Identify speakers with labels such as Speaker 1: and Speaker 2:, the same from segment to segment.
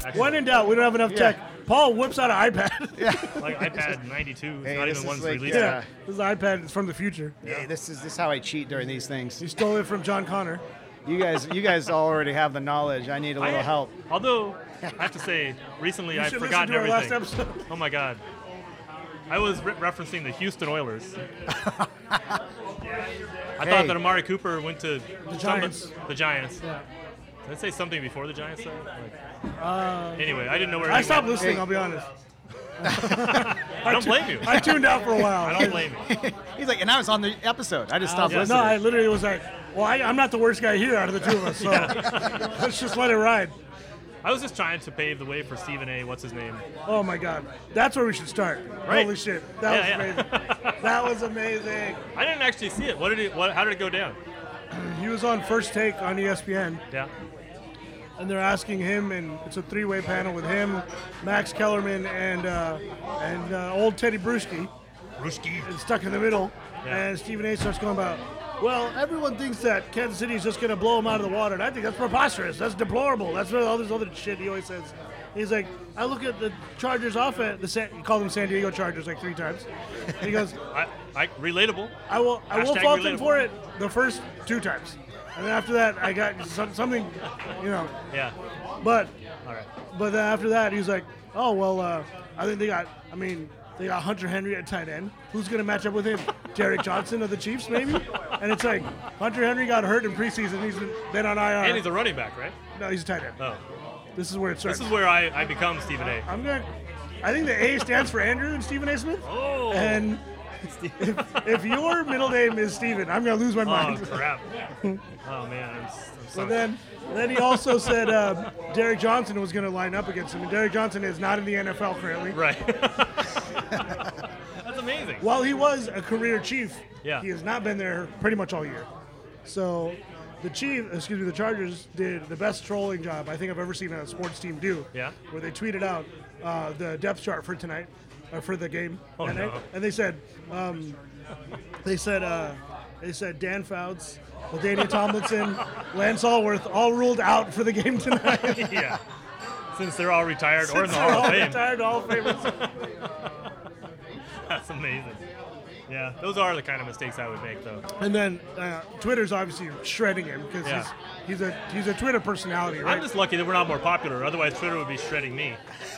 Speaker 1: timed out. We don't have enough
Speaker 2: Yeah.
Speaker 1: tech. Paul whips out an iPad. Yeah.
Speaker 3: Like iPad 92, it's
Speaker 2: Hey,
Speaker 3: not even
Speaker 2: this is
Speaker 3: one's
Speaker 2: like,
Speaker 3: released.
Speaker 2: yeah.
Speaker 3: yet.
Speaker 1: This is an iPad. It's from the future.
Speaker 2: Hey, this is this is how I cheat during these things.
Speaker 1: He stole it from John Connor.
Speaker 2: You guys, you guys all already have the knowledge. I need a little
Speaker 3: I-
Speaker 2: help.
Speaker 3: Although I have to say, recently
Speaker 1: You
Speaker 3: I've
Speaker 1: should
Speaker 3: forgotten
Speaker 1: listen to our last
Speaker 3: everything. Oh my god, I was re- referencing the Houston Oilers. I
Speaker 2: Hey.
Speaker 3: thought that Amari Cooper went to the
Speaker 1: Giants.
Speaker 3: The Giants. Did I say something before the Giants? Though? Like, anyway, I didn't know where.
Speaker 1: Uh, I
Speaker 3: he
Speaker 1: stopped
Speaker 3: went.
Speaker 1: listening.
Speaker 2: Hey.
Speaker 1: I'll be honest.
Speaker 3: I don't blame you.
Speaker 1: I tuned out for a while.
Speaker 3: I don't blame you.
Speaker 2: He's like, and I was on the episode. I just stopped
Speaker 3: Uh, yeah.
Speaker 2: listening.
Speaker 1: No, I literally was like, well, I, I'm not the worst guy here out of the two of us, so let's just let it ride.
Speaker 3: I was just trying to pave the way for Stephen A. What's his name?
Speaker 1: Oh my God, that's where we should start.
Speaker 3: Right.
Speaker 1: Holy shit, that
Speaker 3: Yeah,
Speaker 1: was amazing. that was amazing.
Speaker 3: I didn't actually see it. What did it? What? How did it go down?
Speaker 1: He was on First Take on E ESPN,
Speaker 3: Yeah.
Speaker 1: and they're asking him, and it's a three-way panel with him, Max Kellerman, and uh, and uh, old Teddy Bruschi.
Speaker 3: Ruski.
Speaker 1: and stuck in the middle.
Speaker 3: Yeah.
Speaker 1: And Stephen A starts going about, well, everyone thinks that Kansas City is just going to blow them out of the water. And I think that's preposterous. That's deplorable. That's what all this other shit he always says. He's like, I look at the Chargers offense. The San, he called them San Diego Chargers like three times. And he goes,
Speaker 3: I, I relatable.
Speaker 1: I will, I will
Speaker 3: Hashtag
Speaker 1: fault them
Speaker 3: relatable.
Speaker 1: for it the first two times. And then after that, I got some, something, you know.
Speaker 3: Yeah.
Speaker 1: But
Speaker 3: All right.
Speaker 1: but then after that, he's like, oh, well, uh, I think they got, I mean, they got Hunter Henry at tight end. Who's going to match up with him? Derek Johnson of the Chiefs, maybe? And it's like, Hunter Henry got hurt in preseason. He's been on IR.
Speaker 3: And he's a running back, right?
Speaker 1: no, he's a tight end.
Speaker 3: Oh.
Speaker 1: This is where it starts.
Speaker 3: This is where I, I become Stephen A.
Speaker 1: I'm going to, I think the A stands for Andrew and Stephen A. Smith.
Speaker 3: Oh.
Speaker 1: And if, if your middle name is Stephen, I'm going to lose my
Speaker 3: oh
Speaker 1: mind.
Speaker 3: crap. Oh man, I'm, s- I'm
Speaker 1: But
Speaker 3: sorry.
Speaker 1: then, then he also said uh, Derek Johnson was going to line up against him, and Derek Johnson is not in the NFL currently.
Speaker 3: right. That's amazing.
Speaker 1: While he was a career chief,
Speaker 3: Yeah.
Speaker 1: he has not been there pretty much all year. So the chief, excuse me, the Chargers did the best trolling job I think I've ever seen a sports team do.
Speaker 3: Yeah.
Speaker 1: Where they tweeted out uh, the depth chart for tonight, uh, for the game.
Speaker 3: Oh,
Speaker 1: and, they-
Speaker 3: no.
Speaker 1: and they said, um, they said, uh, they said Dan Fouts, Ladainian Tomlinson, Lance Allworth all ruled out for the game tonight.
Speaker 3: Yeah. Since they're all retired or in the
Speaker 1: They're
Speaker 3: Hall
Speaker 1: all
Speaker 3: of Fame.
Speaker 1: retired Hall of Famers.
Speaker 3: That's amazing. Yeah, those are the kind of mistakes I would make though.
Speaker 1: And then uh, Twitter's obviously shredding him because
Speaker 3: Yeah.
Speaker 1: he's, he's a he's a Twitter personality, right?
Speaker 3: I'm just lucky that we're not more popular. Otherwise, Twitter would be shredding me.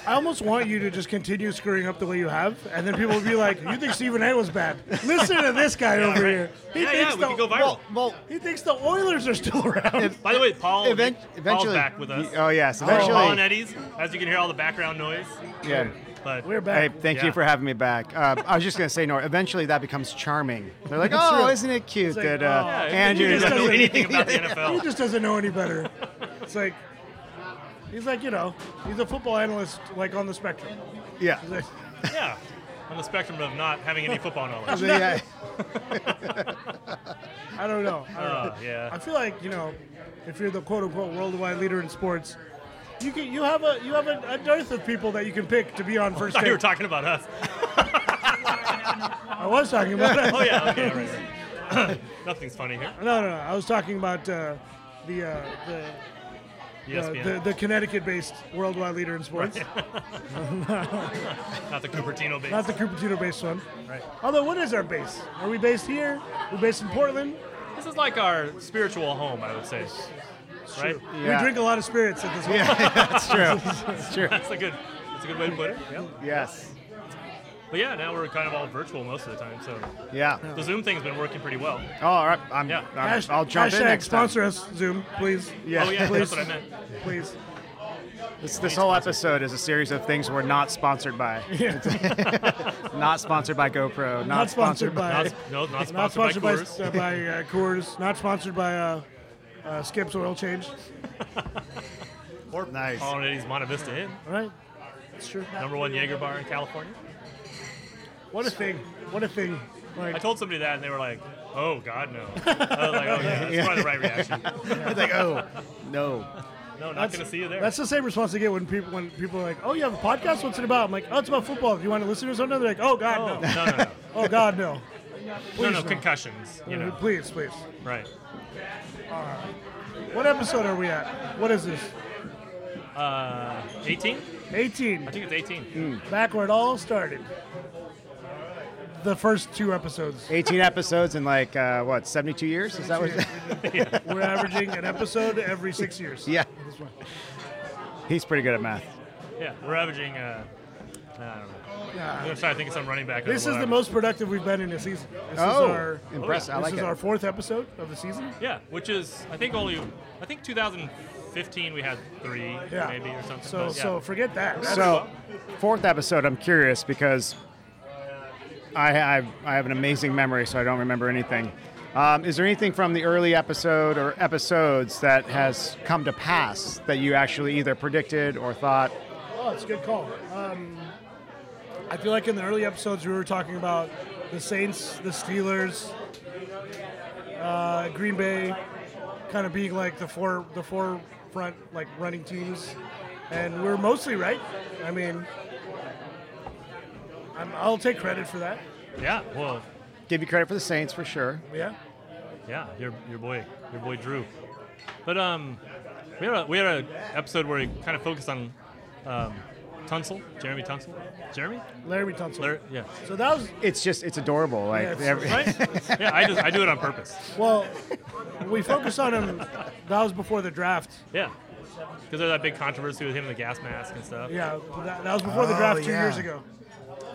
Speaker 1: I almost want you to just continue screwing up the way you have, and then people will be like, "You think Stephen A. was bad? Listen to this guy
Speaker 3: right.
Speaker 1: over here. He
Speaker 3: Yeah,
Speaker 1: thinks
Speaker 3: yeah, we could
Speaker 1: the
Speaker 3: go viral.
Speaker 2: well, well,
Speaker 1: he thinks the Oilers are still around."
Speaker 3: By the way, Paul,
Speaker 2: event-
Speaker 3: Paul's
Speaker 2: eventually.
Speaker 3: back with us.
Speaker 2: Oh yes,
Speaker 3: Paul,
Speaker 2: eventually.
Speaker 3: Paul and Eddie's, as you can hear all the background noise.
Speaker 2: yeah.
Speaker 3: But
Speaker 1: We're
Speaker 2: Hey,
Speaker 1: back.
Speaker 2: thank
Speaker 3: Yeah.
Speaker 2: you for having me back. Uh, I was just gonna say, Nor. Eventually, that becomes charming. They're like,
Speaker 1: That's
Speaker 2: "Oh,
Speaker 1: true.
Speaker 2: isn't it cute
Speaker 1: like,
Speaker 2: that
Speaker 1: oh,
Speaker 2: uh,
Speaker 3: yeah,
Speaker 2: Andrew
Speaker 3: he doesn't know
Speaker 1: doesn't-
Speaker 3: anything about the
Speaker 1: he
Speaker 3: NFL.
Speaker 1: just doesn't know any better. It's like he's like you know he's a football analyst like on the spectrum.
Speaker 2: Yeah.
Speaker 1: He's like,
Speaker 3: Yeah, on the spectrum of not having any football knowledge.
Speaker 2: So, yeah.
Speaker 1: I don't know. I don't know.
Speaker 3: Uh, yeah.
Speaker 1: I feel like you know if you're the quote unquote worldwide leader in sports. You, can, you have a you have a, a dearth of people that you can pick to be on first.
Speaker 3: Thought you were
Speaker 1: Take.
Speaker 3: talking about us.
Speaker 1: I was talking about it.
Speaker 3: Oh yeah, okay, all right. Nothing's funny here.
Speaker 1: No, no, no. I was talking about uh, the, uh, the, uh,
Speaker 3: ESPN,
Speaker 1: the the Connecticut-based worldwide leader in sports,
Speaker 3: not the Cupertino base.
Speaker 1: not the Cupertino-based one.
Speaker 3: Right.
Speaker 1: Although, what is our base? Are we based here? We're based in Portland.
Speaker 3: This is like our spiritual home, I would say.
Speaker 1: It's
Speaker 3: Right?
Speaker 1: true.
Speaker 2: Yeah.
Speaker 1: We drink a lot of spirits at this. Home.
Speaker 2: yeah, that's true. That's true.
Speaker 3: That's a good. That's a good way to put it. Yeah.
Speaker 2: Yes.
Speaker 3: But yeah, now we're kind of all virtual most of the time, so
Speaker 2: Yeah.
Speaker 3: the Zoom thing's been working pretty well.
Speaker 2: Oh, all right. I'm,
Speaker 3: Yeah.
Speaker 2: I'm,
Speaker 1: Hash-
Speaker 2: I'll jump
Speaker 1: hashtag
Speaker 2: in next time.
Speaker 1: sponsor us, Zoom, please.
Speaker 2: Yeah.
Speaker 3: Oh yeah,
Speaker 1: Please.
Speaker 3: that's what I meant.
Speaker 1: Please.
Speaker 2: This, this whole episode is a series of things we're not sponsored by. not sponsored by GoPro. Not,
Speaker 1: Not sponsored by.
Speaker 3: Not, s- no, not sponsored,
Speaker 1: Not sponsored by
Speaker 3: by
Speaker 1: by,
Speaker 3: Coors.
Speaker 1: uh, by uh, Coors. Not sponsored by uh, uh, Skip's Oil Change.
Speaker 3: Or
Speaker 2: Nice.
Speaker 3: Paul and Eddie's Monte Vista Inn,
Speaker 1: All right. It's true.
Speaker 3: number one Jaeger bar in California.
Speaker 1: What a thing. What a thing. Like,
Speaker 3: I told somebody that, and they were like, "Oh God, no." I was like, "Oh yeah, that's probably the right reaction."
Speaker 2: it's like, oh, no.
Speaker 3: No, not gonna see you there.
Speaker 1: That's the same response I get when people when people are like, "Oh, you have a podcast? What's it about?" I'm like, "Oh, it's about football. Do you want to listen to something?" They're like, "Oh God,
Speaker 3: no,
Speaker 1: no.
Speaker 3: no, no, no.
Speaker 1: oh God, no.
Speaker 3: no,
Speaker 1: Please,
Speaker 3: no, concussions. You know,
Speaker 1: please, please."
Speaker 3: right?
Speaker 1: What episode are we at? What is this?
Speaker 3: Uh, 18?
Speaker 1: 18.
Speaker 3: I think it's 18.
Speaker 1: Back where it all started. The first two episodes.
Speaker 2: 18 episodes in like uh, what 72 years? Is that what?
Speaker 1: We're averaging an episode every six years.
Speaker 2: yeah. He's pretty good at math.
Speaker 3: Yeah, we're averaging. Uh, I don't know.
Speaker 1: Yeah.
Speaker 3: I'm trying to think of some running back. or
Speaker 1: This is the
Speaker 3: whatever.
Speaker 1: most productive we've been in a season. This
Speaker 2: Oh,
Speaker 1: is our
Speaker 2: impressive. I
Speaker 1: This
Speaker 2: like
Speaker 1: is
Speaker 2: it.
Speaker 1: our fourth episode of the season.
Speaker 3: Yeah, which is I think only I think 2015 we had three
Speaker 1: Yeah.
Speaker 3: maybe or something.
Speaker 1: So
Speaker 3: but yeah.
Speaker 1: so forget that. That's-
Speaker 2: So, fourth episode, I'm curious because I have, I have an amazing memory, so I don't remember anything. Um, is there anything from the early episode or episodes that has come to pass that you actually either predicted or thought?
Speaker 1: Oh, it's a good call. Um, I feel like in the early episodes we were talking about the Saints, the Steelers, uh, Green Bay, kind of being like the four the forefront like running teams, and we're mostly right. I mean, I'm, I'll take credit for that.
Speaker 3: yeah, well,
Speaker 2: Give you credit for the Saints for sure.
Speaker 1: Yeah.
Speaker 3: yeah, your your boy, your boy Drew. But um, we had a, we had an episode where we kind of focused on um, Tunsil, Jeremy Tunsil, Jeremy,
Speaker 1: Larry Tunsil.
Speaker 3: Larry, yeah,
Speaker 1: So that was
Speaker 2: It's just it's adorable. Like
Speaker 1: Yeah, it's-
Speaker 2: every-
Speaker 3: right? yeah, I just I do it on purpose.
Speaker 1: well. We focused on him. That was before the draft.
Speaker 3: Yeah, because there's that big controversy with him and the gas mask and stuff.
Speaker 1: Yeah, that, that was before the
Speaker 2: Oh,
Speaker 1: draft two
Speaker 2: yeah.
Speaker 1: years ago.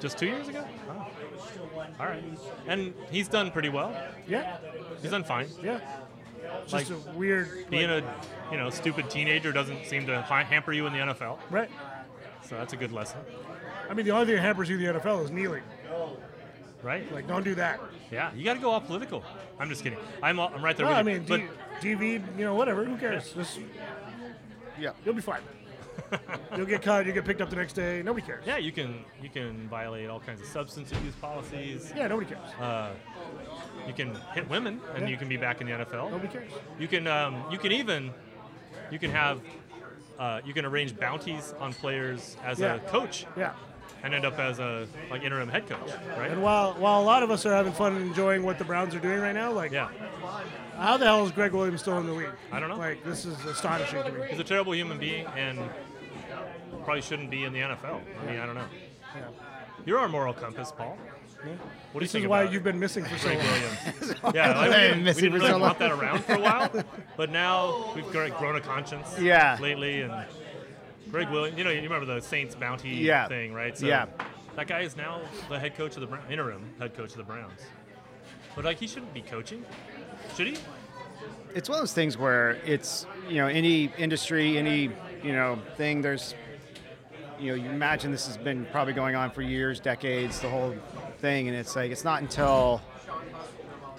Speaker 3: Just two years ago. Oh. All right, and he's done pretty well.
Speaker 1: Yeah,
Speaker 3: He's done fine.
Speaker 1: yeah. Just
Speaker 3: Like,
Speaker 1: a weird.
Speaker 3: Being a you know stupid teenager doesn't seem to hi- hamper you in the NFL,
Speaker 1: Right.
Speaker 3: so that's a good lesson,
Speaker 1: I mean, the only thing that hampers you in the NFL is kneeling.
Speaker 3: right?
Speaker 1: Like, don't do that.
Speaker 3: Yeah, you got to go all political. I'm just kidding. I'm all, I'm right there
Speaker 1: No,
Speaker 3: with
Speaker 1: I
Speaker 3: you.
Speaker 1: mean,
Speaker 3: but
Speaker 1: D- DV, you know, whatever. Who cares? Just,
Speaker 2: Yeah.
Speaker 1: you'll be fine. you'll get caught. You'll get picked up the next day. Nobody cares.
Speaker 3: yeah, you can you can violate all kinds of substance abuse policies.
Speaker 1: Yeah, nobody cares.
Speaker 3: You can hit women, and
Speaker 1: Yeah.
Speaker 3: you can be back in the NFL.
Speaker 1: Nobody cares.
Speaker 3: You can um, you can even you can have uh, you can arrange bounties on players as
Speaker 1: Yeah.
Speaker 3: a coach
Speaker 1: Yeah.
Speaker 3: and end up as a like interim head coach, right?
Speaker 1: And while while a lot of us are having fun and enjoying what the Browns are doing right now, like,
Speaker 3: Yeah,
Speaker 1: how the hell is Greg Williams still in the league?
Speaker 3: I don't know.
Speaker 1: Like, this is astonishing to me.
Speaker 3: he's a terrible human being and probably shouldn't be in the NFL. I mean, I don't know.
Speaker 1: Yeah.
Speaker 3: You're our moral compass, Paul. What do you
Speaker 1: This
Speaker 3: think
Speaker 1: is why
Speaker 3: about
Speaker 1: you've been missing for so long.
Speaker 3: Williams? yeah, like, we
Speaker 2: I've been
Speaker 3: didn't, we
Speaker 2: missing
Speaker 3: didn't
Speaker 2: for
Speaker 3: really
Speaker 2: so
Speaker 3: want
Speaker 2: long.
Speaker 3: that around for a while, but now we've gr- grown a conscience.
Speaker 2: Yeah.
Speaker 3: Lately, and Greg Williams. You know, you remember the Saints bounty
Speaker 2: Yeah.
Speaker 3: thing, right?
Speaker 2: Yeah.
Speaker 3: That guy is now the head coach of the Brown- interim head coach of the Browns. But like, he shouldn't be coaching, should he?
Speaker 2: it's one of those things where it's you know any industry any you know thing there's you know you imagine this has been probably going on for years decades the whole thing and it's like it's not until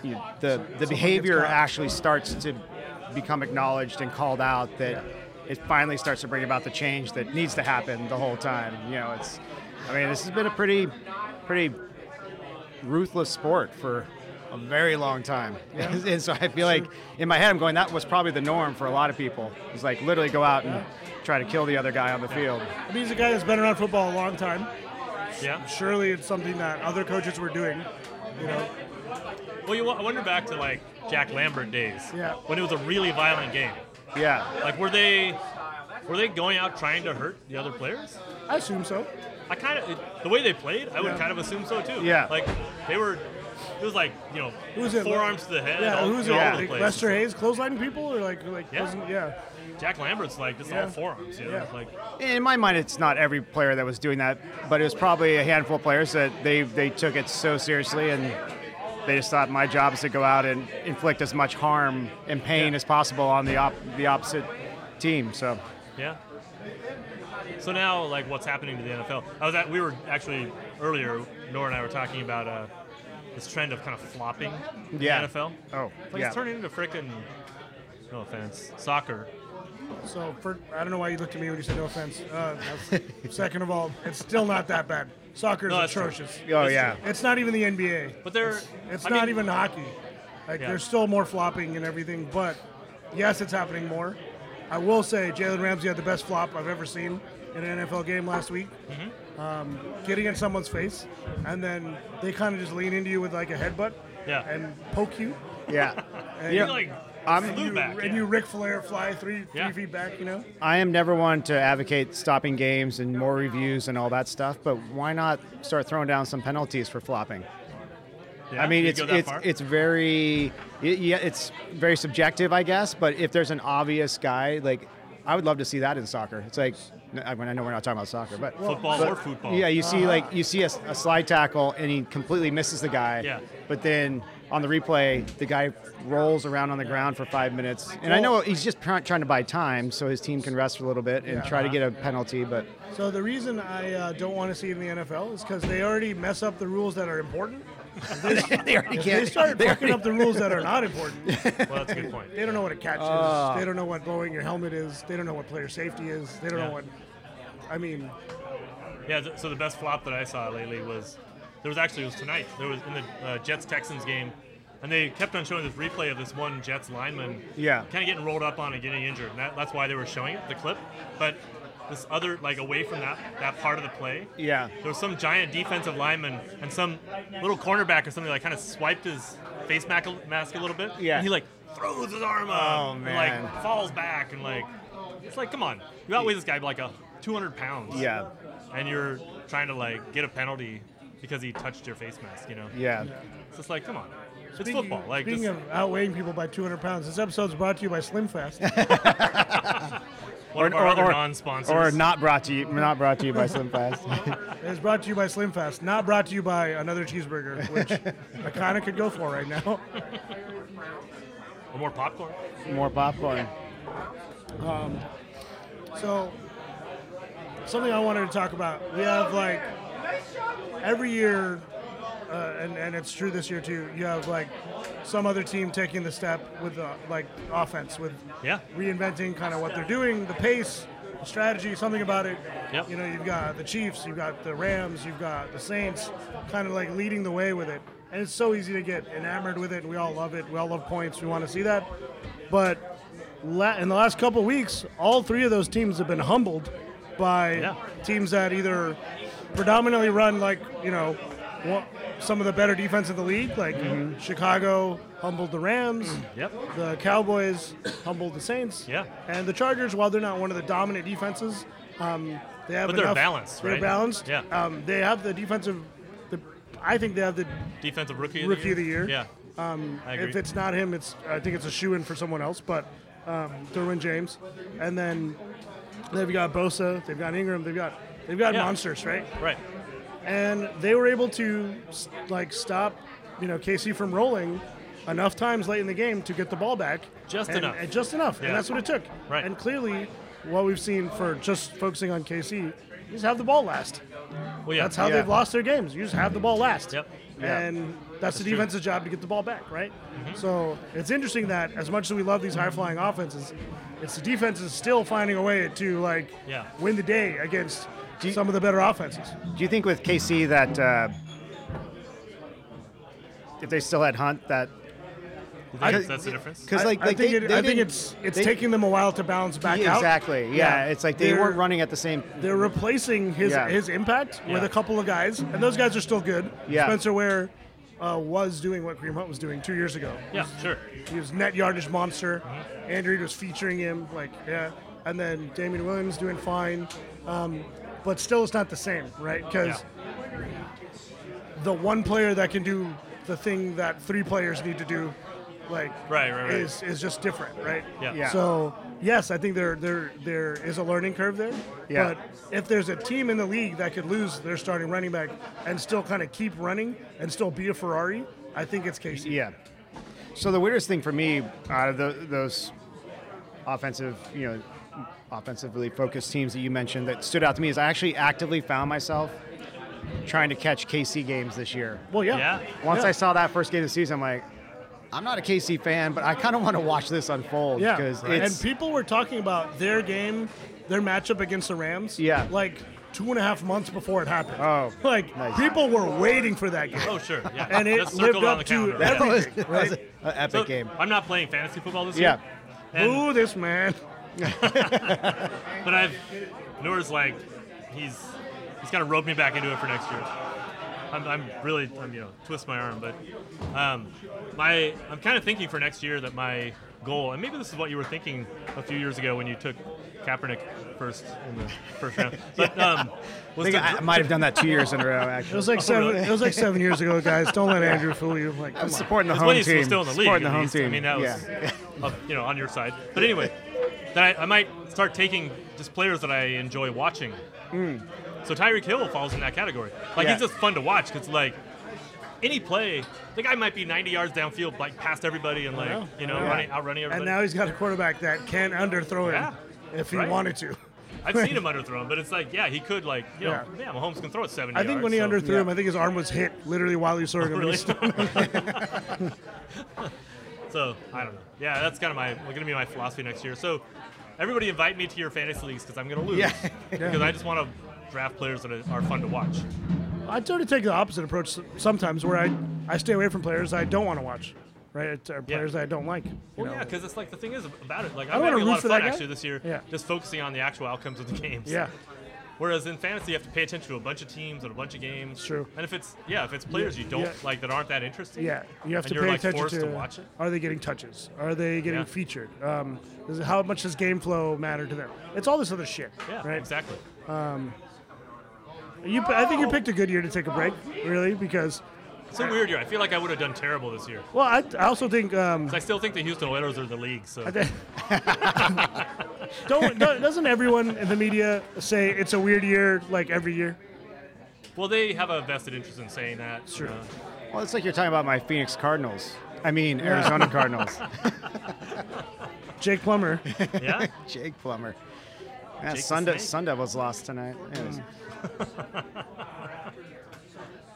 Speaker 2: you know, the the behavior
Speaker 1: caught.
Speaker 2: actually starts to become acknowledged and called out that it finally starts to bring about the change that needs to happen the whole time you know it's i mean this has been a pretty pretty ruthless sport for a very long time. and so I feel like in my head, I'm going, that was probably the norm for a lot of people. It's like literally go out and try to kill the other guy on the field.
Speaker 1: I mean, he's a guy that's been around football a long time.
Speaker 3: Yeah.
Speaker 1: Surely it's something that other coaches were doing. You know,
Speaker 3: Well, you wa- I wonder back to like Jack Lambert days.
Speaker 1: Yeah.
Speaker 3: When it was a really violent game.
Speaker 2: Yeah.
Speaker 3: Like, were they were they going out trying to hurt the other players?
Speaker 1: I assume so.
Speaker 3: I kind of the way they played, I would
Speaker 1: Yeah.
Speaker 3: kind of assume so too.
Speaker 2: Yeah.
Speaker 3: like they were. It was like you know,
Speaker 1: Who was it?
Speaker 3: forearms to the head.
Speaker 1: Yeah,
Speaker 3: all,
Speaker 1: who's it?
Speaker 3: all over
Speaker 1: Like
Speaker 3: the place.
Speaker 1: Lester Hayes, clothesline people, or like like
Speaker 3: Yeah.
Speaker 1: wasn't- yeah.
Speaker 3: Jack Lambert's like just
Speaker 1: Yeah.
Speaker 3: all forearms. You know?
Speaker 1: Yeah.
Speaker 3: like
Speaker 2: In my mind, it's not every player that was doing that, but it was probably a handful of players that they, they took it so seriously and they just thought my job is to go out and inflict as much harm and pain
Speaker 3: Yeah.
Speaker 2: as possible on the, op- the opposite team. So oh,
Speaker 3: yeah. So now like what's happening to the NFL? I was at we were actually earlier. Nora and I were talking about uh, this trend of kind of flopping in
Speaker 2: Yeah.
Speaker 3: the NFL.
Speaker 2: Oh,
Speaker 3: It's like
Speaker 2: yeah.
Speaker 3: it's turning into frickin' no offense soccer.
Speaker 1: So for I don't know why you looked at me when you said no offense. Uh, that's- second of all, it's still not that bad. Soccer is
Speaker 3: No, that's true.
Speaker 1: atrocious.
Speaker 2: oh
Speaker 3: That's
Speaker 2: yeah,
Speaker 1: It's not even the NBA.
Speaker 3: But they're
Speaker 1: It's
Speaker 3: I
Speaker 1: not
Speaker 3: mean,
Speaker 1: even hockey. Like
Speaker 3: Yeah.
Speaker 1: there's still more flopping and everything, but yes, it's happening more. I will say Jalen Ramsey had the best flop I've ever seen in an NFL game last week.
Speaker 3: Mm-hmm.
Speaker 1: Um, getting in someone's face, and then they kind of just lean into you with like a headbutt
Speaker 3: Yeah.
Speaker 1: and poke you.
Speaker 2: yeah.
Speaker 1: And
Speaker 3: He
Speaker 2: Yeah.
Speaker 3: like
Speaker 2: I'm,
Speaker 3: Flew back.
Speaker 1: and
Speaker 3: yeah.
Speaker 1: you Ric Flair fly three
Speaker 3: Yeah.
Speaker 1: three feet back, you know?
Speaker 2: I am never one to advocate stopping games and more reviews and all that stuff, but why not start throwing down some penalties for flopping?
Speaker 3: Yeah,
Speaker 2: I mean,
Speaker 3: you
Speaker 2: it's
Speaker 3: go that
Speaker 2: it's
Speaker 3: far?
Speaker 2: it's very it, yeah, it's very subjective, I guess. But if there's an obvious guy, like I would love to see that in soccer. It's like I mean, I know we're not talking about soccer, but
Speaker 3: Football
Speaker 2: but-
Speaker 3: or football. Uh-huh.
Speaker 2: Yeah, you see like you see a, s- a slide tackle and he completely misses the guy.
Speaker 3: Yeah.
Speaker 2: But then on the replay, the guy rolls around on the ground for five minutes, and I know he's just try- trying to buy time so his team can rest for a little bit and try to get a penalty, but.
Speaker 1: So the reason I uh, don't want to see it in the NFL is because they already mess up the rules that are important.
Speaker 2: they already
Speaker 1: If they started
Speaker 2: they
Speaker 1: fucking
Speaker 2: already-
Speaker 1: up the rules that are not important.
Speaker 3: well, that's a good point.
Speaker 1: They don't know what a catch
Speaker 3: Ah.
Speaker 1: is. They don't know what blowing your helmet is. They don't know what player safety is. They don't
Speaker 3: Yeah.
Speaker 1: know what. I mean,
Speaker 3: Yeah, th- so the best flop that I saw lately was there was actually it was tonight. There was in the uh, Jets Texans game, and they kept on showing this replay of this one Jets lineman.
Speaker 2: Yeah.
Speaker 3: Kind of getting rolled up on and getting injured, and that, that's why they were showing it, the clip. But this other, like away from that that part of the play,
Speaker 2: Yeah.
Speaker 3: there was some giant defensive lineman and some little cornerback or something like kind of swiped his face mac- mask a little bit.
Speaker 2: Yeah.
Speaker 3: And he like throws his arm up
Speaker 2: Oh,
Speaker 3: and
Speaker 2: man.
Speaker 3: like falls back and like it's like come on, you outweigh this guy by like a 200 pounds
Speaker 2: Yeah.
Speaker 3: and you're trying to like get a penalty because he touched your face mask, you know?
Speaker 2: Yeah.
Speaker 3: It's just like, come on, it's
Speaker 1: speaking-
Speaker 3: football. Like,
Speaker 1: speaking
Speaker 3: just,
Speaker 1: of outweighing people by 200 pounds, this episode is brought to you by Slim Fast.
Speaker 3: one of our other non-sponsors.
Speaker 2: Or not brought to you, not brought to you by SlimFast.
Speaker 1: it's brought to you by Slim Fast, not brought to you by another cheeseburger, which I kind of could go for right now.
Speaker 3: or more popcorn.
Speaker 2: More popcorn.
Speaker 1: So, something I wanted to talk about. We have like every year, uh, and and it's true this year too. You have like some other team taking the step with uh, like offense with
Speaker 3: Yeah.
Speaker 1: reinventing kind of what they're doing, the pace, the strategy, something about it.
Speaker 3: Yep.
Speaker 1: You know, you've got the Chiefs, you've got the Rams, you've got the Saints, kind of like leading the way with it. And it's so easy to get enamored with it, and we all love it. We all love points. We want to see that, but la- in the last couple of weeks, all three of those teams have been humbled by
Speaker 3: Yeah.
Speaker 1: teams that either predominantly run like you know wa- some of the better defense in the league, like Chicago humbled the Rams.
Speaker 3: Mm-hmm. Mm, Yep.
Speaker 1: The Cowboys humbled the Saints.
Speaker 3: Yeah.
Speaker 1: And the Chargers, while they're not one of the dominant defenses, um, they have
Speaker 3: But they're
Speaker 1: enough-
Speaker 3: balanced,
Speaker 1: They're
Speaker 3: right?
Speaker 1: balanced.
Speaker 3: Yeah.
Speaker 1: Um, they have the defensive. The, I think they have the.
Speaker 3: Defensive rookie of
Speaker 1: Rookie
Speaker 3: the year.
Speaker 1: of the year.
Speaker 3: Yeah.
Speaker 1: Um,
Speaker 3: I agree.
Speaker 1: if it's not him, it's I think it's a shoe in for someone else. But um, Derwin James, and then they've got Bosa, they've got Ingram, they've got they've got
Speaker 3: Yeah.
Speaker 1: monsters, right?
Speaker 3: Right.
Speaker 1: and they were able to s- like stop, you know, KC from rolling enough times late in the game to get the ball back.
Speaker 3: Just
Speaker 1: and,
Speaker 3: enough.
Speaker 1: and just enough,
Speaker 3: Yeah.
Speaker 1: and that's what it took.
Speaker 3: Right.
Speaker 1: And clearly, what we've seen for just focusing on KC is have the ball last.
Speaker 3: Well, yeah.
Speaker 1: That's how
Speaker 2: Yeah.
Speaker 1: they've lost their games. You just have the ball last.
Speaker 3: Yep.
Speaker 2: Yeah.
Speaker 1: And that's, the
Speaker 3: true. Mm-hmm.
Speaker 1: defense's job to get the ball back, right? So it's interesting that as much as we love these high flying offenses, it's the defense is still finding a way to like
Speaker 3: Yeah.
Speaker 1: win the day against some of the better offenses.
Speaker 2: Do you think with KC that uh, if they still had Hunt, that
Speaker 3: You think
Speaker 2: I-
Speaker 3: that's the difference.
Speaker 2: because
Speaker 1: I-
Speaker 2: like,
Speaker 1: I,
Speaker 2: like
Speaker 1: think,
Speaker 2: they,
Speaker 1: it,
Speaker 2: they
Speaker 1: I think
Speaker 2: didn't-
Speaker 1: it's it's
Speaker 2: they-
Speaker 1: taking them a while to bounce back
Speaker 2: yeah,
Speaker 1: out.
Speaker 2: exactly. Yeah. it's like they
Speaker 1: They're-
Speaker 2: weren't running at the same.
Speaker 1: They're replacing his
Speaker 2: Yeah.
Speaker 1: his impact with
Speaker 3: Yeah.
Speaker 1: a couple of guys, and those guys are still good.
Speaker 2: Yeah.
Speaker 1: Spencer Ware uh, was doing what Kareem Hunt was doing two years ago.
Speaker 3: yeah, sure.
Speaker 1: He was net yardage monster. Andrew Reid was featuring him, like yeah, and then Damian Williams doing fine, um, but still it's not the same, right? Because the one player that can do the thing that three players need to do, like
Speaker 3: Right, right, right.
Speaker 1: is is just different, right?
Speaker 3: Yeah.
Speaker 2: Yeah.
Speaker 1: So yes, I think there there there is a learning curve there.
Speaker 2: Yeah.
Speaker 1: But if there's a team in the league that could lose their starting running back and still kind of keep running and still be a Ferrari, I think it's KC.
Speaker 2: Yeah. So the weirdest thing for me out of tho- those offensive, you know, offensively focused teams that you mentioned that stood out to me is I actually actively found myself trying to catch KC games this year.
Speaker 1: Well, yeah.
Speaker 3: Yeah.
Speaker 2: Once
Speaker 1: Yeah.
Speaker 2: I saw that first game of the season, I'm like, I'm not a KC fan, but I kind of want to watch this unfold
Speaker 1: Yeah.
Speaker 2: because
Speaker 1: and
Speaker 2: it's
Speaker 1: people were talking about their game, their matchup against the Rams.
Speaker 2: Yeah.
Speaker 1: Like two and a half months before it happened.
Speaker 2: Oh,
Speaker 1: Like
Speaker 2: nice.
Speaker 1: people were waiting for that game.
Speaker 3: Oh, sure. Yeah.
Speaker 1: And it
Speaker 3: That's
Speaker 1: lived
Speaker 3: circled on
Speaker 1: up
Speaker 3: the
Speaker 1: to
Speaker 3: calendar.
Speaker 1: that
Speaker 2: that
Speaker 3: yeah.
Speaker 2: was, that was
Speaker 1: Right?
Speaker 2: an epic
Speaker 3: So,
Speaker 2: game.
Speaker 3: I'm not playing fantasy football this
Speaker 2: Yeah.
Speaker 3: year. And-
Speaker 1: Ooh, this man.
Speaker 3: But I've Noor's like he's he's kind of roped me back into it for next year. I'm, I'm really I'm you know twist my arm, but um, my I'm kind of thinking for next year that my goal, and maybe this is what you were thinking a few years ago when you took Kaepernick first in the first round. But um,
Speaker 2: I,
Speaker 3: was
Speaker 2: think
Speaker 3: to
Speaker 2: I, I might have done that two years in a row.
Speaker 1: It
Speaker 2: Actually,
Speaker 1: was like seven.
Speaker 3: really?
Speaker 1: It was like seven years ago, guys. Don't let Andrew fool you. Like,
Speaker 2: I
Speaker 1: come
Speaker 2: was
Speaker 1: on.
Speaker 2: supporting the
Speaker 3: It's
Speaker 2: home
Speaker 3: when he's
Speaker 2: team.
Speaker 3: still in the league.
Speaker 2: supporting the
Speaker 3: at
Speaker 2: home
Speaker 3: least.
Speaker 2: team.
Speaker 3: I mean, that was,
Speaker 2: yeah.
Speaker 3: up, you know, on your side. But anyway, then I, I might start taking just players that I enjoy watching. So Tyreek Hill falls in that category. Like
Speaker 2: Hmm. Yeah.
Speaker 3: he's just fun to watch because like any play, the guy might be 90 yards downfield, like past everybody and like
Speaker 1: know.
Speaker 3: you know
Speaker 2: Yeah.
Speaker 3: running outrunning everybody.
Speaker 1: And now he's got a quarterback that can underthrow him
Speaker 3: Yeah.
Speaker 1: if he
Speaker 3: Right.
Speaker 1: wanted to.
Speaker 3: I've seen him underthrow him, but it's like yeah, he could like you know yeah, Mahomes can throw it 70.
Speaker 1: I think when he
Speaker 3: yards,
Speaker 1: underthrew
Speaker 3: so.
Speaker 1: him, I think his arm was hit literally while he was throwing him.
Speaker 3: really.
Speaker 1: He's-
Speaker 3: so I don't know. Yeah, that's kind of my going to be my philosophy next year. So everybody invite me to your fantasy leagues because I'm going to lose.
Speaker 2: Yeah.
Speaker 3: because I just want to draft players that are fun to watch.
Speaker 1: I tend to take the opposite approach s- sometimes, where I, I stay away from players I don't want to watch, right? It's- Or players that I don't like. you
Speaker 3: Well,
Speaker 1: know?
Speaker 3: yeah, because it's like the thing is about it. Like
Speaker 1: I
Speaker 3: I'm
Speaker 1: don't wanna
Speaker 3: having a
Speaker 1: root
Speaker 3: lot of
Speaker 1: for
Speaker 3: fun
Speaker 1: that guy.
Speaker 3: actually this year,
Speaker 1: Yeah.
Speaker 3: just focusing on the actual outcomes of the games.
Speaker 1: Yeah.
Speaker 3: Whereas in fantasy, you have to pay attention to a bunch of teams and a bunch of games.
Speaker 1: True.
Speaker 3: And if it's yeah, if it's players you don't
Speaker 1: yeah.
Speaker 3: like that aren't that interesting.
Speaker 1: Yeah, you have
Speaker 3: and
Speaker 1: to
Speaker 3: you're,
Speaker 1: pay
Speaker 3: like,
Speaker 1: attention
Speaker 3: forced
Speaker 1: to,
Speaker 3: to watch it.
Speaker 1: Are they getting touches? Are they getting
Speaker 3: Yeah.
Speaker 1: featured? Um, is it- how much does game flow matter to them? It's all this other shit.
Speaker 3: Yeah,
Speaker 1: right?
Speaker 3: exactly.
Speaker 1: You, p- I think you picked a good year to take a break, really, because
Speaker 3: It's a weird year. I feel like I would have done terrible this year.
Speaker 1: well, I, I also think um,
Speaker 3: 'Cause I still think the Houston Oilers are the league. So
Speaker 1: don't, don't doesn't everyone in the media say it's a weird year like every year?
Speaker 3: well, they have a vested interest in saying that.
Speaker 1: Sure.
Speaker 3: uh,
Speaker 2: Well, it's like you're talking about my Phoenix Cardinals. I mean, Arizona Cardinals.
Speaker 1: Jake Plummer,
Speaker 3: yeah.
Speaker 2: Jake Plummer. Yeah,
Speaker 3: Jake the
Speaker 2: Sun, De-
Speaker 3: Snake. Mm.
Speaker 2: Sun Devils lost tonight. Yeah, it was-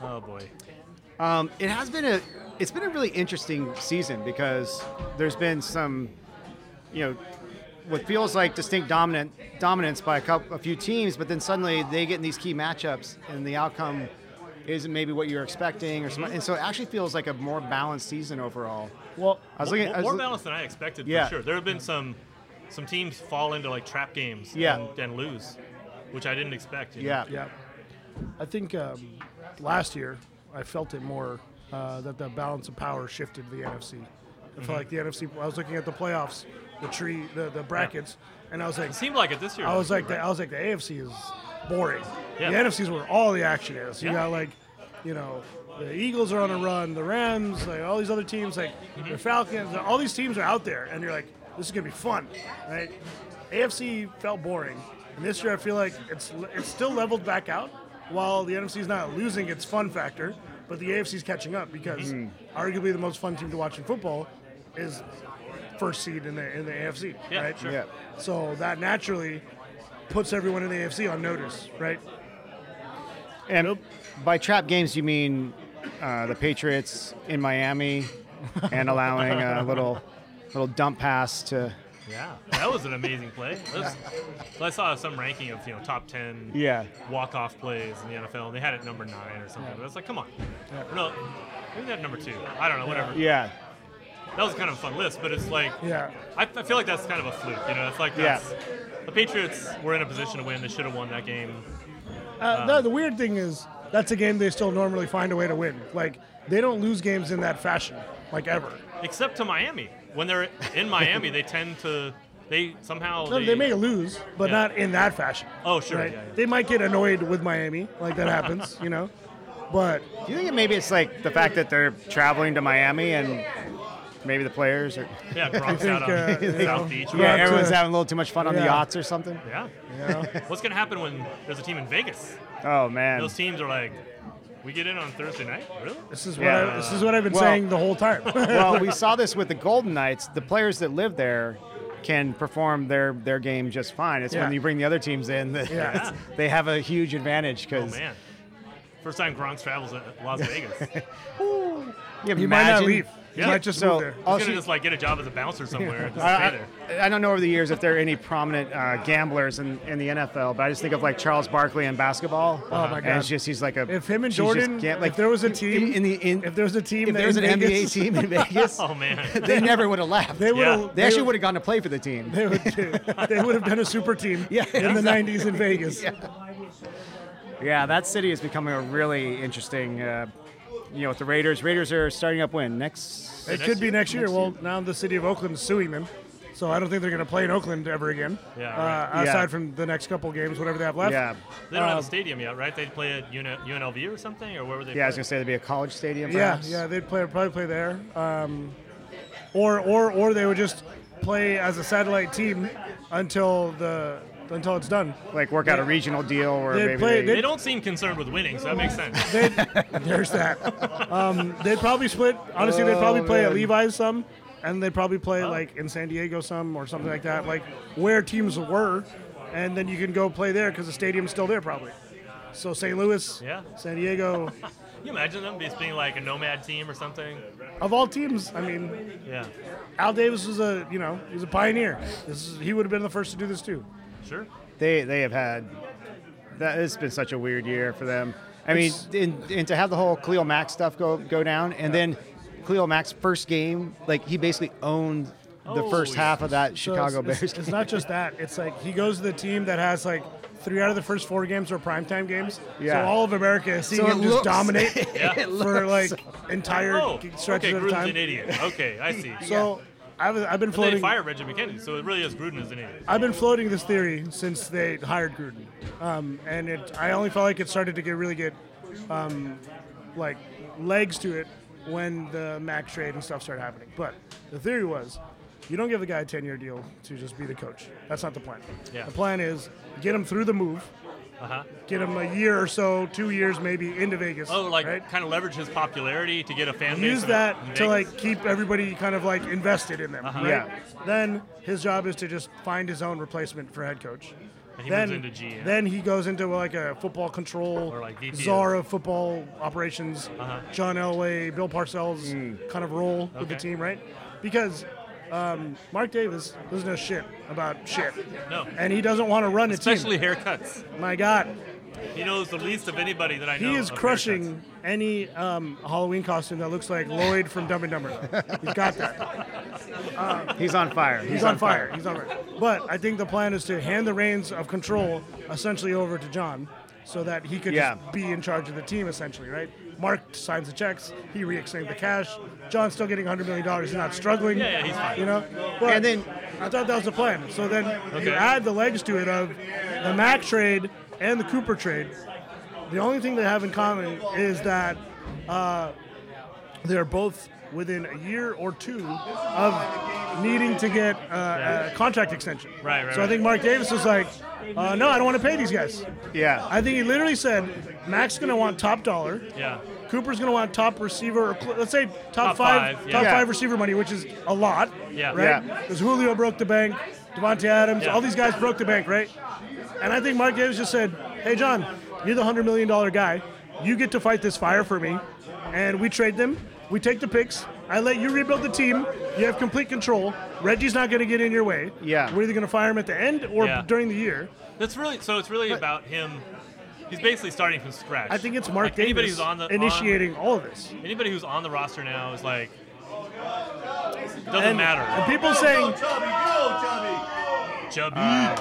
Speaker 3: Oh boy.
Speaker 2: Um, it has been a it's been a really interesting season because there's been some, you know, what feels like distinct dominant dominance by a couple, a few teams, but then suddenly they get in these key matchups and the outcome isn't maybe what you're expecting or something. And so it actually feels like a more balanced season overall.
Speaker 1: well,
Speaker 2: I was
Speaker 3: More-
Speaker 2: looking. I was
Speaker 3: more
Speaker 2: look-
Speaker 3: balanced than I expected
Speaker 2: Yeah.
Speaker 3: for sure. There have been some some teams fall into like trap games
Speaker 2: Yeah.
Speaker 3: and, and lose, which I didn't expect. you know?
Speaker 2: yeah.
Speaker 1: yeah, I think um, last year I felt it more uh, that the balance of power shifted to the NFC. I felt like the NFC. I was looking at the playoffs, the tree, the, the brackets, and I was like,
Speaker 3: It seemed like it this year.
Speaker 1: I
Speaker 3: though,
Speaker 1: was
Speaker 3: too,
Speaker 1: like, the,
Speaker 3: right?
Speaker 1: I was like, the AFC is boring.
Speaker 3: Yeah.
Speaker 1: The NFC's where all the action is. You
Speaker 3: Yeah.
Speaker 1: got like, you know, the Eagles are on a run, the Rams, like all these other teams, like
Speaker 3: Mm-hmm.
Speaker 1: the Falcons, all these teams are out there, and you're like, this is gonna be fun, right? AFC felt boring, and this year I feel like it's it's still leveled back out. While the NFC's not losing its fun factor, but the AFC's catching up because
Speaker 3: Mm-hmm.
Speaker 1: arguably the most fun team to watch in football is first seed in the in the AFC,
Speaker 3: Yeah,
Speaker 1: right?
Speaker 3: sure.
Speaker 2: Yeah.
Speaker 1: So that naturally puts everyone in the AFC on notice, right?
Speaker 2: And by trap games, you mean uh, the Patriots in Miami and allowing a little little dump pass to.
Speaker 3: yeah, that was an amazing play. That's- I saw some ranking of you know top ten
Speaker 2: Yeah.
Speaker 3: walk off plays in the NFL, and they had it number nine or something. But I was like, come on, no, maybe that number two. I don't know, whatever.
Speaker 2: Yeah.
Speaker 3: That was kind of a fun list, but it's like
Speaker 1: Yeah.
Speaker 3: I, I feel like that's kind of a fluke. You know, it's like
Speaker 2: Yeah.
Speaker 3: that's, the Patriots were in a position to win. They should have won that game.
Speaker 2: Um,
Speaker 1: Uh, the, the weird thing is that's a game they still normally find a way to win. Like they don't lose games in that fashion, like ever.
Speaker 3: except to Miami. When they're in Miami, they tend to they somehow
Speaker 1: No, they may lose, but
Speaker 3: Yeah.
Speaker 1: not in that fashion.
Speaker 3: Oh, sure,
Speaker 1: right?
Speaker 3: yeah, yeah.
Speaker 1: They might get annoyed with Miami, like that happens, you know. But
Speaker 2: Do you think it maybe it's like the fact that they're traveling to Miami and maybe the players are
Speaker 3: yeah, Gronk's
Speaker 1: think,
Speaker 3: out on
Speaker 1: uh, you
Speaker 3: South
Speaker 1: know,
Speaker 3: Beach.
Speaker 1: Yeah,
Speaker 2: yeah,
Speaker 1: it's
Speaker 2: everyone's
Speaker 1: a-
Speaker 2: having a little too much fun on the
Speaker 1: yeah.
Speaker 2: yachts or something?
Speaker 3: Yeah.
Speaker 1: you know,
Speaker 3: What's gonna happen when there's a team in Vegas?
Speaker 2: Oh man.
Speaker 3: Those teams are like, we get in on Thursday night, really?
Speaker 1: this is what
Speaker 2: Yeah.
Speaker 1: I, this is what I've been
Speaker 2: Well-
Speaker 1: saying the whole time.
Speaker 2: well, we saw this with the Golden Knights. The players that live there can perform their their game just fine. It's
Speaker 1: Yeah.
Speaker 2: when you bring the other teams in that
Speaker 1: Yeah.
Speaker 2: they have a huge advantage
Speaker 3: Oh
Speaker 2: because
Speaker 3: man, first time Gronk travels to Las Vegas. He's
Speaker 2: you
Speaker 1: you might not
Speaker 2: imagine-
Speaker 1: leave. You
Speaker 3: Yeah.
Speaker 1: might just
Speaker 2: So
Speaker 1: move there.
Speaker 2: I'll
Speaker 3: gonna
Speaker 2: shoot-
Speaker 3: just like get a job as a bouncer somewhere. and Just stay
Speaker 2: I,
Speaker 3: there.
Speaker 2: I, I don't know over the years if there are any prominent uh, gamblers in, in the NFL, but I just think of like Charles Barkley in basketball.
Speaker 1: Oh, my
Speaker 2: And
Speaker 1: God.
Speaker 2: it's just he's like a
Speaker 1: If him and
Speaker 2: he's just
Speaker 1: Jordan-
Speaker 2: gam-
Speaker 1: if there was a
Speaker 2: in-
Speaker 1: team-
Speaker 2: in the in,
Speaker 1: if there was a team
Speaker 2: if
Speaker 1: that
Speaker 2: there was an
Speaker 1: in Vegas-
Speaker 2: NBA team in Vegas,
Speaker 3: Oh man,
Speaker 2: they never would have left.
Speaker 1: They
Speaker 2: They,
Speaker 1: would
Speaker 3: Yeah.
Speaker 1: have
Speaker 2: actually would have gone to play for the team.
Speaker 1: They would do. They would have done a super team
Speaker 2: Yeah,
Speaker 1: in the 90s in Vegas.
Speaker 2: Yeah, that city is becoming a really interesting uh, you know, with the Raiders. Raiders are starting up when next.
Speaker 1: It
Speaker 3: next
Speaker 1: could be
Speaker 3: year?
Speaker 1: next year. Well, now the city of Oakland's suing them, so I don't think they're going to play in Oakland ever again.
Speaker 3: Yeah,
Speaker 1: Uh,
Speaker 2: right. Yeah.
Speaker 1: Aside from the next couple games, whatever they have left.
Speaker 2: Yeah,
Speaker 3: They don't have
Speaker 1: Um,
Speaker 3: a stadium yet, right? They play at UNL- UNLV or something, or where were they?
Speaker 2: yeah. I was
Speaker 3: play?
Speaker 2: gonna say there'd be a college stadium.
Speaker 1: Yeah,
Speaker 2: Perhaps.
Speaker 1: yeah, they'd play probably play there, um, or or or they would just play as a satellite team until the until it's done.
Speaker 2: Like work out a
Speaker 1: They-
Speaker 2: regional deal or
Speaker 1: they'd
Speaker 2: maybe
Speaker 1: play-
Speaker 2: they,
Speaker 3: They don't seem concerned with winning, so that makes sense.
Speaker 1: They'd, there's that. Um, they'd probably split. Honestly, they'd probably
Speaker 2: Oh,
Speaker 1: play at
Speaker 2: man.
Speaker 1: Levi's some, and they'd probably play like in San Diego some or something like that, like where teams were, and then you can go play there because the stadium's still there probably. So St. Louis,
Speaker 3: Yeah.
Speaker 1: San Diego,
Speaker 3: Can you imagine them just being like a nomad team or something?
Speaker 1: of all teams, I mean,
Speaker 3: Yeah,
Speaker 1: Al Davis was a you know he's a pioneer. This is, he would have been the first to do this too.
Speaker 3: sure.
Speaker 2: they they have had that. It's been such a weird year for them. I mean,
Speaker 1: It's-
Speaker 2: and, and to have the whole Cleo Mack stuff go go down, and then Cleo Mack's first game, like he basically owned the
Speaker 3: Oh,
Speaker 2: first
Speaker 3: yeah.
Speaker 2: half of that
Speaker 1: So
Speaker 2: Chicago
Speaker 1: it's,
Speaker 2: Bears.
Speaker 1: It's, it's not just that. It's like he goes to the team that has like three out of the first four games are primetime games.
Speaker 2: Yeah.
Speaker 1: So all of America is seeing
Speaker 2: So
Speaker 1: him
Speaker 2: it
Speaker 1: just
Speaker 2: looks-
Speaker 1: dominate
Speaker 3: Yeah. it
Speaker 1: for like entire
Speaker 3: Oh,
Speaker 1: stretches
Speaker 3: okay,
Speaker 1: of
Speaker 3: Gruden's
Speaker 1: time.
Speaker 3: an idiot. Okay, I see.
Speaker 1: So I've, I've been
Speaker 3: But they
Speaker 1: floating.
Speaker 3: fired Reggie McKenzie, so it really is Gruden is an idiot.
Speaker 1: I've been floating this theory since they hired Gruden, um, and it, I only felt like it started to get really good, um, like legs to it when the Mac trade and stuff started happening. But the theory was, you don't give the guy a ten-year deal to just be the coach. That's not the plan.
Speaker 3: Yeah.
Speaker 1: The plan is get him through the move,
Speaker 3: Uh huh.
Speaker 1: get him a year or so, two years maybe into Vegas.
Speaker 3: Oh, like
Speaker 1: right?
Speaker 3: kind of leverage his popularity to get a fan base.
Speaker 1: use
Speaker 3: in
Speaker 1: that
Speaker 3: Vegas.
Speaker 1: to like keep everybody kind of like invested in them.
Speaker 3: Uh-huh.
Speaker 1: Right?
Speaker 2: Yeah.
Speaker 1: Then his job is to just find his own replacement for head coach.
Speaker 3: And he
Speaker 1: then,
Speaker 3: moves into GM.
Speaker 1: then he goes into like a football control
Speaker 3: Or, like, VP.
Speaker 1: czar of football operations,
Speaker 3: Uh-huh.
Speaker 1: John Elway, Bill Parcells kind of role with the
Speaker 3: Okay.
Speaker 1: team, right? Because um, Mark Davis doesn't know shit about shit,
Speaker 3: No.
Speaker 1: and he doesn't want to run a
Speaker 3: Especially haircuts.
Speaker 1: team. My God,
Speaker 3: He knows the least of anybody that I know.
Speaker 1: he is
Speaker 3: of
Speaker 1: crushing any um, Halloween costume that looks like Lloyd from Dumb and Dumber. He's got that.
Speaker 2: he's on fire.
Speaker 1: He's on fire. He's on fire. But I think the plan is to hand the reins of control essentially over to John so that he could
Speaker 2: Yeah.
Speaker 1: just be in charge of the team essentially, right? Mark signs the checks, he re the cash. John's still getting $100 million. He's not struggling.
Speaker 3: Yeah, yeah, he's fine.
Speaker 1: You know? But
Speaker 2: And then-
Speaker 1: I thought that was the plan. So then you
Speaker 3: Okay.
Speaker 1: add the legs to it of the Mac trade and the Cooper trade. The only thing they have in common is that they're both within a year or two of needing to get uh, a contract extension.
Speaker 3: Right, right,
Speaker 1: So I
Speaker 3: right.
Speaker 1: think Mark Davis was like, uh, no, I don't want to pay these guys.
Speaker 2: Yeah.
Speaker 1: I think he literally said, Mac's going to want top dollar.
Speaker 3: Yeah.
Speaker 1: Cooper's going to want top receiver, or cl- let's say
Speaker 3: Top
Speaker 1: top, five,
Speaker 3: five, yeah.
Speaker 1: top
Speaker 2: Yeah.
Speaker 1: five receiver money, which is a lot,
Speaker 3: Yeah.
Speaker 1: right?
Speaker 2: Yeah.
Speaker 1: Because Julio broke the bank, Devontae Adams,
Speaker 3: Yeah.
Speaker 1: all these guys broke the bank, right? And I think Mark Davis just said, "Hey, John, you're the hundred million dollar guy. You get to fight this fire for me, and we trade them. We take the picks. I let you rebuild the team. You have complete control. Reggie's not going to get in your way.
Speaker 2: Yeah.
Speaker 1: we're either going to fire him at the end or
Speaker 3: Yeah.
Speaker 1: during the year.
Speaker 3: That's really so. It's really about him. He's basically starting from scratch.
Speaker 1: I think it's Mark
Speaker 3: Like, anybody
Speaker 1: Davis
Speaker 3: who's on the on-
Speaker 1: initiating all of this.
Speaker 3: anybody who's on the roster now is like doesn't
Speaker 1: And,
Speaker 3: matter.
Speaker 1: and people saying
Speaker 3: Chubb. uh,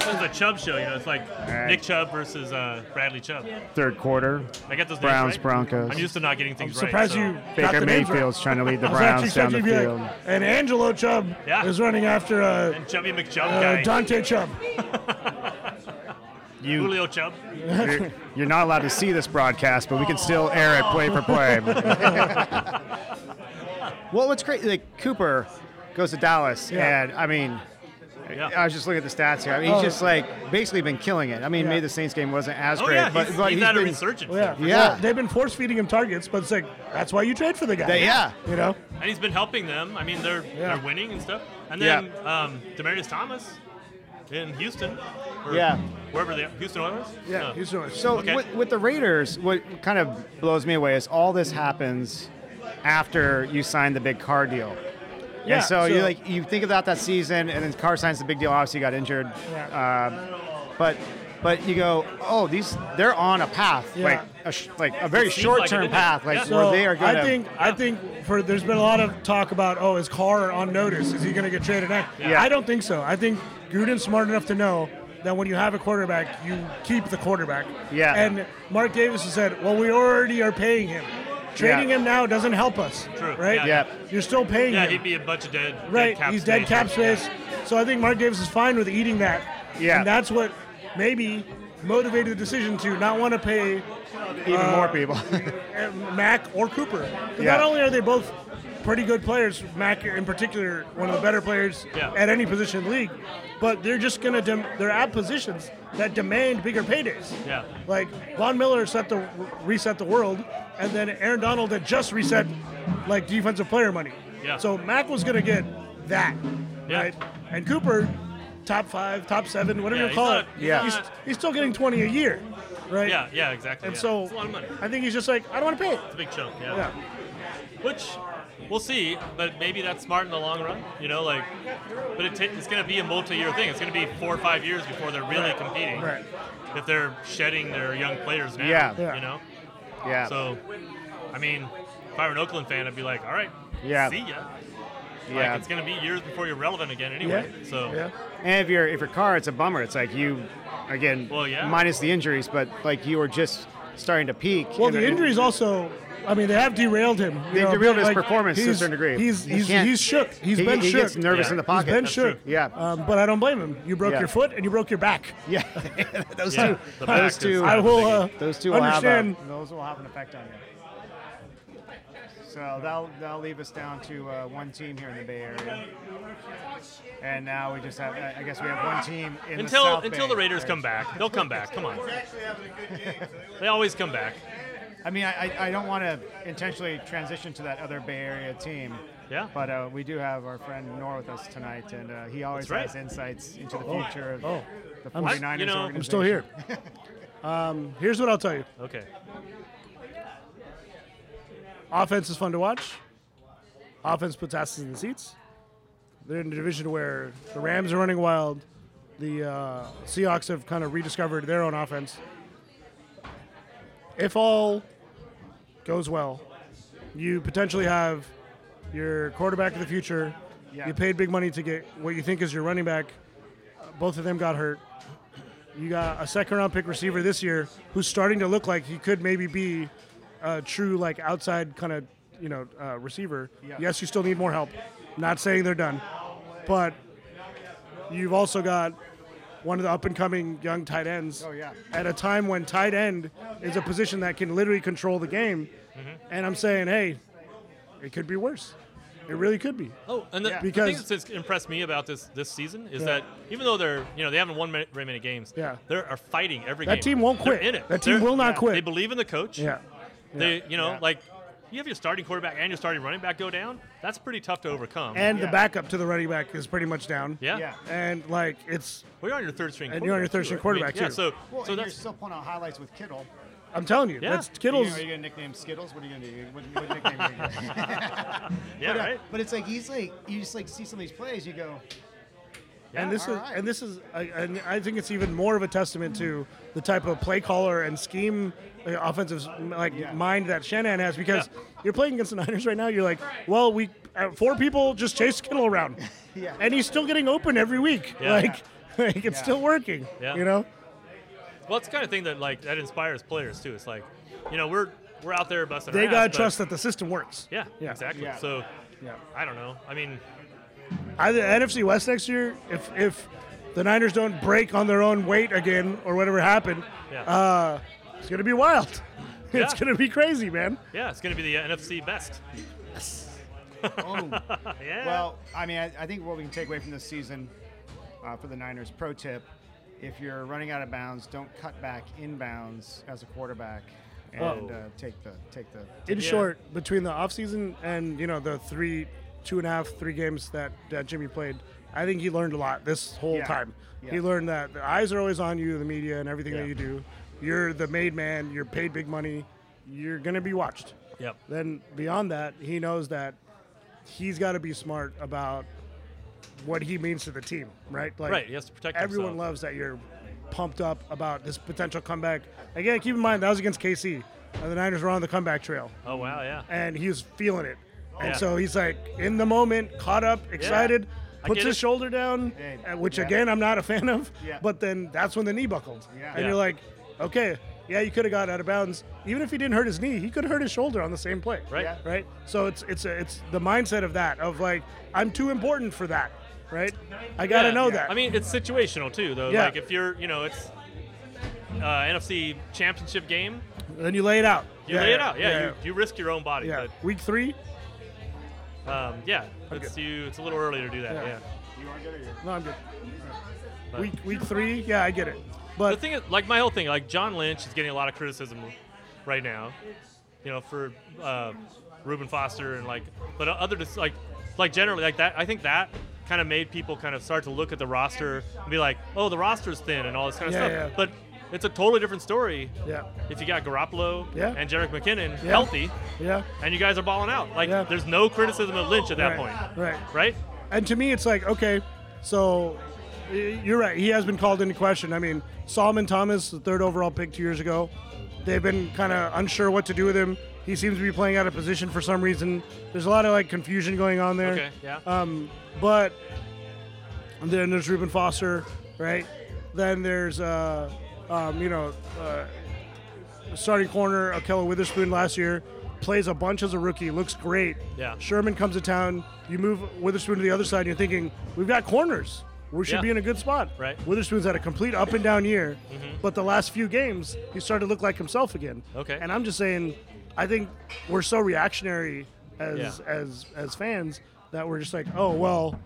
Speaker 3: this is the Chubb show. You know, it's like Nick Chubb versus uh, Bradley Chubb.
Speaker 2: Third quarter.
Speaker 3: I get those names
Speaker 2: Browns,
Speaker 3: right.
Speaker 2: Broncos.
Speaker 3: I'm used to not getting things right.
Speaker 1: surprised
Speaker 3: so-
Speaker 1: you got
Speaker 2: Baker
Speaker 1: the names right.
Speaker 2: Mayfield's trying to lead the
Speaker 1: I was actually
Speaker 2: Browns down the
Speaker 1: expecting you to
Speaker 2: field.
Speaker 1: be like, and Angelo Chubb
Speaker 3: Yeah.
Speaker 1: is running after uh,
Speaker 3: And Chubby McChubb
Speaker 1: uh,
Speaker 3: guy.
Speaker 1: Dante Chubb.
Speaker 2: You,
Speaker 3: Julio Chubb.
Speaker 2: you're, you're not allowed to see this broadcast, but we can still air it play for play. well, what's crazy, like Cooper goes to Dallas,
Speaker 1: Yeah.
Speaker 2: and I mean,
Speaker 3: Yeah.
Speaker 2: I was just looking at the stats here. I mean, he's just like basically been killing it. I
Speaker 1: Oh.
Speaker 2: mean,
Speaker 1: Yeah.
Speaker 2: maybe the Saints game wasn't as
Speaker 3: oh
Speaker 2: great,
Speaker 3: yeah.
Speaker 2: but,
Speaker 3: he's,
Speaker 2: but
Speaker 3: he's had a
Speaker 2: been-
Speaker 3: resurgence.
Speaker 1: Well, Oh, yeah,
Speaker 2: Yeah.
Speaker 1: Well, they've been force feeding him targets, but it's like that's why you trade for the guy.
Speaker 2: They- yeah.
Speaker 1: you know.
Speaker 3: And he's been helping them. I mean, they're
Speaker 1: Yeah.
Speaker 3: they're winning and stuff. And
Speaker 2: Yeah.
Speaker 3: then um, Demarius Thomas in Houston. Or
Speaker 2: Yeah.
Speaker 3: Wherever they are. Houston Oilers?
Speaker 1: Yeah,
Speaker 3: No.
Speaker 1: he's doing it.
Speaker 2: So
Speaker 3: Okay.
Speaker 2: with, with the Raiders, what kind of blows me away is all this happens after you sign the big car deal.
Speaker 1: Yeah,
Speaker 2: and so, you
Speaker 1: so-
Speaker 2: like you think about that season, and then Carr signs the big deal. Obviously, he got injured, um, but but you go, oh, these they're on a path,
Speaker 1: Yeah.
Speaker 2: like a sh- like a very
Speaker 3: seems
Speaker 2: short term
Speaker 3: like it, doesn't it?
Speaker 2: path, like
Speaker 3: Yeah.
Speaker 2: where
Speaker 1: So
Speaker 2: they are going.
Speaker 1: I think I think for there's been a lot of talk about oh is Carr on notice? Is he going to get traded next?
Speaker 2: Yeah.
Speaker 1: I don't think so. I think Gruden's smart enough to know that when you have a quarterback, you keep the quarterback.
Speaker 2: Yeah.
Speaker 1: And Mark Davis has said, well, we already are paying him. Trading
Speaker 2: Yeah.
Speaker 1: him now doesn't help us.
Speaker 3: True.
Speaker 1: Right?
Speaker 3: Yeah.
Speaker 2: Yep.
Speaker 1: You're still paying
Speaker 3: Yeah,
Speaker 1: him.
Speaker 3: he'd be a bunch of dead. Dead
Speaker 1: right.
Speaker 3: cap
Speaker 1: He's dead
Speaker 3: space.
Speaker 1: cap space. So I think Mark Davis is fine with eating that.
Speaker 2: Yeah.
Speaker 1: And that's what maybe motivated the decision to not want to pay
Speaker 2: Even more people.
Speaker 1: uh, Mac or Cooper. 'Cause
Speaker 2: Yeah.
Speaker 1: Not only are they both pretty good players, Mac in particular, one of the better players
Speaker 3: Yeah.
Speaker 1: at any position in the league, but they're just gonna dem- they're at positions that demand bigger paydays.
Speaker 3: Yeah.
Speaker 1: Like Von Miller set the reset the world, and then Aaron Donald had just reset like defensive player money.
Speaker 3: Yeah.
Speaker 1: So Mac was gonna get that,
Speaker 3: Yeah.
Speaker 1: right? And Cooper, top five, top seven, whatever
Speaker 3: Yeah,
Speaker 1: you
Speaker 3: he's
Speaker 1: call
Speaker 3: not-
Speaker 1: it.
Speaker 3: he's Yeah.
Speaker 1: He's,
Speaker 3: not-
Speaker 1: he's still getting twenty a year, right?
Speaker 3: Yeah, yeah,
Speaker 2: Oh,
Speaker 3: exactly.
Speaker 1: And
Speaker 3: yeah.
Speaker 1: so
Speaker 3: it's a lot of money.
Speaker 1: I think he's just like, I don't want to pay it.
Speaker 3: It's a big chunk. Yeah.
Speaker 1: Yeah.
Speaker 3: Which we'll see, but maybe that's smart in the long run. You know, like, but it ta it's going to be a multi-year thing. It's going to be four or five years before they're really competing.
Speaker 1: Right.
Speaker 3: If they're shedding their young players now.
Speaker 2: Yeah.
Speaker 1: Yeah.
Speaker 3: You know.
Speaker 2: yeah.
Speaker 3: So, I mean, if I were an Oakland fan, I'd be like, all right.
Speaker 2: Yeah.
Speaker 3: See ya.
Speaker 2: yeah.
Speaker 3: Like, it's going to be years before you're relevant again anyway. So.
Speaker 1: yeah.
Speaker 2: And if your if your car, it's a bummer. It's like you, again,
Speaker 3: Well, yeah.
Speaker 2: minus the injuries, but like you were just starting to peak.
Speaker 1: Well,
Speaker 2: And
Speaker 1: the
Speaker 2: it-
Speaker 1: injuries also. I mean, they have derailed him. you
Speaker 2: They
Speaker 1: know,
Speaker 2: derailed his performance to a
Speaker 1: he's-
Speaker 2: certain degree.
Speaker 1: He's
Speaker 2: He
Speaker 1: he's,
Speaker 2: can't-
Speaker 1: he's shook. He's
Speaker 2: he,
Speaker 1: been
Speaker 2: he
Speaker 1: shook.
Speaker 2: gets nervous
Speaker 3: Yeah.
Speaker 2: in the
Speaker 1: He's
Speaker 2: pocket.
Speaker 1: been
Speaker 3: true.
Speaker 1: shook.
Speaker 2: Yeah.
Speaker 1: Um, but I don't blame him. You broke
Speaker 2: Yeah.
Speaker 1: your foot and you broke your back.
Speaker 2: yeah, those
Speaker 3: Yeah,
Speaker 2: two,
Speaker 3: the back
Speaker 2: those
Speaker 3: is
Speaker 2: two,
Speaker 1: I will. Uh,
Speaker 2: those two will
Speaker 1: understand.
Speaker 2: have a, those will have an effect on you. So that'll that'll leave us down to uh, one team here in the Bay Area. And now we just have, I I guess we have one team in the
Speaker 3: Until
Speaker 2: South
Speaker 3: until
Speaker 2: Bay.
Speaker 3: the Raiders come back, they'll come back. Come on. They always come back.
Speaker 2: I mean, I, I- I don't want to intentionally transition to that other Bay Area team.
Speaker 3: Yeah.
Speaker 2: But uh, we do have our friend Nor with us tonight, and uh, he always
Speaker 3: That's right.
Speaker 2: has insights into the future of
Speaker 1: oh.
Speaker 2: the
Speaker 1: I'm-
Speaker 2: 49ers
Speaker 3: I- you know,
Speaker 2: organization.
Speaker 1: I'm still here. Um, here's what I'll tell you.
Speaker 3: Okay.
Speaker 1: Offense is fun to watch. Offense puts asses in the seats. They're in a division where the Rams are running wild. The uh, Seahawks have kind of rediscovered their own offense. If all goes well, you potentially have your quarterback of the future.
Speaker 2: Yeah.
Speaker 1: You paid big money to get what you think is your running back. Both of them got hurt. You got a second round pick receiver this year who's starting to look like he could maybe be a true like outside kind of you know uh, receiver.
Speaker 2: Yeah.
Speaker 1: Yes, you still need more help. Not saying they're done, but you've also got one of the up and coming young tight ends.
Speaker 2: Oh, yeah.
Speaker 1: At a time when tight end is a position that can literally control the game,
Speaker 2: Mm-hmm.
Speaker 1: and I'm saying, hey, it could be worse. It really could be.
Speaker 3: Oh, and the,
Speaker 2: Yeah.
Speaker 3: the thing
Speaker 1: Because-
Speaker 3: that's that's impressed me about this this season is
Speaker 1: Yeah.
Speaker 3: that even though they're you know they haven't won many, very many games,
Speaker 1: Yeah.
Speaker 3: they are fighting every game.
Speaker 1: That team won't
Speaker 3: They're
Speaker 1: quit.
Speaker 3: in it.
Speaker 1: That team
Speaker 3: They're-
Speaker 1: will not
Speaker 3: They
Speaker 1: quit.
Speaker 3: believe in the coach.
Speaker 1: Yeah.
Speaker 3: They you know
Speaker 2: Yeah.
Speaker 3: like you have your starting quarterback and your starting running back go down. That's pretty tough to overcome.
Speaker 1: And the
Speaker 2: Yeah.
Speaker 1: backup to the running back is pretty much down.
Speaker 3: yeah.
Speaker 2: Yeah.
Speaker 1: And like it's,
Speaker 3: Well, you're on your third string.
Speaker 1: And you're on your third string
Speaker 3: quarterback,
Speaker 1: quarterback,
Speaker 3: too, right? I mean,
Speaker 1: too.
Speaker 3: Yeah. So
Speaker 2: Well,
Speaker 3: so
Speaker 2: and you're
Speaker 3: that's
Speaker 2: still pulling out highlights with Kittle.
Speaker 1: I'm telling you,
Speaker 3: Yeah.
Speaker 1: that's
Speaker 2: You know,
Speaker 1: Kittle's.
Speaker 2: are you going to nickname him Skittles? What are you going to do? What, what nickname are you gonna give him?
Speaker 3: yeah
Speaker 2: but, uh,
Speaker 3: right.
Speaker 2: but it's like he's like you just like see some of these plays, you go,
Speaker 1: and this
Speaker 2: all
Speaker 1: is
Speaker 2: right.
Speaker 1: and this is I- and I think it's even more of a testament to the type of play caller and scheme uh, offensive like
Speaker 2: Yeah.
Speaker 1: mind that Shanahan has because
Speaker 3: Yeah.
Speaker 1: you're playing against the Niners right now you're like well we uh, four people just chase Kittle around
Speaker 2: Yeah.
Speaker 1: and he's still getting open every week
Speaker 3: Yeah.
Speaker 1: like like it's
Speaker 2: Yeah.
Speaker 1: still working
Speaker 3: Yeah.
Speaker 1: you know
Speaker 3: Well, it's the kind of thing that like that inspires players too. It's like you know we're we're out there busting. our
Speaker 1: they
Speaker 3: ass,
Speaker 1: gotta
Speaker 3: but-
Speaker 1: trust that the system works
Speaker 3: Yeah,
Speaker 1: Yeah.
Speaker 3: exactly.
Speaker 2: Yeah.
Speaker 3: So
Speaker 1: yeah
Speaker 3: I don't know. I mean,
Speaker 1: I, the NFC West next year, if if the Niners don't break on their own weight again or whatever happened,
Speaker 3: Yeah.
Speaker 1: uh, it's gonna be wild. It's
Speaker 3: Yeah.
Speaker 1: gonna be crazy, man.
Speaker 3: yeah, it's going to be the uh, NFC best.
Speaker 2: oh.
Speaker 3: Yeah.
Speaker 2: Well, I mean, I, I think what we can take away from this season uh, for the Niners, pro tip: if you're running out of bounds, don't cut back inbounds as a quarterback, and
Speaker 3: Oh.
Speaker 2: uh, take the take the.
Speaker 1: In
Speaker 3: Yeah.
Speaker 1: short, between the offseason and you know the three, two and a half, three games that, that Jimmy played, I think he learned a lot this whole
Speaker 2: Yeah.
Speaker 1: time.
Speaker 2: Yeah.
Speaker 1: He learned that the eyes are always on you, the media, and everything
Speaker 2: Yeah.
Speaker 1: that you do. You're the made man. You're paid big money. You're gonna be watched.
Speaker 3: yep.
Speaker 1: Then beyond that, he knows that he's got to be smart about what he means to the team, right? Like
Speaker 3: Right, he has to protect
Speaker 1: Everyone
Speaker 3: himself.
Speaker 1: loves that you're pumped up about this potential comeback. Again, keep in mind that was against KC, and the Niners were on the comeback trail,
Speaker 3: Oh wow, yeah.
Speaker 1: and he was feeling it, and
Speaker 3: Yeah.
Speaker 1: so he's like in the moment, caught up, excited.
Speaker 3: I
Speaker 1: Puts
Speaker 3: get
Speaker 1: his
Speaker 3: it.
Speaker 1: shoulder down,
Speaker 2: Yeah,
Speaker 1: uh, which
Speaker 2: yeah.
Speaker 1: again I'm not a fan of.
Speaker 2: Yeah.
Speaker 1: But then that's when the knee buckled,
Speaker 2: Yeah.
Speaker 1: and
Speaker 3: Yeah.
Speaker 1: you're like, okay, yeah, you could have got out of bounds. Even if he didn't hurt his knee, he could have hurt his shoulder on the same play.
Speaker 3: Right.
Speaker 2: Yeah.
Speaker 1: Right. So it's it's it's the mindset of that of like I'm too important for that. Right. I gotta
Speaker 3: Yeah.
Speaker 1: know that.
Speaker 3: I mean, it's situational too, though.
Speaker 1: Yeah.
Speaker 3: Like if you're, you know, it's uh, NFC Championship game,
Speaker 1: then you lay it out.
Speaker 3: you lay it out. Yeah, you, you risk your own body.
Speaker 1: yeah. Week three.
Speaker 3: But um, yeah, it's you. It's a little early to do that.
Speaker 1: Yeah.
Speaker 3: Yeah.
Speaker 1: No, I'm good.
Speaker 3: But-
Speaker 1: Week week three. Yeah, I get it.
Speaker 3: The
Speaker 1: But
Speaker 3: thing is, like my whole thing, like John Lynch is getting a lot of criticism right now, you know, for uh, Reuben Foster and like, but other just like, like generally like that. I think that kind of made people kind of start to look at the roster and be like, oh, the roster's thin and all this kind of
Speaker 1: Yeah,
Speaker 3: stuff.
Speaker 1: yeah.
Speaker 3: But it's a totally different story
Speaker 1: yeah,
Speaker 3: if you got Garoppolo
Speaker 1: Yeah.
Speaker 3: and Jarek McKinnon
Speaker 1: Yeah.
Speaker 3: healthy
Speaker 1: yeah,
Speaker 3: and you guys are balling out. Like,
Speaker 1: Yeah.
Speaker 3: there's no criticism of Lynch at that
Speaker 1: Right,
Speaker 3: point,
Speaker 1: right.
Speaker 3: right?
Speaker 1: And to me, it's like okay, so y- you're right. He has been called into question. I mean, Solomon Thomas, the third overall pick two years ago, they've been kind of unsure what to do with him. He seems to be playing out of position for some reason. There's a lot of like confusion going on there.
Speaker 3: Okay, yeah.
Speaker 1: Um, but then there's Reuben Foster, right? Then there's uh, um, you know, uh, starting corner Akella Witherspoon last year plays a bunch as a rookie, looks great.
Speaker 3: Yeah.
Speaker 1: Sherman comes to town. You move Witherspoon to the other side, and you're thinking we've got corners. We should
Speaker 3: Yeah.
Speaker 1: be in a good spot.
Speaker 3: Right. Mm-hmm.
Speaker 1: Witherspoon's had a complete up and down year, but the last few games he started to look like himself again.
Speaker 3: Okay.
Speaker 1: And I'm just saying, I think we're so reactionary as
Speaker 3: Yeah.
Speaker 1: as as fans that we're just like, oh well,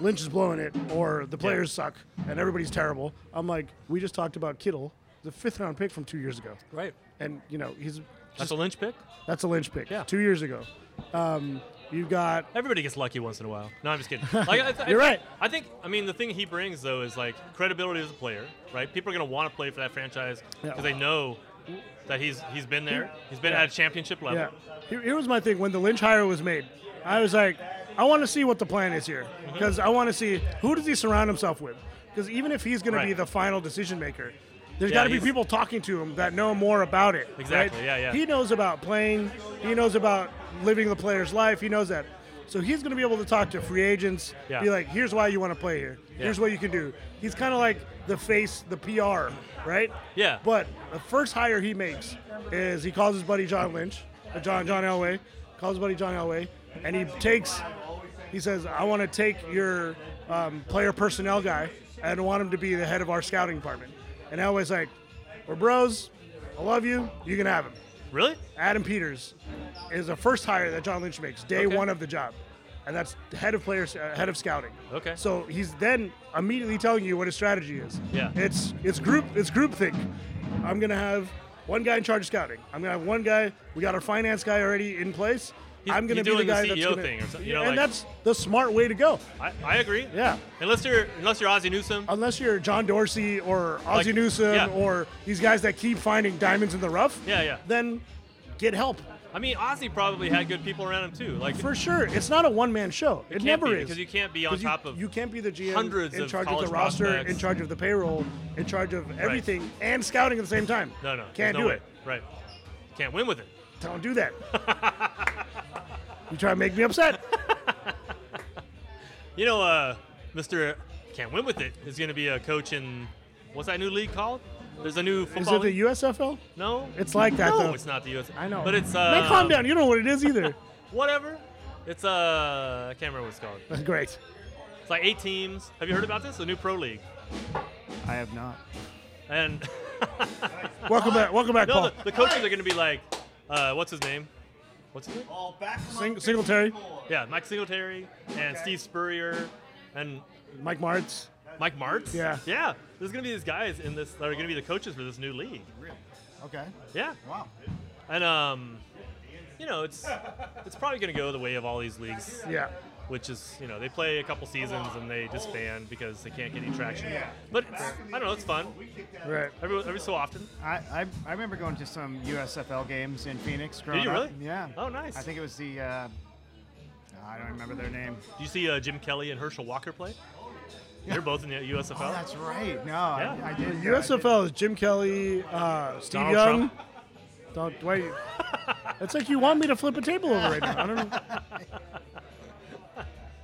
Speaker 1: Lynch is blowing it, or the players suck, and everybody's terrible. I'm like, we just talked about Kittle, the fifth round pick from two years ago,
Speaker 3: Right.
Speaker 1: and you know he's
Speaker 3: That's a Lynch pick.
Speaker 1: that's a Lynch pick,
Speaker 3: Yeah.
Speaker 1: two years ago. Um, you got
Speaker 3: Everybody gets lucky once in a while. No, I'm just kidding. Like, I th- I
Speaker 1: You're
Speaker 3: think-
Speaker 1: right.
Speaker 3: I think, I mean, the thing he brings, though, is like credibility as a player, right? People are going to want to play for that franchise
Speaker 1: Yeah.
Speaker 3: because they know that he's he's been there, he's been at a championship level.
Speaker 1: yeah. Here, here was my thing when the Lynch hire was made. I was like, I want to see what the plan is here
Speaker 3: Mm-hmm.
Speaker 1: because I want to see who does he surround himself with. Because even if he's going to be
Speaker 3: Right.
Speaker 1: the final decision maker, there's
Speaker 3: Yeah,
Speaker 1: got to be
Speaker 3: he's-
Speaker 1: people talking to him that know more about it. right?
Speaker 3: Exactly, yeah, yeah.
Speaker 1: He knows about playing. He knows about living the player's life. He knows that. So he's going to be able to talk to free agents.
Speaker 3: Yeah.
Speaker 1: Be like, here's why you want to play here.
Speaker 3: Yeah.
Speaker 1: Here's what you can do. He's kind of like the face, the PR, right?
Speaker 3: Yeah.
Speaker 1: But the first hire he makes is he calls his buddy John Lynch, uh, John John Elway, calls his buddy John Elway, and he takes, he says, I want to take your um, player personnel guy and want him to be the head of our scouting department. And Elway's like, we're bros, I love you, you can have him.
Speaker 3: Really?
Speaker 1: Adam Peters is the first hire that John Lynch makes, day
Speaker 3: Okay.
Speaker 1: one of the job, and that's the head of players, uh, head of scouting.
Speaker 3: Okay.
Speaker 1: So he's then immediately telling you what his strategy is.
Speaker 3: Yeah.
Speaker 1: It's it's group it's groupthink. I'm gonna have one guy in charge of scouting. I'm gonna have one guy. We got our finance guy already in place.
Speaker 3: He's-
Speaker 1: I'm gonna
Speaker 3: he's
Speaker 1: be the
Speaker 3: doing the
Speaker 1: guy that's
Speaker 3: CEO
Speaker 1: gonna,
Speaker 3: thing or something, you know,
Speaker 1: and
Speaker 3: like-
Speaker 1: that's the smart way to go.
Speaker 3: I, I agree.
Speaker 1: Yeah.
Speaker 3: Unless you're unless you're Ozzie Newsome.
Speaker 1: Unless you're John Dorsey or Ozzie
Speaker 3: Like,
Speaker 1: Newsome
Speaker 3: yeah.
Speaker 1: or these guys that keep finding diamonds in the rough.
Speaker 3: Yeah, yeah.
Speaker 1: Then get help.
Speaker 3: I mean, Ozzie probably had good people around him too. Like
Speaker 1: For sure, it's not a one-man show. It,
Speaker 3: can't
Speaker 1: never
Speaker 3: be,
Speaker 1: is
Speaker 3: because you can't be on
Speaker 1: 'Cause you,
Speaker 3: top of
Speaker 1: You can't be the GM
Speaker 3: hundreds
Speaker 1: in
Speaker 3: of
Speaker 1: charge of, the
Speaker 3: college
Speaker 1: roster, in
Speaker 3: prospects.
Speaker 1: charge of the payroll, in charge of everything, and scouting at the same time.
Speaker 3: no, no, there's
Speaker 1: can't
Speaker 3: no
Speaker 1: do
Speaker 3: way.
Speaker 1: it.
Speaker 3: Right. Can't win with it.
Speaker 1: Don't do that. you try to make me upset.
Speaker 3: You know, uh, Mr. Can't win with it is going to be a coach in what's that new league called? There's a new
Speaker 1: Is
Speaker 3: football.
Speaker 1: it the
Speaker 3: league?
Speaker 1: USFL?
Speaker 3: No,
Speaker 1: It's like that,
Speaker 3: No,
Speaker 1: though.
Speaker 3: it's not the U.S.
Speaker 1: I know.
Speaker 3: but it's uh,
Speaker 1: Man, calm down. You don't know what it is either.
Speaker 3: Whatever. It's uh, I can't remember what it's called.
Speaker 1: That's great.
Speaker 3: It's like eight teams. Have you heard about this? A new pro league.
Speaker 2: I have not.
Speaker 3: And
Speaker 1: Welcome back. Welcome back,
Speaker 3: no,
Speaker 1: Paul.
Speaker 3: the, the coaches are going to be like, uh, what's his name? What's his name?
Speaker 1: Sing- Singletary,
Speaker 3: Yeah, Mike Singletary and Steve Spurrier and
Speaker 1: Mike Martz.
Speaker 3: Mike Martz.
Speaker 1: Yeah.
Speaker 3: Yeah. There's going to be these guys in this that are going to be the coaches for this new league.
Speaker 2: Okay.
Speaker 3: Yeah.
Speaker 2: Wow.
Speaker 3: And um, you know, it's it's probably going to go the way of all these leagues
Speaker 1: Yeah.
Speaker 3: which is you know they play a couple seasons and they disband because they can't get any traction. But it's, I don't know, it's fun
Speaker 1: Right.
Speaker 3: every every so often.
Speaker 2: I, I, I remember going to some USFL games in Phoenix. Growing
Speaker 3: you
Speaker 2: up.
Speaker 3: really?
Speaker 2: Yeah.
Speaker 3: Oh, nice.
Speaker 2: I think it was the. Uh, oh, I don't remember their name.
Speaker 3: Do you see uh, Jim Kelly and Herschel Walker play?
Speaker 2: Yeah.
Speaker 3: They're both in the USFL.
Speaker 2: Oh, that's right. No,
Speaker 3: Yeah.
Speaker 2: I, I did. yeah, I did.
Speaker 1: USFL is Jim Kelly, uh, Steve
Speaker 3: Donald
Speaker 1: Young.
Speaker 3: Trump.
Speaker 1: Don't wait. It's like you want me to flip a table over right now. I don't know.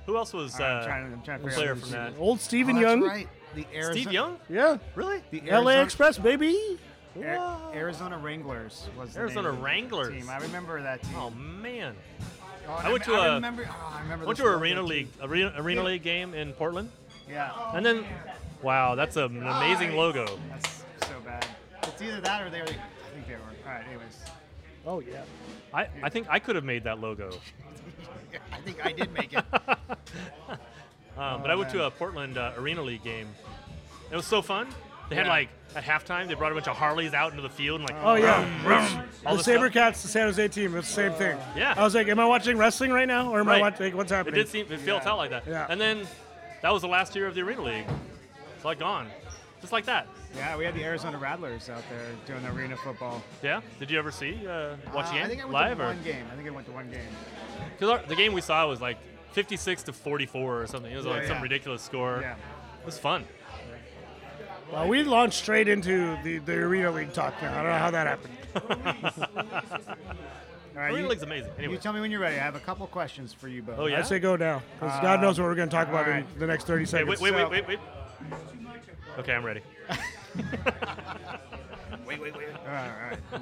Speaker 3: Who else was
Speaker 2: All right, I'm
Speaker 3: uh,
Speaker 2: trying to- I'm trying to
Speaker 3: a
Speaker 2: figure
Speaker 3: player
Speaker 2: out
Speaker 3: from
Speaker 2: who's-
Speaker 3: that?
Speaker 1: Old Steven
Speaker 2: Oh, that's
Speaker 1: Young.
Speaker 2: right. The Arizona.
Speaker 3: Steve Young?
Speaker 1: Yeah.
Speaker 3: Really?
Speaker 2: The
Speaker 1: LA
Speaker 2: Arizona-
Speaker 1: Express, baby.
Speaker 2: Ar- Arizona Wranglers was the
Speaker 3: Arizona
Speaker 2: name of the
Speaker 3: Wranglers.
Speaker 2: team. I remember that team.
Speaker 3: Oh man,
Speaker 2: Oh, and
Speaker 3: I went
Speaker 2: rem-
Speaker 3: to
Speaker 2: I
Speaker 3: a-
Speaker 2: remember, oh, I remember
Speaker 3: went
Speaker 2: this
Speaker 3: to an arena
Speaker 2: logo, too.
Speaker 3: league arena, arena
Speaker 2: Yeah.
Speaker 3: league game in Portland,
Speaker 2: Yeah,
Speaker 3: and then wow, that's an amazing logo.
Speaker 2: that's so bad. It's either that or they were. I think they were. All right. Anyways,
Speaker 1: Oh yeah.
Speaker 3: I, I think I could have made that logo.
Speaker 2: I think I did make it.
Speaker 3: Um, but I went to
Speaker 2: Oh, man.
Speaker 3: a Portland uh, Arena League game. It was so fun. They had
Speaker 2: Yeah.
Speaker 3: like at halftime, they brought a bunch of Harleys out into the field and like
Speaker 1: Oh yeah. It's-
Speaker 3: All
Speaker 1: the
Speaker 3: this
Speaker 1: SaberCats, the San Jose team, it's the same thing.
Speaker 3: Yeah.
Speaker 1: I was like, am I watching wrestling right now, or am I
Speaker 3: Right.
Speaker 1: watching? Like, what's
Speaker 3: It
Speaker 1: happening?
Speaker 3: did seem it felt
Speaker 2: Yeah.
Speaker 3: felt like that.
Speaker 1: Yeah.
Speaker 3: And then that was the last year of the Arena League. It's like gone, just like that.
Speaker 2: Yeah, we had the Arizona Rattlers out there doing arena football.
Speaker 3: Yeah. Did you ever see uh, watch the
Speaker 2: Uh,
Speaker 3: game
Speaker 2: I think I went
Speaker 3: live
Speaker 2: to
Speaker 3: or
Speaker 2: one game. I think I went to one game.
Speaker 3: because the game we saw was like 56 to 44 or something. It was
Speaker 2: Yeah,
Speaker 3: like some
Speaker 2: yeah.
Speaker 3: ridiculous score.
Speaker 2: Yeah.
Speaker 3: It was fun.
Speaker 1: Well, we launched straight into the, the arena league talk now. I don't know how that happened.
Speaker 2: All right.
Speaker 3: Arena
Speaker 2: you,
Speaker 3: League's amazing.
Speaker 2: you
Speaker 3: Anyway.
Speaker 2: tell me when you're ready. I have a couple questions for you both.
Speaker 3: oh yeah.
Speaker 1: I say go now, because God knows what we're going to talk about
Speaker 2: alright.
Speaker 1: in the next 30
Speaker 3: Hey, wait,
Speaker 1: seconds.
Speaker 3: wait, wait,
Speaker 2: so-
Speaker 3: wait, wait. Okay, I'm ready.
Speaker 2: All right. all right.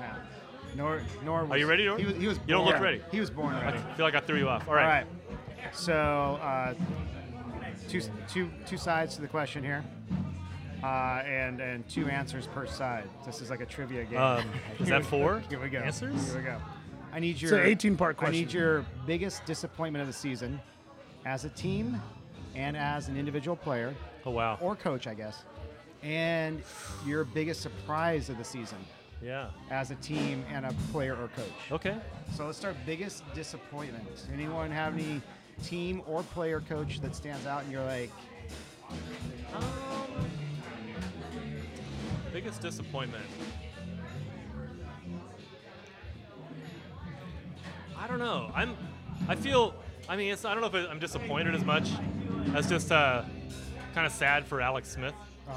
Speaker 2: No. Nor, nor was,
Speaker 3: you ready, Nor?
Speaker 2: He was, he was
Speaker 3: You don't
Speaker 2: born-
Speaker 3: look ready.
Speaker 2: He was born ready.
Speaker 3: I feel like I threw you off. All right.
Speaker 2: All right. So, uh, two, two, two sides to the question here, uh, and and two answers per side. This is like a trivia game.
Speaker 3: Um, is that four
Speaker 2: Here we go.
Speaker 3: answers?
Speaker 2: Here we go. I need your
Speaker 1: an 18-part
Speaker 2: I
Speaker 1: question.
Speaker 2: need your biggest disappointment of the season, as a team, and as an individual player
Speaker 3: Oh wow.
Speaker 2: or coach, I guess, and your biggest surprise of the season,
Speaker 3: Yeah.
Speaker 2: as a team and a player or coach.
Speaker 3: Okay.
Speaker 2: So let's start biggest disappointment. Anyone have any team or player coach that stands out and you're like,
Speaker 3: Biggest disappointment. I don't know. I'm. I feel. I mean, it's. I don't know if it, I'm disappointed as much as just uh, kind of sad for Alex Smith,
Speaker 2: oh,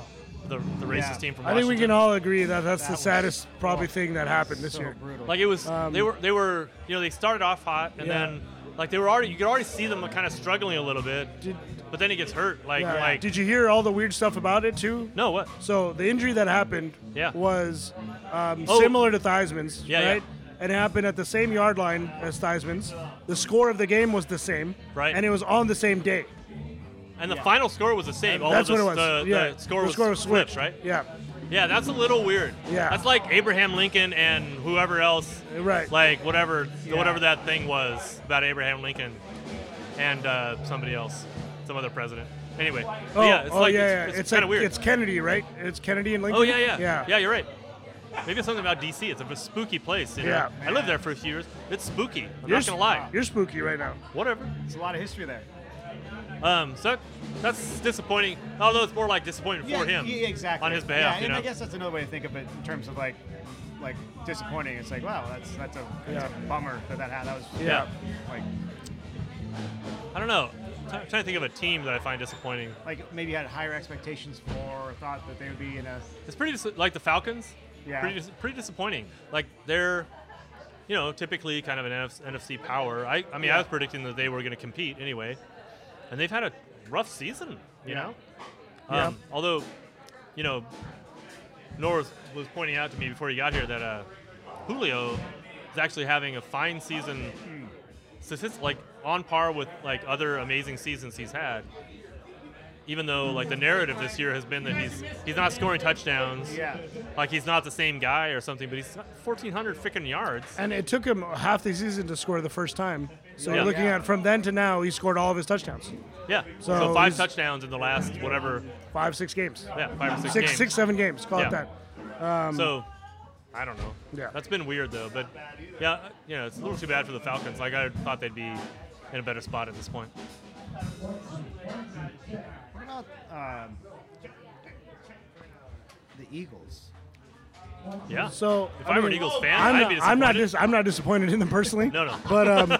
Speaker 3: the the racist
Speaker 2: Yeah.
Speaker 3: team from
Speaker 1: I think we
Speaker 3: Washington.
Speaker 1: can all agree that that's
Speaker 2: That
Speaker 1: the
Speaker 2: was-
Speaker 1: saddest probably
Speaker 2: oh,
Speaker 1: thing that happened this
Speaker 2: so
Speaker 1: year.
Speaker 2: brutal.
Speaker 3: Like it was.
Speaker 1: Um,
Speaker 3: they were. They were. You know, they started off hot, and
Speaker 1: Yeah.
Speaker 3: then like they were already. You could already see them kind of struggling a little bit.
Speaker 1: Did-
Speaker 3: but then he gets hurt. Like
Speaker 1: Yeah.
Speaker 3: like.
Speaker 1: Did you hear all the weird stuff about it too?
Speaker 3: no. What?
Speaker 1: So the injury that happened
Speaker 3: Yeah.
Speaker 1: was um,
Speaker 3: Oh.
Speaker 1: similar to Theismann's,
Speaker 3: Yeah, yeah.
Speaker 1: right? And it happened at the same yard line as Theismann's. The score of the game was the same,
Speaker 3: Right.
Speaker 1: And it was on the same day.
Speaker 3: And the final score was the same. although
Speaker 1: That's
Speaker 3: the,
Speaker 1: what it was.
Speaker 3: The,
Speaker 1: yeah,
Speaker 3: the score, was,
Speaker 1: switched,
Speaker 3: switched, right?
Speaker 1: Yeah,
Speaker 3: Yeah, that's a little weird.
Speaker 1: Yeah.
Speaker 3: That's like Abraham Lincoln and whoever else.
Speaker 1: Right.
Speaker 3: Like whatever
Speaker 2: Yeah.
Speaker 3: whatever that thing was about Abraham Lincoln and uh, somebody else, some other president. Anyway. but
Speaker 1: Oh,
Speaker 3: yeah, it's
Speaker 1: oh,
Speaker 3: like
Speaker 1: yeah, yeah.
Speaker 3: it's, kind of
Speaker 1: like-
Speaker 3: weird.
Speaker 1: It's Kennedy, right? It's Kennedy and Lincoln.
Speaker 3: oh yeah, yeah.
Speaker 1: yeah.
Speaker 3: you're right. Maybe it's something about DC. It's a spooky place. You know?
Speaker 1: Yeah.
Speaker 3: I lived there for a few years. It's spooky. I'm
Speaker 1: You're
Speaker 3: not gonna lie.
Speaker 1: You're spooky right now.
Speaker 3: Whatever.
Speaker 2: There's a lot of history there.
Speaker 3: Um, so that's disappointing. Although it's more like disappointing for him.
Speaker 2: yeah, exactly.
Speaker 3: On his behalf,
Speaker 2: Yeah,
Speaker 3: you
Speaker 2: and
Speaker 3: know.
Speaker 2: I guess that's another way to think of it in terms of like, like disappointing. It's like, wow, that's that's a, that's a bummer that that had. That was
Speaker 3: Yeah.
Speaker 2: like
Speaker 3: I don't know. I'm trying to think of a team that I find disappointing.
Speaker 2: like maybe had higher expectations for, or thought that they would be in a.
Speaker 3: It's pretty dis- like the Falcons.
Speaker 2: Yeah.
Speaker 3: Pretty, dis- pretty disappointing. Like they're, you know, typically kind of an NF- NFC power. I, I mean, I was predicting that they were going to compete anyway, and they've had a rough season. You
Speaker 2: Yeah.
Speaker 3: know.
Speaker 1: Yeah.
Speaker 3: Um, although, you know, Norris was pointing out to me before he got here that uh, Julio is actually having a fine season,
Speaker 2: Hmm.
Speaker 3: statistic, like on par with like other amazing seasons he's had. Even though like the narrative this year has been that he's he's not scoring touchdowns,
Speaker 2: Yeah.
Speaker 3: like he's not the same guy or something, but he's 1,400 freaking yards.
Speaker 1: And it took him half the season to score the first time. So
Speaker 3: Yeah.
Speaker 1: you're looking
Speaker 2: Yeah.
Speaker 1: at from then to now, he scored all of his touchdowns.
Speaker 3: Yeah, so,
Speaker 1: So
Speaker 3: five
Speaker 1: he's-
Speaker 3: touchdowns in the last whatever,
Speaker 1: Five, six games.
Speaker 3: yeah, five or six,
Speaker 1: Six,
Speaker 3: games.
Speaker 1: six, seven games. Call
Speaker 3: Yeah.
Speaker 1: it that.
Speaker 3: So, I don't know.
Speaker 1: Yeah.
Speaker 3: That's been weird though, but yeah, you know, it's a little too bad for the Falcons. Like I thought they'd be in a better spot at this point.
Speaker 2: What about um, the Eagles?
Speaker 3: Yeah.
Speaker 1: So
Speaker 3: if
Speaker 1: I
Speaker 3: I, were an
Speaker 1: mean,
Speaker 3: Eagles fan,
Speaker 1: I'm
Speaker 3: I'd
Speaker 1: not,
Speaker 3: be disappointed.
Speaker 1: I'm not dis- I'm not disappointed in them personally.
Speaker 3: No, no.
Speaker 1: But um,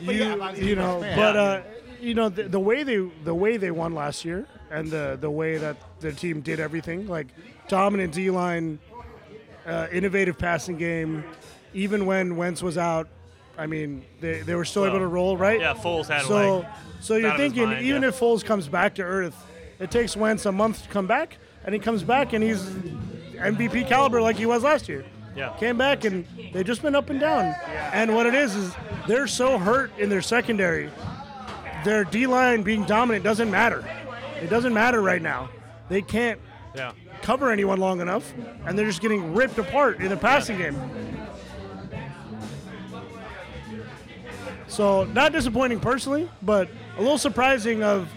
Speaker 2: yeah,
Speaker 1: you,
Speaker 2: I'm
Speaker 1: you know,
Speaker 2: a fan.
Speaker 1: but
Speaker 3: Yeah.
Speaker 1: uh, you know the, the way they the way they won last year and the the way that their team did everything like dominant D line, uh, innovative passing game, even when Wentz was out, I mean they, they were still able to roll right.
Speaker 3: yeah, Foles had
Speaker 1: So
Speaker 3: like.
Speaker 1: so you're
Speaker 3: out of his
Speaker 1: thinking
Speaker 3: mind,
Speaker 1: even
Speaker 3: yeah.
Speaker 1: if Foles comes back to earth, it takes Wentz a month to come back, and he comes back and he's MVP caliber like he was last year.
Speaker 3: Yeah.
Speaker 1: Came back and they've just been up and down. And what it is is they're so hurt in their secondary. Their D line being dominant doesn't matter. It doesn't matter right now. They can't
Speaker 3: Yeah.
Speaker 1: cover anyone long enough, and they're just getting ripped apart in the passing game. So not disappointing personally, but a little surprising. Of,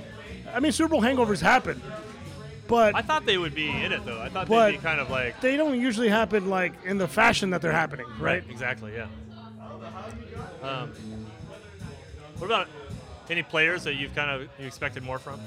Speaker 1: I mean, Super Bowl hangovers happen, but
Speaker 3: I thought they would be in it though. I thought
Speaker 1: But-
Speaker 3: they'd be kind of like
Speaker 1: they don't usually happen like in the fashion that they're happening, right?
Speaker 3: Exactly. Yeah. Um, what about any players that you've kind of you expected more from?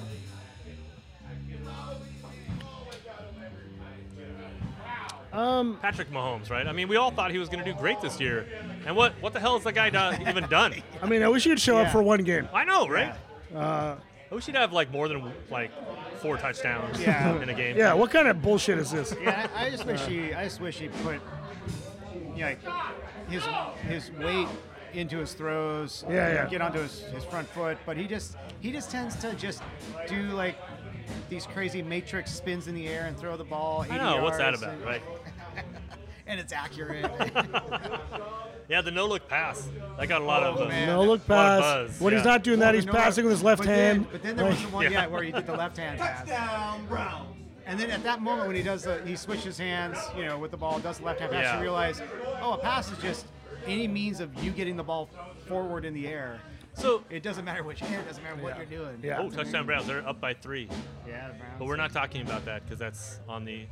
Speaker 2: Um,
Speaker 3: Patrick Mahomes, right? I mean, we all thought he was going to do great this year, and what what the hell has that guy done, even done?
Speaker 1: I mean, I wish you'd show up
Speaker 2: Yeah.
Speaker 1: for one game.
Speaker 3: I know, right?
Speaker 1: Uh,
Speaker 3: I wish he'd have like more than like four touchdowns
Speaker 2: Yeah.
Speaker 3: in a game.
Speaker 1: yeah, what kind of bullshit is this?
Speaker 2: yeah, I, I just wish he, I just wish he put, you know, his his weight into his throws.
Speaker 1: Yeah, yeah.
Speaker 2: Get onto his, his front foot, but he just he just tends to just do like these crazy matrix spins in the air and throw the ball. 80
Speaker 3: I know. What's that
Speaker 2: yards,
Speaker 3: about,
Speaker 2: and,
Speaker 3: right?
Speaker 2: And it's accurate.
Speaker 3: Yeah, the no look pass. That got a lot
Speaker 2: Oh,
Speaker 3: of uh,
Speaker 2: man.
Speaker 1: No look
Speaker 3: A lot of
Speaker 1: pass.
Speaker 3: buzz,
Speaker 1: When he's
Speaker 3: yeah.
Speaker 1: not doing that, he's
Speaker 2: But no,
Speaker 1: passing with his left
Speaker 2: but
Speaker 1: hand.
Speaker 2: Then, but then there was the one
Speaker 3: Yeah.
Speaker 2: yeah. where he did the left hand pass.
Speaker 4: Touchdown, Browns.
Speaker 2: And then at that moment when he does the, he switches hands, you know, with the ball, does the left hand pass,
Speaker 3: Yeah.
Speaker 2: you realize, oh, a pass is just any means of you getting the ball forward in the air.
Speaker 3: so.
Speaker 2: It doesn't matter which hand, it doesn't matter what
Speaker 1: Yeah.
Speaker 2: you're doing.
Speaker 1: Yeah.
Speaker 3: Oh, touchdown Browns! They're up by three,
Speaker 2: Yeah, the Browns.
Speaker 3: but we're not talking about that because that's on the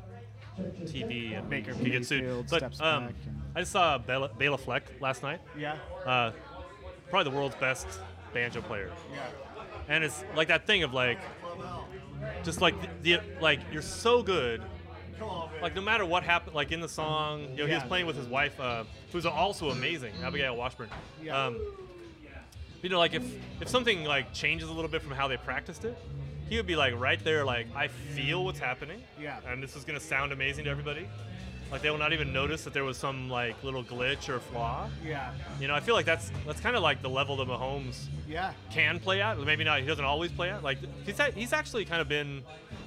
Speaker 3: TV and
Speaker 2: Baker
Speaker 3: you get sued.
Speaker 2: Mayfield
Speaker 3: But
Speaker 2: steps
Speaker 3: um,
Speaker 2: back and-
Speaker 3: I just saw Bela, Bela Fleck last night.
Speaker 2: Yeah.
Speaker 3: Uh, probably the world's best banjo player.
Speaker 2: Yeah.
Speaker 3: and it's like that thing of like just like the, the like you're so good like no matter what happened like in the song you know he was
Speaker 2: Yeah.
Speaker 3: playing with his wife uh, who's also amazing abigail washburn Um,
Speaker 2: Yeah.
Speaker 3: you know like if if something like changes a little bit from how they practiced it he would be like right there like i feel what's happening
Speaker 2: Yeah.
Speaker 3: and this is going to sound amazing to everybody like they will not even notice that there was some like little glitch or flaw
Speaker 2: Yeah.
Speaker 3: you know i feel like that's that's kind of like the level that mahomes
Speaker 2: Yeah.
Speaker 3: can play at. Maybe not. He doesn't always play at. Like he's had, he's actually kind of been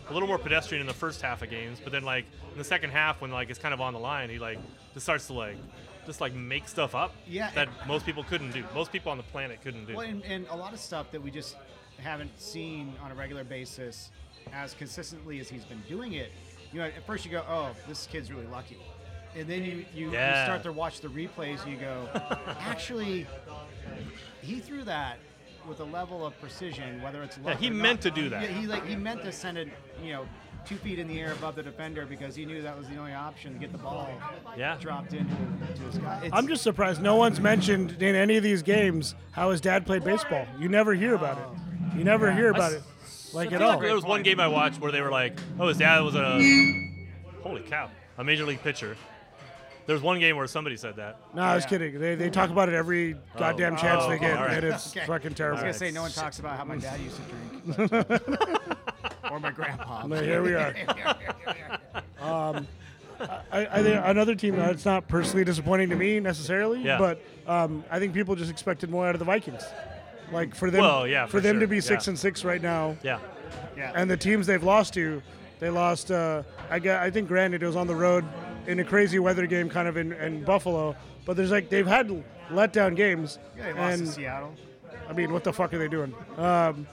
Speaker 3: a little more pedestrian in the first half of games, but then like in the second half when like it's kind of on the line, he like just starts to like just like make stuff up
Speaker 2: Yeah,
Speaker 3: that most people couldn't do. Most people on the planet couldn't do.
Speaker 2: Well, and, and a lot of stuff that we just haven't seen on a regular basis as consistently as he's been doing it. You know, at first you go, "Oh, this kid's really lucky," and then you you,
Speaker 3: Yeah.
Speaker 2: you start to watch the replays and you go, "Actually, he threw that with a level of precision, whether it's luck
Speaker 3: he
Speaker 2: or not."
Speaker 3: meant to do that.
Speaker 2: Yeah, he like he meant to send it, you know, two feet in the air above the defender because he knew that was the only option to get the ball
Speaker 3: Yeah.
Speaker 2: dropped into to his guy. It's-
Speaker 1: I'm just surprised no one's mentioned in any of these games how his dad played baseball. You never hear about it. You never hear about it, like
Speaker 3: I
Speaker 1: at
Speaker 3: feel
Speaker 1: all.
Speaker 3: like there was one game I watched where they were like, "Oh, his dad was a holy cow, a major league pitcher." There was one game where somebody said that.
Speaker 1: No, I was
Speaker 2: Yeah.
Speaker 1: kidding. They, they talk about it every goddamn
Speaker 3: Oh,
Speaker 1: chance they get,
Speaker 3: all right.
Speaker 1: and it's
Speaker 2: Okay.
Speaker 1: fucking
Speaker 2: I was
Speaker 1: terrible.
Speaker 2: gonna say no one talks about how my dad used to drink, but, uh, or my grandpa.
Speaker 1: But here we are. um, I, I think another team that's not personally disappointing to me necessarily,
Speaker 3: Yeah.
Speaker 1: but um, I think people just expected more out of the Vikings. Like for them,
Speaker 3: Well, yeah,
Speaker 1: for,
Speaker 3: for
Speaker 1: them to
Speaker 3: sure.
Speaker 1: be six
Speaker 3: Yeah.
Speaker 1: and six right now,
Speaker 3: Yeah,
Speaker 2: Yeah.
Speaker 1: and the teams they've lost to, they lost. Uh, I got, I think, granted, it was on the road in a crazy weather game, kind of in, in Buffalo. But there's like they've had letdown games.
Speaker 2: yeah, they lost
Speaker 1: and,
Speaker 2: to Seattle.
Speaker 1: I mean, what the fuck are they doing? Um,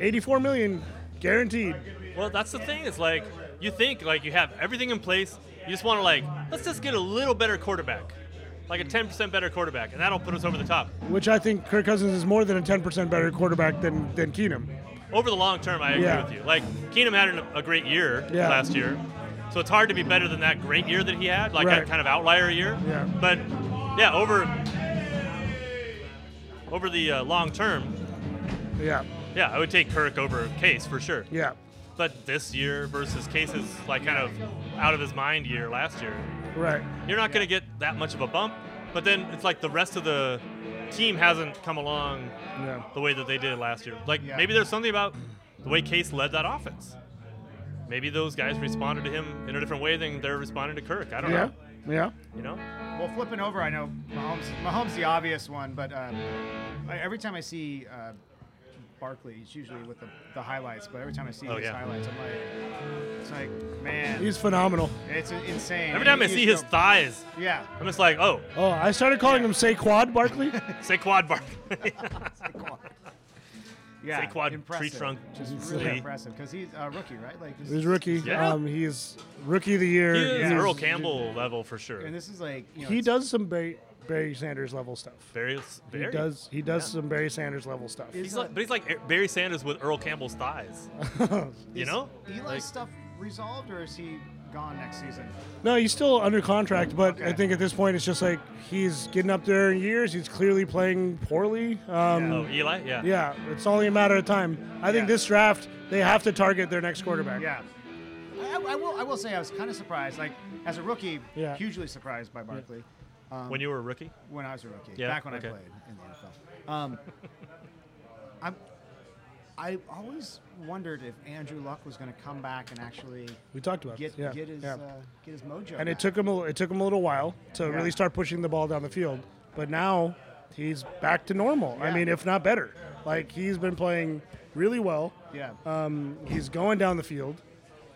Speaker 1: 84 million guaranteed.
Speaker 3: Well, that's the thing. It's like you think like you have everything in place. You just want to like let's just get a little better quarterback, like a 10% better quarterback, and that'll put us over the top.
Speaker 1: Which I think Kirk Cousins is more than a 10% better quarterback than than Keenum.
Speaker 3: Over the long term, I agree
Speaker 1: Yeah.
Speaker 3: with you. Like Keenum had an, a great year
Speaker 1: Yeah.
Speaker 3: last year, so it's hard to be better than that great year that he had, like
Speaker 1: Right.
Speaker 3: that kind of outlier year.
Speaker 1: Yeah.
Speaker 3: But yeah, over over the uh, long term,
Speaker 1: Yeah,
Speaker 3: yeah, I would take Kirk over Case for sure.
Speaker 1: yeah.
Speaker 3: But this year versus Case's like kind of out of his mind year last year.
Speaker 1: Right.
Speaker 3: you're not going to get that much of a bump. But then it's like the rest of the team hasn't come along
Speaker 1: Yeah.
Speaker 3: the way that they did last year. Like
Speaker 2: Yeah.
Speaker 3: maybe there's something about the way Case led that offense. Maybe those guys responded to him in a different way than they're responding to Kirk. I don't
Speaker 1: Yeah.
Speaker 3: know.
Speaker 1: Yeah.
Speaker 3: You know?
Speaker 2: Well, flipping over, I know Mahomes. Mahomes the obvious one, but um, I, every time I see uh, Barkley. He's usually with the, the highlights, but every time I see
Speaker 3: Oh,
Speaker 2: his
Speaker 3: yeah.
Speaker 2: highlights, I'm like, it's like, man,
Speaker 1: He's phenomenal.
Speaker 2: it's insane.
Speaker 3: Every time I
Speaker 2: He's
Speaker 3: see his
Speaker 2: still-
Speaker 3: thighs,
Speaker 2: yeah,
Speaker 3: I'm just like, oh,
Speaker 1: Oh, I started calling him Saquad Barkley.
Speaker 3: say quad Barkley.
Speaker 2: yeah,
Speaker 3: Saquon tree
Speaker 2: impressive.
Speaker 3: trunk
Speaker 2: just
Speaker 3: Lee.
Speaker 2: really impressive because he's a rookie, right? Like this
Speaker 1: he's rookie.
Speaker 3: Yeah.
Speaker 1: Um, he's rookie of the year.
Speaker 3: He is
Speaker 2: Yeah.
Speaker 3: Earl Campbell level for sure.
Speaker 2: and this is like you know,
Speaker 1: He
Speaker 2: it's-
Speaker 1: does some Barry, Barry Sanders level stuff.
Speaker 3: Barry, Barry.
Speaker 1: He does. He does some Barry Sanders level stuff.
Speaker 3: He's like, but he's like Barry Sanders with Earl Cample's thighs. you
Speaker 2: is
Speaker 3: know?
Speaker 2: Eli's
Speaker 3: Like-
Speaker 2: stuff resolved, or is he gone next season?
Speaker 1: No, he's still under contract, but I
Speaker 2: Okay.
Speaker 1: think at this point it's just like he's getting up there in years. He's clearly playing poorly. Um,
Speaker 3: Oh, Eli? Yeah.
Speaker 1: yeah. it's only a matter of time. I think
Speaker 2: Yeah.
Speaker 1: this draft they have to target their next quarterback.
Speaker 2: Yeah. I, I will. I will say I was kind of surprised. Like as a rookie,
Speaker 1: Yeah.
Speaker 2: hugely surprised by Barkley
Speaker 3: When you were a rookie?
Speaker 2: when I was a rookie.
Speaker 3: Yeah,
Speaker 2: Back when
Speaker 3: okay.
Speaker 2: I played in the NFL. Um, I'm. I always wondered if Andrew Luck was going to come back and actually
Speaker 1: we talked about
Speaker 2: get
Speaker 1: it. Yeah,
Speaker 2: get his
Speaker 1: yeah.
Speaker 2: uh, get his mojo.
Speaker 1: and it
Speaker 2: back.
Speaker 1: took him. A, it took him a little while to really start pushing the ball down the field, but now he's back to normal. I
Speaker 2: Yeah.
Speaker 1: mean, if not better. Like he's been playing really well.
Speaker 2: Yeah.
Speaker 1: Um, he's going down the field.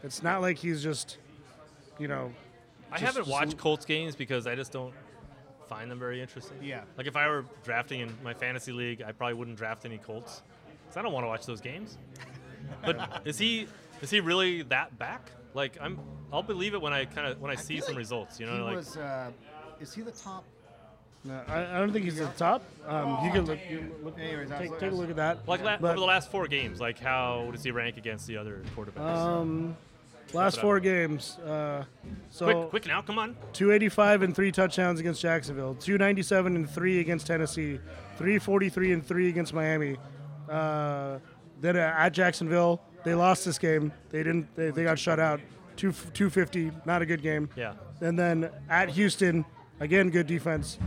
Speaker 1: It's not like he's just, you know,
Speaker 3: I
Speaker 1: Just-
Speaker 3: haven't
Speaker 1: just
Speaker 3: watched
Speaker 1: l-
Speaker 3: Colts games because I just don't find them very interesting.
Speaker 2: Yeah.
Speaker 3: Like if I were drafting in my fantasy league, I probably wouldn't draft any Colts because I don't want to watch those games. But is he is he really that back? Like I'm, I'll believe it when I kind of when I, see
Speaker 2: feel
Speaker 3: some
Speaker 2: like
Speaker 3: results. You
Speaker 2: he
Speaker 3: know, like
Speaker 2: was. Uh, is he the top?
Speaker 1: No, I, I don't think he's at the top. Um, you can look. You look
Speaker 2: Anyways, I was-
Speaker 1: take, take a look at that.
Speaker 3: like la-
Speaker 1: But
Speaker 3: over the last four games, like how does he rank against the other quarterbacks?
Speaker 1: um, last four games. Uh, so
Speaker 3: quick, quick now, come on!
Speaker 1: 285 and three touchdowns against Jacksonville. 297 and three against Tennessee. 343 and three against Miami. Uh, then uh, at Jacksonville, they lost this game. They didn't. They, they got shut out. Two, 250. Not a good game.
Speaker 3: Yeah.
Speaker 1: And then at Houston, again good defense.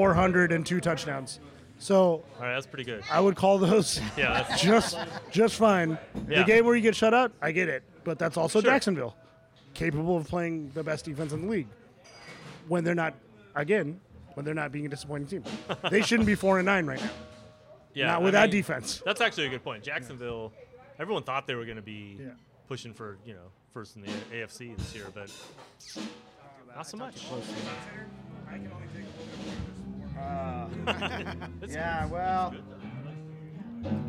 Speaker 1: 402 touchdowns. So
Speaker 3: All right, that's pretty good.
Speaker 1: I would call those
Speaker 3: Yeah, that's,
Speaker 1: just just fine.
Speaker 3: Yeah.
Speaker 1: The game where you get shut out, I get it. But that's also
Speaker 3: Sure.
Speaker 1: Jacksonville, capable of playing the best defense in the league. When they're not, again, when they're not being a disappointing team, they shouldn't be four and nine right now.
Speaker 3: yeah.
Speaker 1: not
Speaker 3: I
Speaker 1: with that
Speaker 3: mean,
Speaker 1: defense.
Speaker 3: That's actually a good point. Jacksonville, everyone thought they were going to be
Speaker 1: Yeah.
Speaker 3: pushing for you know first in the AFC this year, but not so much. It's-
Speaker 2: Yeah, well.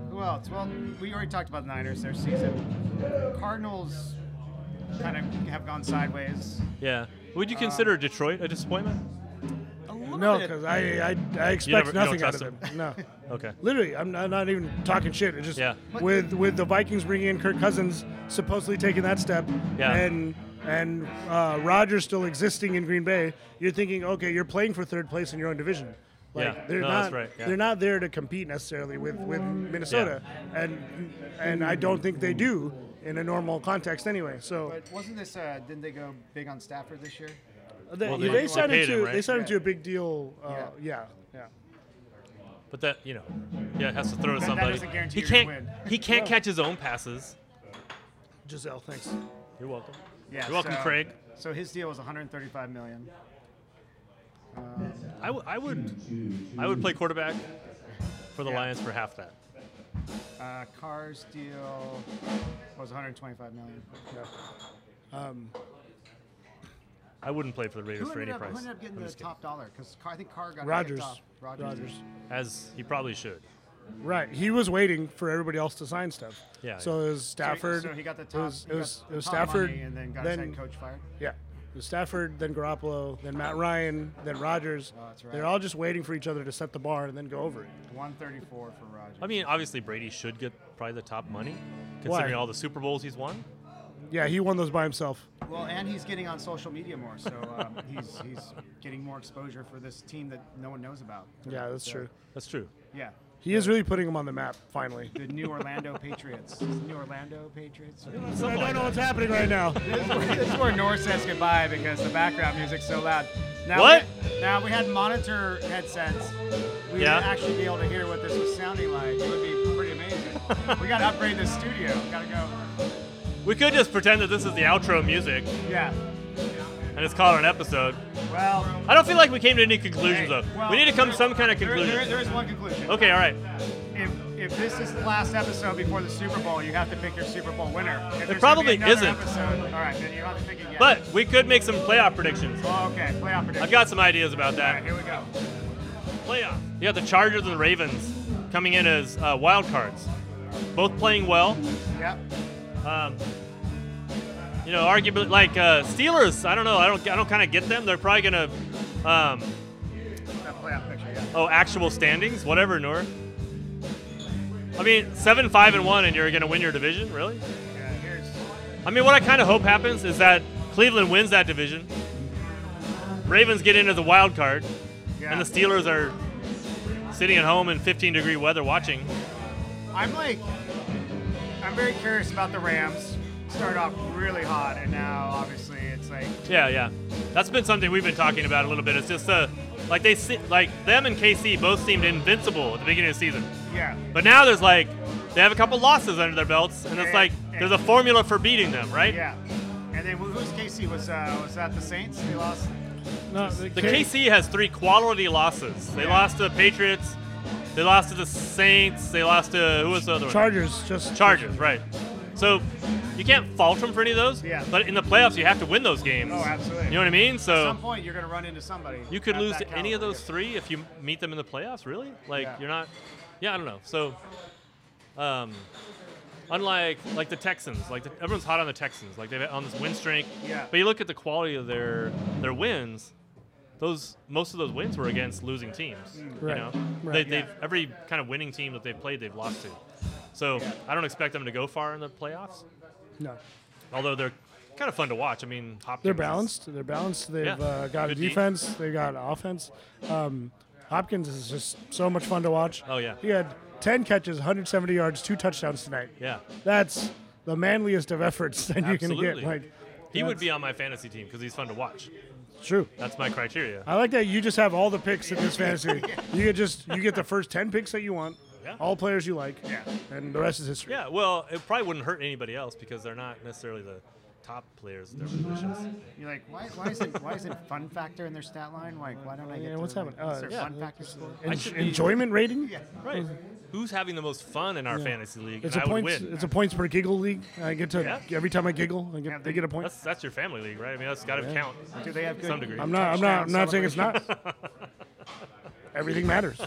Speaker 2: Who else? Well, we already talked about the Niners, their season. Cardinals kind of have gone sideways.
Speaker 3: Yeah. Would you consider
Speaker 2: Um,
Speaker 3: Detroit a disappointment?
Speaker 2: A little
Speaker 1: No,
Speaker 2: bit.
Speaker 1: because I, I I
Speaker 3: never- you
Speaker 1: expect
Speaker 3: don't
Speaker 1: nothing out
Speaker 3: trust
Speaker 1: of them. No,
Speaker 3: Okay.
Speaker 1: literally, I'm not, not even talking shit. It's just
Speaker 3: Yeah.
Speaker 1: with with the Vikings bringing in Kirk Cousins, supposedly taking that step,
Speaker 3: Yeah.
Speaker 1: and and uh, Rogers still existing in Green Bay. You're thinking, okay, you're playing for third place in your own division. Like,
Speaker 3: Yeah.
Speaker 1: they're
Speaker 3: No,
Speaker 1: not
Speaker 3: that's right. Yeah.
Speaker 1: they're not there to compete necessarily with with Minnesota, and and I don't think they do in a normal context anyway. So
Speaker 2: But wasn't this, uh, didn't they go big on Stafford this year?
Speaker 1: they,
Speaker 3: Well,
Speaker 1: they,
Speaker 3: they- they
Speaker 1: signed
Speaker 3: paid
Speaker 1: him to
Speaker 3: him, right?
Speaker 1: they signed him
Speaker 2: Yeah.
Speaker 1: to a big deal. Uh,
Speaker 2: Yeah.
Speaker 1: yeah, yeah.
Speaker 3: But that you know, yeah, it has to throw to
Speaker 2: that
Speaker 3: somebody.
Speaker 2: doesn't
Speaker 3: he
Speaker 2: guarantee you're gonna
Speaker 3: can't.
Speaker 2: win.
Speaker 3: He can't catch his own passes.
Speaker 1: Giselle, thanks.
Speaker 3: You're welcome.
Speaker 2: Yeah.
Speaker 3: You're welcome,
Speaker 2: so-
Speaker 3: Craig.
Speaker 2: So his deal was 135 million.
Speaker 3: I, w- I would. I would play quarterback for the
Speaker 2: Yeah.
Speaker 3: Lions for half that.
Speaker 2: Uh, Carr's deal was 125 million.
Speaker 3: I wouldn't play for the Raiders
Speaker 2: Who
Speaker 3: for
Speaker 2: ended,
Speaker 3: any
Speaker 2: up, who
Speaker 3: price.
Speaker 2: ended up getting
Speaker 3: I'm
Speaker 2: the
Speaker 3: just kidding.
Speaker 2: top dollar? Because I think Carr got
Speaker 1: Rogers,
Speaker 2: picked off. Rogers.
Speaker 1: Rogers.
Speaker 3: As he probably should.
Speaker 1: Right. He was waiting for everybody else to sign stuff.
Speaker 3: Yeah,
Speaker 1: So it was Stafford.
Speaker 2: So he got the
Speaker 1: It
Speaker 2: top.
Speaker 1: was,
Speaker 2: he
Speaker 1: it
Speaker 2: got
Speaker 1: was,
Speaker 2: the
Speaker 1: it was
Speaker 2: top
Speaker 1: Stafford.
Speaker 2: money and then got his head coach fired.
Speaker 1: Yeah. It was Stafford, then Garoppolo, then Matt Ryan, then Rogers.
Speaker 2: Oh, that's right.
Speaker 1: They're all just waiting for each other to set the bar and then go over it.
Speaker 2: 134 for Rogers.
Speaker 3: I mean, obviously Brady should get probably the top money, considering all the Super Bowls he's won.
Speaker 1: Yeah, he won those by himself.
Speaker 2: Well, and he's getting on social media more, so um, he's he's getting more exposure for this team that no one knows about.
Speaker 1: Yeah, that's
Speaker 2: So,
Speaker 1: true.
Speaker 3: That's true.
Speaker 2: Yeah,
Speaker 1: He is really putting him on the map finally.
Speaker 2: the new Orlando Patriots. Is it New Orlando Patriots. this
Speaker 1: I don't know what's happening right now.
Speaker 2: is where- this is where North says goodbye because the background music's so loud. Now
Speaker 3: What?
Speaker 2: We, now we had monitor headsets. We
Speaker 3: Yeah.
Speaker 2: would actually be able to hear what this was sounding like. It would be pretty amazing. we got to upgrade the studio. We got to go.
Speaker 3: We could just pretend that this is the outro music
Speaker 2: Yeah.
Speaker 3: and it's called an episode.
Speaker 2: Well.
Speaker 3: I don't feel like we came to any conclusions
Speaker 2: hey,
Speaker 3: though.
Speaker 2: well,
Speaker 3: we need to come to
Speaker 2: there-
Speaker 3: some kind of
Speaker 2: there-
Speaker 3: conclusion.
Speaker 2: there- there is one conclusion.
Speaker 3: okay, all right.
Speaker 2: if, if if this is the last episode before the Super Bowl, you have to pick your Super Bowl winner. If there's gonna be
Speaker 3: probably
Speaker 2: another
Speaker 3: isn't.
Speaker 2: Episode, all right, then you have to pick again.
Speaker 3: But we could make some playoff predictions.
Speaker 2: oh, okay, playoff prediction.
Speaker 3: I've got some ideas about
Speaker 2: All
Speaker 3: that.
Speaker 2: right, here we go.
Speaker 3: Playoff. You got the Chargers and the Ravens coming in as uh, wild cards, both playing well.
Speaker 2: Yep.
Speaker 3: Um, you know, arguably like uh, Steelers. I don't know. I don't. I don't kind of get them. They're probably gonna. Um,
Speaker 2: That playoff picture. Yeah.
Speaker 3: oh, actual standings, whatever, Nor. I mean, seven, five, and one, and you're gonna win your division, really?
Speaker 2: yeah here's.
Speaker 3: I mean, what I kind of hope happens is that Cleveland wins that division. Ravens get into the wild card,
Speaker 2: Yeah.
Speaker 3: and the Steelers are sitting at home in 15 degree weather watching.
Speaker 2: I'm like, I'm very curious about the Rams. Start off really hot, and now obviously it's like,
Speaker 3: Yeah, yeah. That's been something we've been talking about a little bit. It's just uh, like they se- like them and KC both seemed invincible at the beginning of the season,
Speaker 2: yeah,
Speaker 3: but now there's like they have a couple losses under their belts, and it's
Speaker 2: Yeah,
Speaker 3: like
Speaker 2: yeah.
Speaker 3: there's a formula for beating them, right?
Speaker 2: yeah. And then who- who's KC? Was uh, was that the Saints? They lost.
Speaker 1: No,
Speaker 3: The KC has three quality losses. They
Speaker 2: Yeah.
Speaker 3: lost to the Patriots, they lost to the Saints, they lost to who was the other one?
Speaker 1: Chargers just
Speaker 3: Chargers, right? So you can't fault them for any of those.
Speaker 2: Yeah.
Speaker 3: But in the playoffs, you have to win those games.
Speaker 2: Oh, absolutely.
Speaker 3: You know what I mean? So
Speaker 2: At some point, you're gonna run into somebody.
Speaker 3: You could
Speaker 2: at
Speaker 3: lose
Speaker 2: that
Speaker 3: to any of
Speaker 2: caliber.
Speaker 3: those three if you meet them in the playoffs, really? Like
Speaker 2: Yeah.
Speaker 3: you're not Yeah, I don't know. So um unlike like the Texans, like the, everyone's hot on the Texans, like they've on this win streak.
Speaker 2: Yeah.
Speaker 3: But you look at the quality of their their wins, those most of those wins were against losing teams, you
Speaker 2: Mm.
Speaker 1: Right.
Speaker 3: know.
Speaker 1: Right.
Speaker 3: They, they've every kind of winning team that they've played, they've lost to. So, I don't expect them to go far in the playoffs,
Speaker 1: No,
Speaker 3: although they're kind of fun to watch. I mean, Hopkins
Speaker 1: they're
Speaker 3: is-
Speaker 1: balanced. They're balanced. They've
Speaker 3: Yeah.
Speaker 1: uh, got a
Speaker 3: Good deep.
Speaker 1: defense. They've got an offense. Um, Hopkins is just so much fun to watch.
Speaker 3: Oh, yeah.
Speaker 1: he had 10 catches, 170 yards, two touchdowns tonight.
Speaker 3: Yeah.
Speaker 1: That's the manliest of efforts that you can
Speaker 3: Absolutely.
Speaker 1: get. Like
Speaker 3: He would
Speaker 1: that's
Speaker 3: be on my fantasy team because he's fun to watch.
Speaker 1: true.
Speaker 3: That's my criteria.
Speaker 1: I like that you just have all the picks in this fantasy. You get just you get the first 10 picks that you want.
Speaker 3: Yeah.
Speaker 1: All players you like.
Speaker 2: Yeah.
Speaker 1: And the rest is history.
Speaker 3: Yeah, well, it probably wouldn't hurt anybody else because they're not necessarily the top players in their positions.
Speaker 2: You're like, why, why isn't why isn't fun factor in their stat line? Like, why don't I get?
Speaker 1: Yeah,
Speaker 2: to,
Speaker 1: what's
Speaker 2: like,
Speaker 1: happening? Uh,
Speaker 2: is there
Speaker 1: yeah.
Speaker 2: fun factor score?
Speaker 1: En-
Speaker 3: should be-
Speaker 1: enjoyment rating?
Speaker 2: Yeah.
Speaker 3: Right. Who's having the most fun in our fantasy league?
Speaker 1: It's
Speaker 3: and
Speaker 1: a
Speaker 3: I
Speaker 1: points.
Speaker 3: would win.
Speaker 1: It's a points per giggle league. I get to
Speaker 3: Yeah.
Speaker 1: every time I giggle, I get,
Speaker 2: Yeah,
Speaker 1: they get a point.
Speaker 3: That's that's your family league, right? I mean, that's got to count.
Speaker 2: Do they have good?
Speaker 3: Some degree.
Speaker 1: I'm not. I'm not. I'm not saying it's
Speaker 2: Touchdown
Speaker 1: not. Everything matters.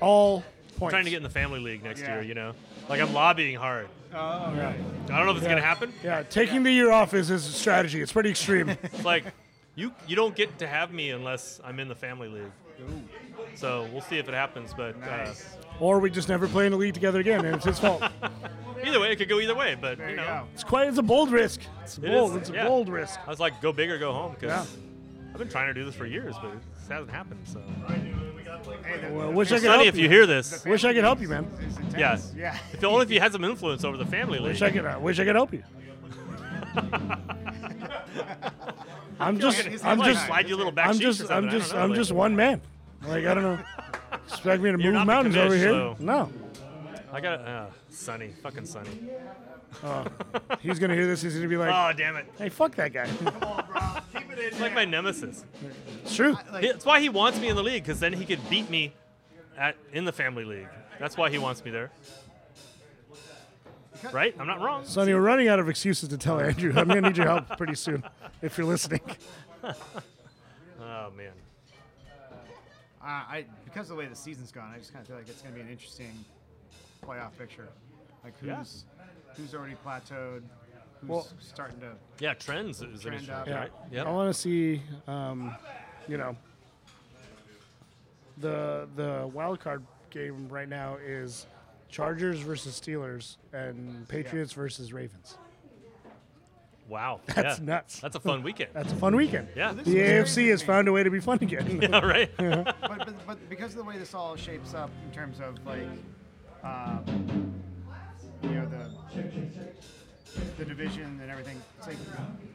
Speaker 1: All
Speaker 3: I'm
Speaker 1: points.
Speaker 3: trying to get in the family league next
Speaker 2: Yeah.
Speaker 3: year, you know? Like, I'm lobbying hard.
Speaker 2: Oh, right.
Speaker 3: I don't know if it's going to happen.
Speaker 1: Yeah, taking the year off is his strategy. It's pretty extreme.
Speaker 3: It's like, you, you don't get to have me unless I'm in the family league. So we'll see if it happens. But uh,
Speaker 2: Nice.
Speaker 1: or we just never play in a league together again, and it's his fault.
Speaker 3: uh, either way, it could go either way. But,
Speaker 2: There
Speaker 3: you
Speaker 2: you
Speaker 3: know,
Speaker 2: go.
Speaker 1: It's quite. It's a bold risk. It's a
Speaker 3: It
Speaker 1: bold.
Speaker 3: is,
Speaker 1: it's a
Speaker 3: yeah.
Speaker 1: bold risk.
Speaker 3: I was like, go big or go home because
Speaker 1: Yeah.
Speaker 3: I've been trying to do this for years, but it just hasn't happened. So,
Speaker 2: Hey, the-
Speaker 1: Well,
Speaker 2: the
Speaker 1: wish I
Speaker 2: fan-
Speaker 1: could help
Speaker 3: Sonny, if you hear
Speaker 2: the
Speaker 3: this,
Speaker 2: fan
Speaker 1: wish I could help
Speaker 2: base
Speaker 1: you, man.
Speaker 2: is intense.
Speaker 3: yeah,
Speaker 2: Yeah.
Speaker 3: If only if you had some influence over the family league.
Speaker 1: Wish I could. I wish I could help you. I'm just.
Speaker 2: he's
Speaker 1: I'm
Speaker 2: like,
Speaker 1: just.
Speaker 3: slide you a little back
Speaker 1: I'm
Speaker 3: sheets or
Speaker 1: just.
Speaker 3: something,
Speaker 1: I'm
Speaker 3: I don't
Speaker 1: just.
Speaker 3: know,
Speaker 1: I'm
Speaker 3: like-
Speaker 1: just one man. Like I don't know. Expect me to
Speaker 3: You're
Speaker 1: move
Speaker 3: not the
Speaker 1: mountains over
Speaker 3: commish,
Speaker 1: here?
Speaker 3: so-
Speaker 1: No.
Speaker 3: I got uh, Sonny, fucking Sonny.
Speaker 1: He's gonna hear this. He's gonna be like,
Speaker 3: Oh damn it!
Speaker 1: "Hey, fuck that guy."
Speaker 3: It's like my nemesis.
Speaker 1: it's true.
Speaker 2: Like,
Speaker 3: That's why he wants me in the league, because then he could beat me at in the family league. That's why he wants me there. Right? I'm not wrong.
Speaker 1: Sonny, we're running out of excuses to tell Andrew. I'm gonna need your help pretty soon if you're listening.
Speaker 3: Oh man.
Speaker 2: uh, I because of the way the season's gone, I just kind of feel like it's going to be an interesting playoff picture. Like who's
Speaker 3: Yeah.
Speaker 2: who's already plateaued, who's
Speaker 1: Well-
Speaker 2: starting to.
Speaker 3: Yeah, trends is an
Speaker 2: Trend
Speaker 3: issue,
Speaker 2: up.
Speaker 3: right?
Speaker 1: I
Speaker 3: Yeah.
Speaker 1: want to see, um, you know, the the wild card game right now is Chargers versus Steelers and Patriots versus Ravens.
Speaker 3: Wow.
Speaker 1: That's
Speaker 3: yeah.
Speaker 1: nuts.
Speaker 3: That's a fun weekend.
Speaker 1: That's a fun weekend.
Speaker 3: Yeah.
Speaker 2: Well, this
Speaker 1: The
Speaker 2: is
Speaker 1: AFC has
Speaker 2: crazy.
Speaker 1: found a way to be fun again.
Speaker 3: yeah. Right.
Speaker 2: but, but, but because of the way this all shapes up in terms of like, uh, you know, the the division and everything, it's like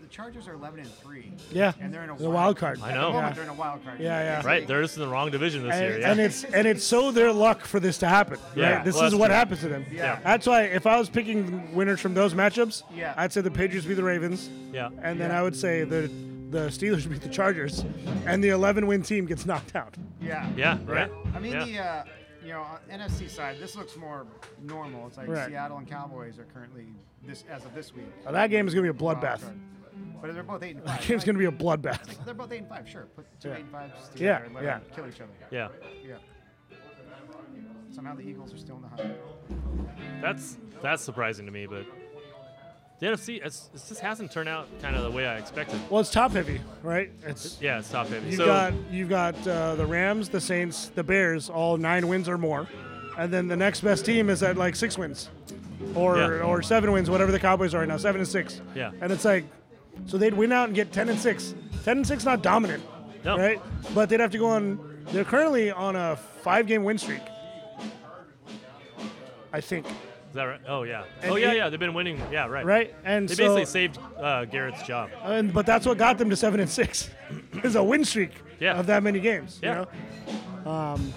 Speaker 2: the Chargers are 11 and three.
Speaker 1: Yeah.
Speaker 2: and they're in a
Speaker 1: The wild card.
Speaker 3: I
Speaker 2: At the
Speaker 3: know.
Speaker 2: moment,
Speaker 1: Yeah.
Speaker 2: they're in a wild card.
Speaker 1: Yeah, yeah.
Speaker 2: It's
Speaker 3: Right.
Speaker 2: like-
Speaker 3: They're just in the wrong division this
Speaker 1: And,
Speaker 3: year. Yeah.
Speaker 1: and it's and it's so their luck for this to happen,
Speaker 3: Yeah.
Speaker 1: right? This
Speaker 3: Well,
Speaker 1: is
Speaker 3: that's
Speaker 1: what
Speaker 3: true.
Speaker 1: happens to them.
Speaker 2: Yeah.
Speaker 1: That's why if I was picking winners from those matchups,
Speaker 2: Yeah.
Speaker 1: I'd say the Patriots beat the Ravens,
Speaker 3: yeah.
Speaker 1: and then I would say the the Steelers beat the Chargers, and the 11 win team gets knocked out.
Speaker 2: yeah,
Speaker 3: Yeah. Right.
Speaker 2: I mean,
Speaker 3: yeah.
Speaker 2: the uh, you know, on NFC side, this looks more normal. It's like
Speaker 1: Right.
Speaker 2: Seattle and Cowboys are currently this as of this week.
Speaker 1: Now, that game is going to be a
Speaker 2: wild
Speaker 1: bloodbath.
Speaker 2: card. But they're both eight and
Speaker 1: That
Speaker 2: five.
Speaker 1: game's going to be a bloodbath.
Speaker 2: They're both eight and five. Sure, put two
Speaker 1: Yeah.
Speaker 2: eight and fives together
Speaker 1: Yeah,
Speaker 2: and let
Speaker 1: yeah.
Speaker 2: them kill each other.
Speaker 3: Yeah.
Speaker 2: Yeah. Somehow the Eagles are still in the hunt.
Speaker 3: That's that's surprising to me, but the NFC it's, it just hasn't turned out kind of the way I expected.
Speaker 1: Well, it's top heavy, right? It's
Speaker 3: Yeah, it's top heavy.
Speaker 1: you've
Speaker 3: so
Speaker 1: got you've got uh, the Rams, the Saints, the Bears, all nine wins or more, and then the next best team is at like six wins, or
Speaker 3: Yeah.
Speaker 1: or seven wins, whatever the Cowboys are right now, seven and six.
Speaker 3: Yeah.
Speaker 1: And it's like, so they'd win out and get ten and six. Ten and six, not dominant,
Speaker 3: No.
Speaker 1: right? But they'd have to go on. They're currently on a five-game win streak. I think,
Speaker 3: is that right? Oh yeah.
Speaker 1: And
Speaker 3: oh yeah,
Speaker 1: it-
Speaker 3: yeah. They've been winning. Yeah, right.
Speaker 1: right? And
Speaker 3: They
Speaker 1: so,
Speaker 3: basically saved uh, Garrett's job.
Speaker 1: And, but that's what got them to seven and six, is a win streak
Speaker 3: Yeah.
Speaker 1: of that many games.
Speaker 3: Yeah.
Speaker 1: You know? um,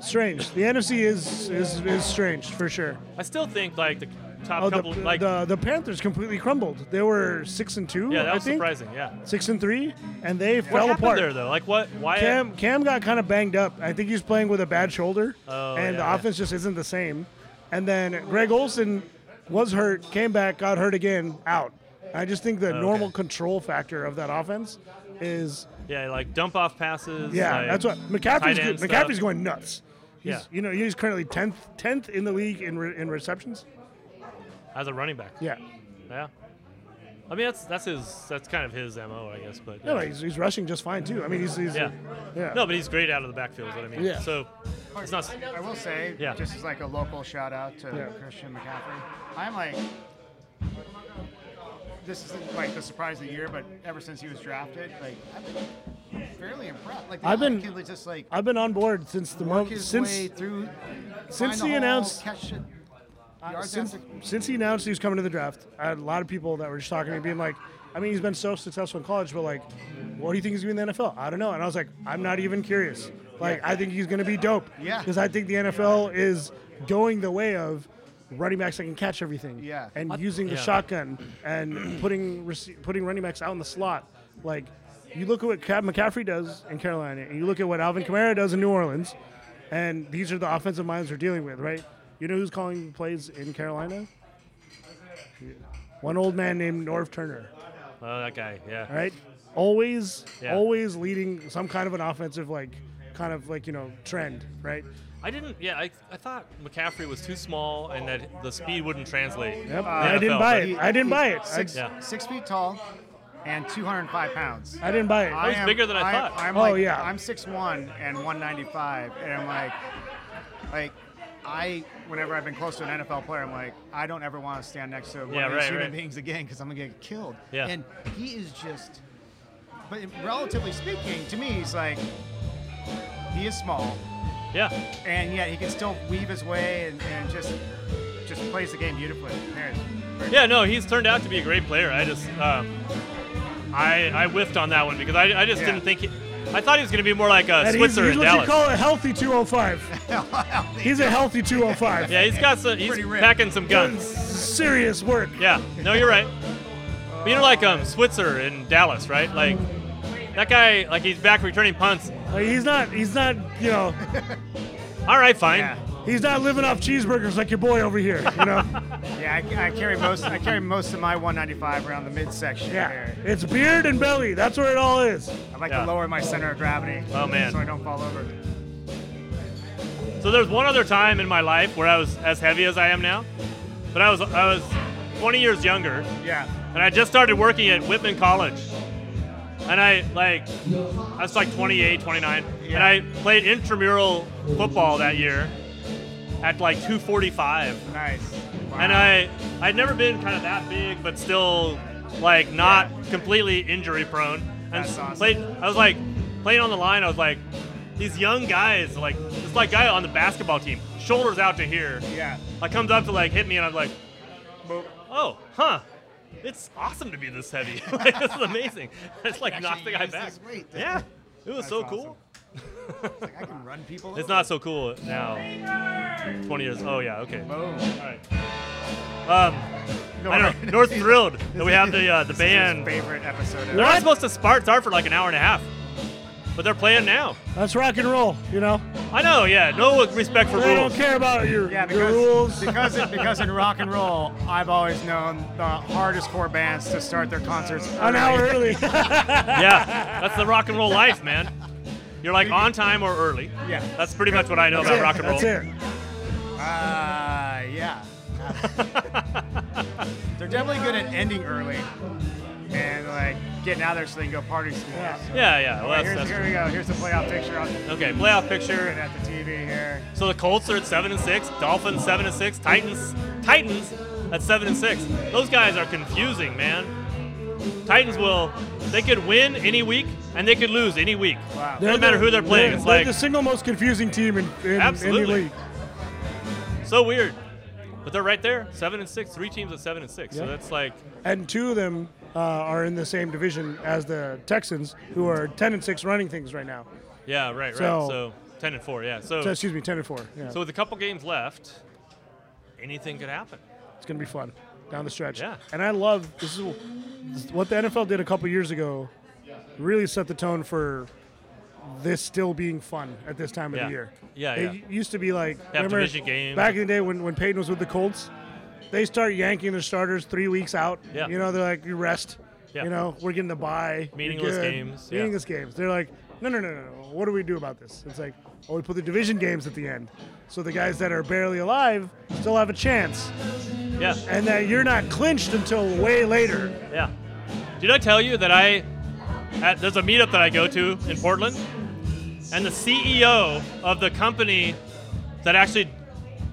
Speaker 1: strange. The NFC is is is strange for sure.
Speaker 3: I still think like the top
Speaker 1: Oh, the,
Speaker 3: couple like
Speaker 1: the the Panthers completely crumbled. They were six and two.
Speaker 3: yeah, that
Speaker 1: I
Speaker 3: was
Speaker 1: think.
Speaker 3: surprising. Yeah.
Speaker 1: Six and three, and they
Speaker 3: What
Speaker 1: fell
Speaker 3: happened
Speaker 1: apart.
Speaker 3: there though? Like what? Why?
Speaker 1: Cam Cam got kind of banged up. I think he's playing with a bad shoulder,
Speaker 3: Oh,
Speaker 1: and
Speaker 3: yeah,
Speaker 1: the
Speaker 3: yeah.
Speaker 1: offense just isn't the same. And then Greg Olson was hurt, came back, got hurt again, out. I just think
Speaker 3: Oh,
Speaker 1: the normal control factor of that offense is
Speaker 3: Yeah, like dump off passes.
Speaker 1: yeah,
Speaker 3: like,
Speaker 1: that's what McCaffrey's
Speaker 3: tight end
Speaker 1: go- McCaffrey's
Speaker 3: stuff.
Speaker 1: going nuts. He's,
Speaker 3: Yeah.
Speaker 1: you know he's currently tenth tenth in the league in re- in receptions.
Speaker 3: as a running back.
Speaker 1: Yeah,
Speaker 3: Yeah. I mean that's that's his that's kind of his mo I guess, but
Speaker 1: no, no, he's, he's rushing just fine too. I mean he's, he's
Speaker 3: yeah.
Speaker 1: yeah.
Speaker 3: No, but he's great out of the backfield. Is what I mean.
Speaker 1: Yeah.
Speaker 3: So it's not.
Speaker 2: I will say,
Speaker 3: Yeah.
Speaker 2: just as like a local shout out to
Speaker 1: Yeah.
Speaker 2: Christian McCaffrey, I'm like, this isn't like the surprise of the year, but ever since he was drafted, like I've been fairly impressed. Like the
Speaker 1: I've been-
Speaker 2: kid was just like
Speaker 1: I've been on board since the
Speaker 2: work
Speaker 1: moment
Speaker 2: his
Speaker 1: since
Speaker 2: way through,
Speaker 1: since
Speaker 2: find
Speaker 1: he
Speaker 2: the hole,
Speaker 1: announced- Uh,
Speaker 2: catch it, yards
Speaker 1: since,
Speaker 2: after-
Speaker 1: since he announced he was coming to the draft, I had a lot of people that were just talking to me, being like, I mean, he's been so successful in college, but like, what do you think he's going to be in the NFL? I don't know. And I was like, I'm not even curious. Like, I think he's going to be dope.
Speaker 2: Yeah.
Speaker 1: Because I think the NFL is going the way of running backs that can catch everything.
Speaker 2: Yeah.
Speaker 1: And using the
Speaker 3: yeah.
Speaker 1: shotgun and putting rece- putting running backs out in the slot. Like, you look at what Cap McCaffrey does in Carolina, and you look at what Alvin Kamara does in New Orleans, and these are the offensive minds we're dealing with, right? You know who's calling plays in Carolina? One old man named Norv Turner,
Speaker 3: Oh, that guy. Yeah.
Speaker 1: all right? Always,
Speaker 3: Yeah.
Speaker 1: always leading some kind of an offensive, like, kind of like, you know, trend, right?
Speaker 3: I didn't. Yeah, I, I thought McCaffrey was too small and that the speed wouldn't translate.
Speaker 1: Yep.
Speaker 3: in
Speaker 1: I
Speaker 3: the
Speaker 1: didn't
Speaker 3: NFL,
Speaker 1: buy
Speaker 3: but-
Speaker 1: it. I didn't buy it. I,
Speaker 2: Six,
Speaker 3: Yeah.
Speaker 2: six feet tall and 205 pounds.
Speaker 1: I didn't buy it.
Speaker 2: I
Speaker 3: was Oh, bigger than I thought.
Speaker 2: I'm
Speaker 1: Oh,
Speaker 2: like,
Speaker 1: yeah.
Speaker 2: I'm 6'1 and 195, and I'm like, like, I, whenever I've been close to an NFL player, I'm like, I don't ever want to stand next to one
Speaker 3: Yeah,
Speaker 2: of these
Speaker 3: right,
Speaker 2: human
Speaker 3: right.
Speaker 2: beings again because I'm going to get killed.
Speaker 3: Yeah.
Speaker 2: And he is just, but relatively speaking, to me, he's like, he is small,
Speaker 3: Yeah.
Speaker 2: and yet he can still weave his way and, and just, just plays the game beautifully. There it is. Very-
Speaker 3: Yeah. No, he's turned out to be a great player. I just um, I I whiffed on that one because I, I just
Speaker 2: Yeah.
Speaker 3: didn't think. He, I thought he was going to be more like a
Speaker 1: and he's,
Speaker 3: Switzer
Speaker 1: he's
Speaker 3: in
Speaker 1: what
Speaker 3: Dallas.
Speaker 1: you call a healthy 205. he's a healthy 205.
Speaker 3: yeah, he's got some. He's
Speaker 2: Pretty ripped.
Speaker 3: packing some guns.
Speaker 1: Serious work.
Speaker 3: Yeah. No, you're right. But you know, like um, Switzer in Dallas, right? Like that guy, like he's back returning punts.
Speaker 1: Like, he's not. He's not. You know.
Speaker 3: All right, fine.
Speaker 2: Yeah.
Speaker 1: He's not living off cheeseburgers like your boy over here. You know.
Speaker 2: Yeah, I, I carry most. I carry most of my 195 around the midsection
Speaker 1: Yeah.
Speaker 2: here.
Speaker 1: It's beard and belly. That's where it all is.
Speaker 2: I like
Speaker 3: Yeah.
Speaker 2: to lower my center of gravity.
Speaker 3: Oh, man.
Speaker 2: So I don't fall over.
Speaker 3: So there's one other time in my life where I was as heavy as I am now, but I was I was 20 years younger,
Speaker 2: Yeah.
Speaker 3: and I just started working at Whitman College, and I like I was like 28, 29, and
Speaker 2: Yeah.
Speaker 3: I played intramural football that year at like 245,
Speaker 2: Nice. Wow.
Speaker 3: and I I'd never been kind of that big, but still like not
Speaker 2: Yeah.
Speaker 3: completely injury prone, and
Speaker 2: That's awesome.
Speaker 3: played I was like playing on the line. I was like these young guys like this like guy on the basketball team, shoulders out to here
Speaker 2: Yeah.
Speaker 3: like comes up to like hit me and I'm like,
Speaker 2: Boop.
Speaker 3: oh, huh. It's awesome to be this heavy. like, this is amazing. It's like
Speaker 2: Actually
Speaker 3: knocked the guy
Speaker 2: used
Speaker 3: back.
Speaker 2: his weight.
Speaker 3: Yeah, it was
Speaker 2: That's
Speaker 3: so
Speaker 2: awesome.
Speaker 3: cool.
Speaker 2: Like, I can run people.
Speaker 3: It's not so cool now. 20 years. Oh yeah. Okay. All
Speaker 2: Boom.
Speaker 3: right. Um,
Speaker 2: No,
Speaker 3: I don't know. North thrilled that we have the uh, the
Speaker 2: This is his
Speaker 3: band.
Speaker 2: favorite episode.
Speaker 3: They're not
Speaker 2: Ever.
Speaker 3: supposed to start start for like an hour and a half, but but they're playing now.
Speaker 1: That's rock and roll, you know.
Speaker 3: I know, yeah. No respect for
Speaker 1: They
Speaker 3: rules.
Speaker 1: don't care about your,
Speaker 2: Yeah,
Speaker 1: your
Speaker 2: because,
Speaker 1: rules.
Speaker 2: because, in, because in rock and roll, I've always known the hardest core bands to start their concerts
Speaker 1: An hour
Speaker 2: early.
Speaker 1: early.
Speaker 3: Yeah, that's the rock and roll life, man. You're like on time or early.
Speaker 2: Yeah.
Speaker 3: That's pretty much what I know
Speaker 1: That's
Speaker 3: about
Speaker 1: it,
Speaker 3: rock and roll.
Speaker 1: That's it.
Speaker 2: Uh, yeah. They're definitely good at ending early and like getting out there so they can go party some more.
Speaker 1: Yeah.
Speaker 2: So-
Speaker 3: Yeah, yeah. Well,
Speaker 2: Alright,
Speaker 3: that's,
Speaker 2: here's,
Speaker 3: that's
Speaker 2: here we go. Here's the playoff picture. I'll
Speaker 3: okay. Playoff
Speaker 2: put it
Speaker 3: picture.
Speaker 2: at the TV here.
Speaker 3: So the Colts are at seven and six. Dolphins seven and six. Titans Titans at seven and six. Those guys are confusing, man. Titans will they could win any week and they could lose any week.
Speaker 2: Wow.
Speaker 3: Doesn't matter who they're playing.
Speaker 1: They're,
Speaker 3: It's
Speaker 1: they're
Speaker 3: like
Speaker 1: the single most confusing team in, in any
Speaker 3: Absolutely.
Speaker 1: league.
Speaker 3: so weird. But they're right there, seven and six. Three teams at seven and six. So
Speaker 1: Yeah.
Speaker 3: that's like
Speaker 1: And two of them uh, are in the same division as the Texans, who are 10 and 6 running things right now.
Speaker 3: yeah, right, right. So,
Speaker 1: So-
Speaker 3: ten and four, yeah. So
Speaker 1: So,
Speaker 3: so,
Speaker 1: excuse me, 10 and 4. Yeah.
Speaker 3: with a couple games left, anything could happen.
Speaker 1: It's gonna be fun down the stretch.
Speaker 3: Yeah.
Speaker 1: And I love this is this is what the NFL did a couple years ago. Really set the tone for this still being fun at this time of
Speaker 3: Yeah.
Speaker 1: the year.
Speaker 3: Yeah,
Speaker 1: It
Speaker 3: yeah.
Speaker 1: used to be like
Speaker 3: Have
Speaker 1: remember
Speaker 3: division games.
Speaker 1: back in the day when when Peyton was with the Colts, they start yanking their starters three weeks out.
Speaker 3: Yeah.
Speaker 1: You know they're like you rest.
Speaker 3: Yeah.
Speaker 1: You know we're getting the bye. You're
Speaker 3: Meaningless
Speaker 1: good.
Speaker 3: games, yeah.
Speaker 1: Meaningless games. They're like no no no no no. What do we do about this? It's like oh we put the division games at the end, so the guys that are barely alive still have a chance
Speaker 3: Yeah.
Speaker 1: and that you're not clinched until way later.
Speaker 3: Yeah. Did I tell you that I, at, there's a meetup that I go to in Portland, and the CEO of the company that actually,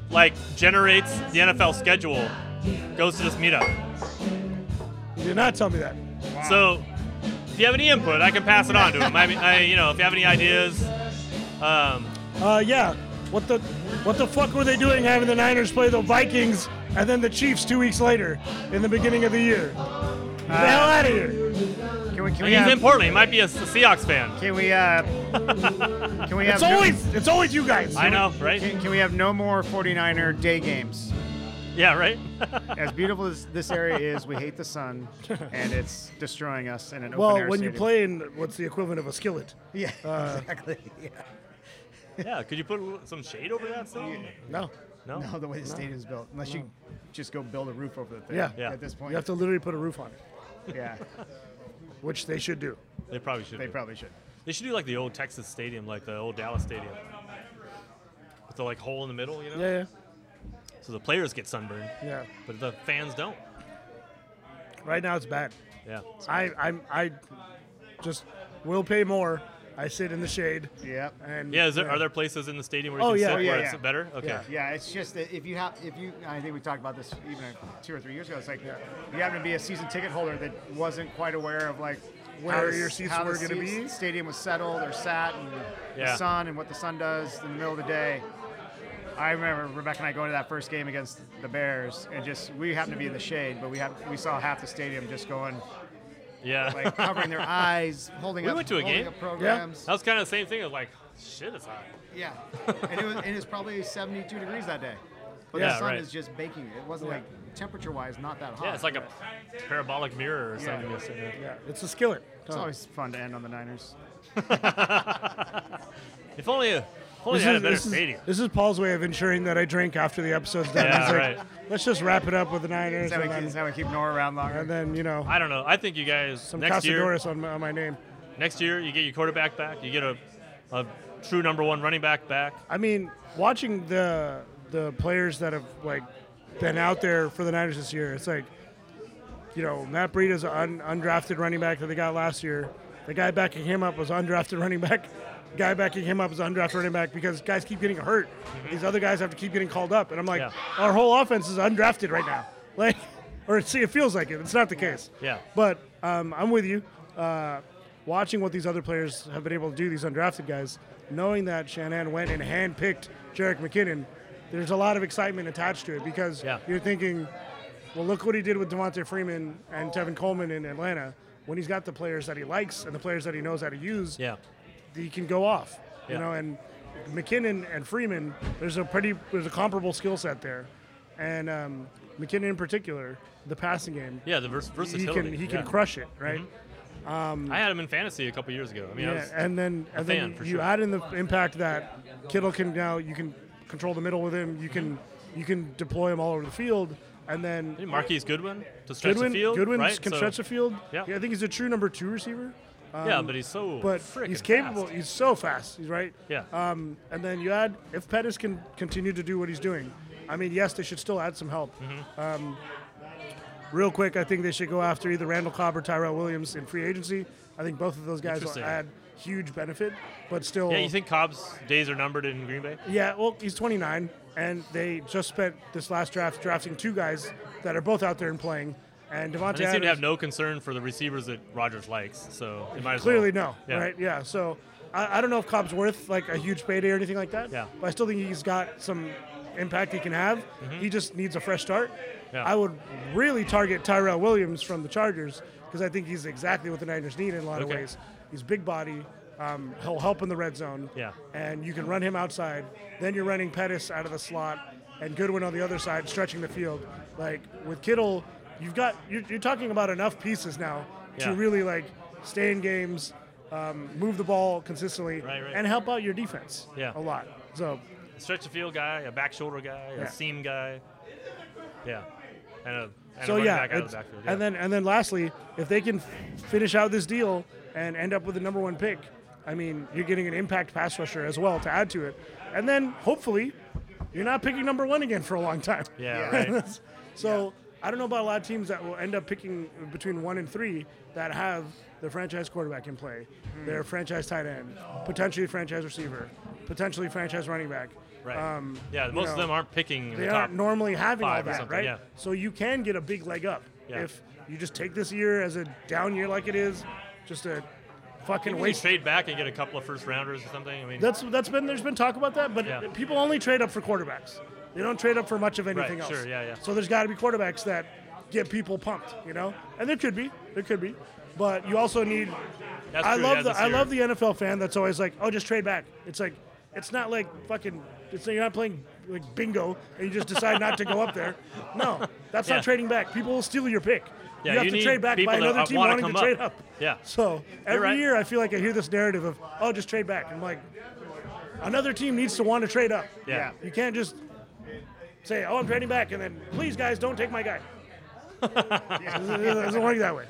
Speaker 3: like, generates the NFL schedule goes to this meetup.
Speaker 1: You did not tell me that.
Speaker 3: So, if you have any input, I can pass it on to him. I mean, I, you know, if you have any ideas, um,
Speaker 1: Uh, yeah. What the what the fuck were they doing having the Niners play the Vikings and then the Chiefs two weeks later in the beginning of the year? Get the hell out of here.
Speaker 2: Uh, Can we? Can
Speaker 3: and
Speaker 2: we?
Speaker 3: he's
Speaker 2: have-
Speaker 3: in Portland. He might be a S- Seahawks fan.
Speaker 2: can we? Uh, can we
Speaker 1: It's
Speaker 2: have? no-
Speaker 1: always it's always you guys.
Speaker 3: I know, right?
Speaker 2: Can, can we have no more 49er day games?
Speaker 3: Yeah, right.
Speaker 2: As beautiful as this area is, we hate the sun, and it's destroying us in an open
Speaker 1: Well,
Speaker 2: air
Speaker 1: when you
Speaker 2: stadium.
Speaker 1: play in what's the equivalent of a skillet.
Speaker 2: Yeah,
Speaker 1: Uh,
Speaker 2: exactly. Yeah.
Speaker 3: yeah. Could you put a little- some shade over that stuff?
Speaker 1: No.
Speaker 3: No.
Speaker 2: No, the way the stadium's built, unless you just go build a roof over the thing.
Speaker 1: Yeah.
Speaker 3: Yeah.
Speaker 2: At this point,
Speaker 1: You have to literally put a roof on it,
Speaker 2: yeah,
Speaker 1: which they should do.
Speaker 3: They probably should.
Speaker 2: they
Speaker 3: do.
Speaker 2: probably should.
Speaker 3: They should do like the old Texas Stadium, like the old Dallas Stadium, with the like hole in the middle, you know.
Speaker 1: Yeah,
Speaker 3: So the players get sunburned,
Speaker 1: yeah, yeah.
Speaker 3: but the fans don't.
Speaker 1: Right now it's bad.
Speaker 3: Yeah.
Speaker 1: I I'm I just will pay more. I sit in the shade.
Speaker 2: Yeah.
Speaker 1: And
Speaker 3: Yeah. Is there are there places in the stadium where you
Speaker 1: Oh,
Speaker 3: can
Speaker 1: yeah.
Speaker 3: sit
Speaker 1: Oh,
Speaker 2: yeah,
Speaker 3: where
Speaker 2: yeah.
Speaker 3: it's better? Okay.
Speaker 1: Yeah.
Speaker 2: Yeah, it's just that if you have, if you, I think we talked about this even two or three years ago. It's like you happen to be a season ticket holder that wasn't quite aware of like
Speaker 1: How
Speaker 2: where
Speaker 1: your seats
Speaker 2: how the
Speaker 1: were gonna
Speaker 2: seats-
Speaker 1: be?
Speaker 2: Stadium was settled or sat, and
Speaker 3: Yeah.
Speaker 2: the sun and what the sun does in the middle of the day. I remember Rebecca and I going to that first game against the Bears, and just we happened to be in the shade, but we have we saw half the stadium just going
Speaker 3: Yeah.
Speaker 2: like covering their eyes, holding
Speaker 3: We
Speaker 2: up,
Speaker 3: went to a
Speaker 2: holding
Speaker 3: game.
Speaker 2: up programs.
Speaker 3: that was kind of the same thing. It was like, shit, it's hot.
Speaker 2: Yeah, and it was and it's probably 72 degrees that day, but
Speaker 3: Yeah,
Speaker 2: the sun
Speaker 3: right.
Speaker 2: is just baking it. It wasn't like temperature-wise not that hot.
Speaker 3: Yeah, it's like a
Speaker 2: but
Speaker 3: parabolic mirror or
Speaker 2: Yeah.
Speaker 3: something. you're sitting in.
Speaker 1: Yeah, it's a skillet.
Speaker 2: It's always fun to end on the Niners.
Speaker 3: If only, if only they had a Oh, better stadium.
Speaker 1: this is Paul's way of ensuring that I drink after the episode's done.
Speaker 3: Yeah,
Speaker 1: He's like,
Speaker 3: right.
Speaker 1: Let's just wrap it up with the Niners,
Speaker 2: That's how, we,
Speaker 1: and
Speaker 2: keep- that's
Speaker 1: then,
Speaker 2: how we keep Nora around longer.
Speaker 1: and then, you know
Speaker 3: I don't know. I think you guys
Speaker 1: some
Speaker 3: next year,
Speaker 1: Casadores on my, on my name.
Speaker 3: next year, you get your quarterback back. You get a, a true number one running back back.
Speaker 1: I mean, watching the the players that have like been out there for the Niners this year, it's like, you know, Matt Breed is an un, undrafted running back that they got last year. The guy backing him up was undrafted running back. The guy backing him up is undrafted running back because guys keep getting hurt. These other guys have to keep getting called up, and I'm like,
Speaker 3: Mm-hmm. Yeah.
Speaker 1: our whole offense is undrafted right now. Like, or it's, it feels like it. It's not the case.
Speaker 3: Yeah.
Speaker 1: But um, I'm with you. Uh, watching what these other players have been able to do, these undrafted guys, knowing that Shanahan went and handpicked Jarek McKinnon, there's a lot of excitement attached to it because
Speaker 3: Yeah.
Speaker 1: you're thinking, well, look what he did with Devontae Freeman and Tevin Coleman in Atlanta. When he's got the players that he likes and the players that he knows how to use,
Speaker 3: Yeah.
Speaker 1: he can go off.
Speaker 3: Yeah.
Speaker 1: You know, and McKinnon and Freeman, there's a pretty there's a comparable skill set there, and um, McKinnon in particular, the passing game
Speaker 3: Yeah, the vers-
Speaker 1: he
Speaker 3: versatility.
Speaker 1: can he can
Speaker 3: yeah. Mm-hmm.
Speaker 1: crush it, right?
Speaker 3: I had him in fantasy a couple years ago. I mean, I
Speaker 1: Yeah,
Speaker 3: was,
Speaker 1: and then
Speaker 3: fan,
Speaker 1: and then
Speaker 3: for
Speaker 1: you
Speaker 3: sure.
Speaker 1: add in the impact that Kittle can now you can control the middle with him. You can
Speaker 3: Mm-hmm.
Speaker 1: you can deploy him all over the field, and then
Speaker 3: Marquise Goodwin to stretch
Speaker 1: Goodwin
Speaker 3: the field.
Speaker 1: Goodwin
Speaker 3: right?
Speaker 1: can
Speaker 3: So-
Speaker 1: stretch the field.
Speaker 3: yeah.
Speaker 1: I think he's a true number two receiver.
Speaker 3: yeah, but he's so
Speaker 1: um, but
Speaker 3: frickin'
Speaker 1: he's capable.
Speaker 3: fast.
Speaker 1: He's so fast. He's right.
Speaker 3: Yeah.
Speaker 1: Um, and then you add if Pettis can continue to do what he's doing. I mean, yes, they should still add some help. Um,
Speaker 3: Mm-hmm.
Speaker 1: real quick, I think they should go after either Randall Cobb or Tyrell Williams in free agency. I think both of those guys will
Speaker 3: Interesting.
Speaker 1: add huge benefit, but still.
Speaker 3: Yeah, you think Cobb's days are numbered in Green Bay?
Speaker 1: Yeah, well, he's 29, and they just spent this last draft drafting two guys that are both out there and playing. And
Speaker 3: And
Speaker 1: Devontae
Speaker 3: they seem
Speaker 1: Adams,
Speaker 3: to have no concern for the receivers that Rodgers likes, so it might as
Speaker 1: clearly no,
Speaker 3: well. Yeah.
Speaker 1: right? Yeah, so I, I don't know if Cobb's worth like a huge payday or anything like that.
Speaker 3: Yeah.
Speaker 1: but I still think he's got some impact he can have. He just needs a fresh start.
Speaker 3: Mm-hmm. Yeah.
Speaker 1: I would really target Tyrell Williams from the Chargers because I think he's exactly what the Niners need in a lot
Speaker 3: Okay.
Speaker 1: of ways. He's big body. Um, he'll help in the red zone.
Speaker 3: Yeah.
Speaker 1: and you can run him outside. Then you're running Pettis out of the slot and Goodwin on the other side, stretching the field. Like with Kittle, you've got you're, you're talking about enough pieces now to
Speaker 3: Yeah.
Speaker 1: really like stay in games, um, move the ball consistently,
Speaker 3: Right, right.
Speaker 1: and help out your defense
Speaker 3: Yeah.
Speaker 1: a lot. So
Speaker 3: Stretch the field guy, a back shoulder guy, a
Speaker 1: Yeah.
Speaker 3: seam guy. Yeah. And a, and a
Speaker 1: so
Speaker 3: running
Speaker 1: yeah,
Speaker 3: back out of
Speaker 1: it's-
Speaker 3: the backfield.
Speaker 1: and
Speaker 3: yeah.
Speaker 1: then and then lastly, if they can f- finish out this deal and end up with the number one pick, I mean, you're getting an impact pass rusher as well to add to it, and then hopefully, you're not picking number one again for a long time.
Speaker 3: yeah, right.
Speaker 1: So I don't know about a lot of teams that will end up picking between one and three that have their franchise quarterback in play,
Speaker 3: Hmm.
Speaker 1: their franchise tight end, potentially franchise receiver, potentially franchise running back.
Speaker 3: Right.
Speaker 1: Um,
Speaker 3: yeah,
Speaker 1: you
Speaker 3: most of
Speaker 1: know,
Speaker 3: them aren't picking in
Speaker 1: They
Speaker 3: the top.
Speaker 1: aren't normally having all
Speaker 3: five or
Speaker 1: that,
Speaker 3: something,
Speaker 1: right?
Speaker 3: yeah.
Speaker 1: So you can get a big leg up
Speaker 3: Yeah.
Speaker 1: if you just take this year as a down year like it is, just a fucking
Speaker 3: Can we
Speaker 1: waste.
Speaker 3: trade back and get a couple of first rounders or something? I mean,
Speaker 1: That's that's been there's been talk about that, but
Speaker 3: Yeah.
Speaker 1: people only trade up for quarterbacks. They don't trade up for much of anything else.
Speaker 3: sure, yeah, yeah.
Speaker 1: So there's got to be quarterbacks that get people pumped, you know. And there could be, there could be, but you also need.
Speaker 3: that's
Speaker 1: I
Speaker 3: true, yeah,
Speaker 1: love the
Speaker 3: this
Speaker 1: I
Speaker 3: year.
Speaker 1: love the NFL fan that's always like, oh, just trade back. It's like, it's not like fucking. It's you're not playing like bingo and you just decide not to go up there. No, that's
Speaker 3: Yeah.
Speaker 1: not trading back. People will steal your pick.
Speaker 3: Yeah,
Speaker 1: you have
Speaker 3: you
Speaker 1: to
Speaker 3: need
Speaker 1: trade back
Speaker 3: people
Speaker 1: by
Speaker 3: that
Speaker 1: another
Speaker 3: wa-
Speaker 1: team
Speaker 3: wanna
Speaker 1: wanting to
Speaker 3: come up.
Speaker 1: trade up.
Speaker 3: Yeah.
Speaker 1: So every
Speaker 3: right.
Speaker 1: year I feel like I hear this narrative of, oh, just trade back. I'm like, another team needs to want to trade up.
Speaker 3: Yeah.
Speaker 1: You can't just say, oh, I'm trading back, and then please, guys, don't take my guy. it doesn't- it doesn't work that way.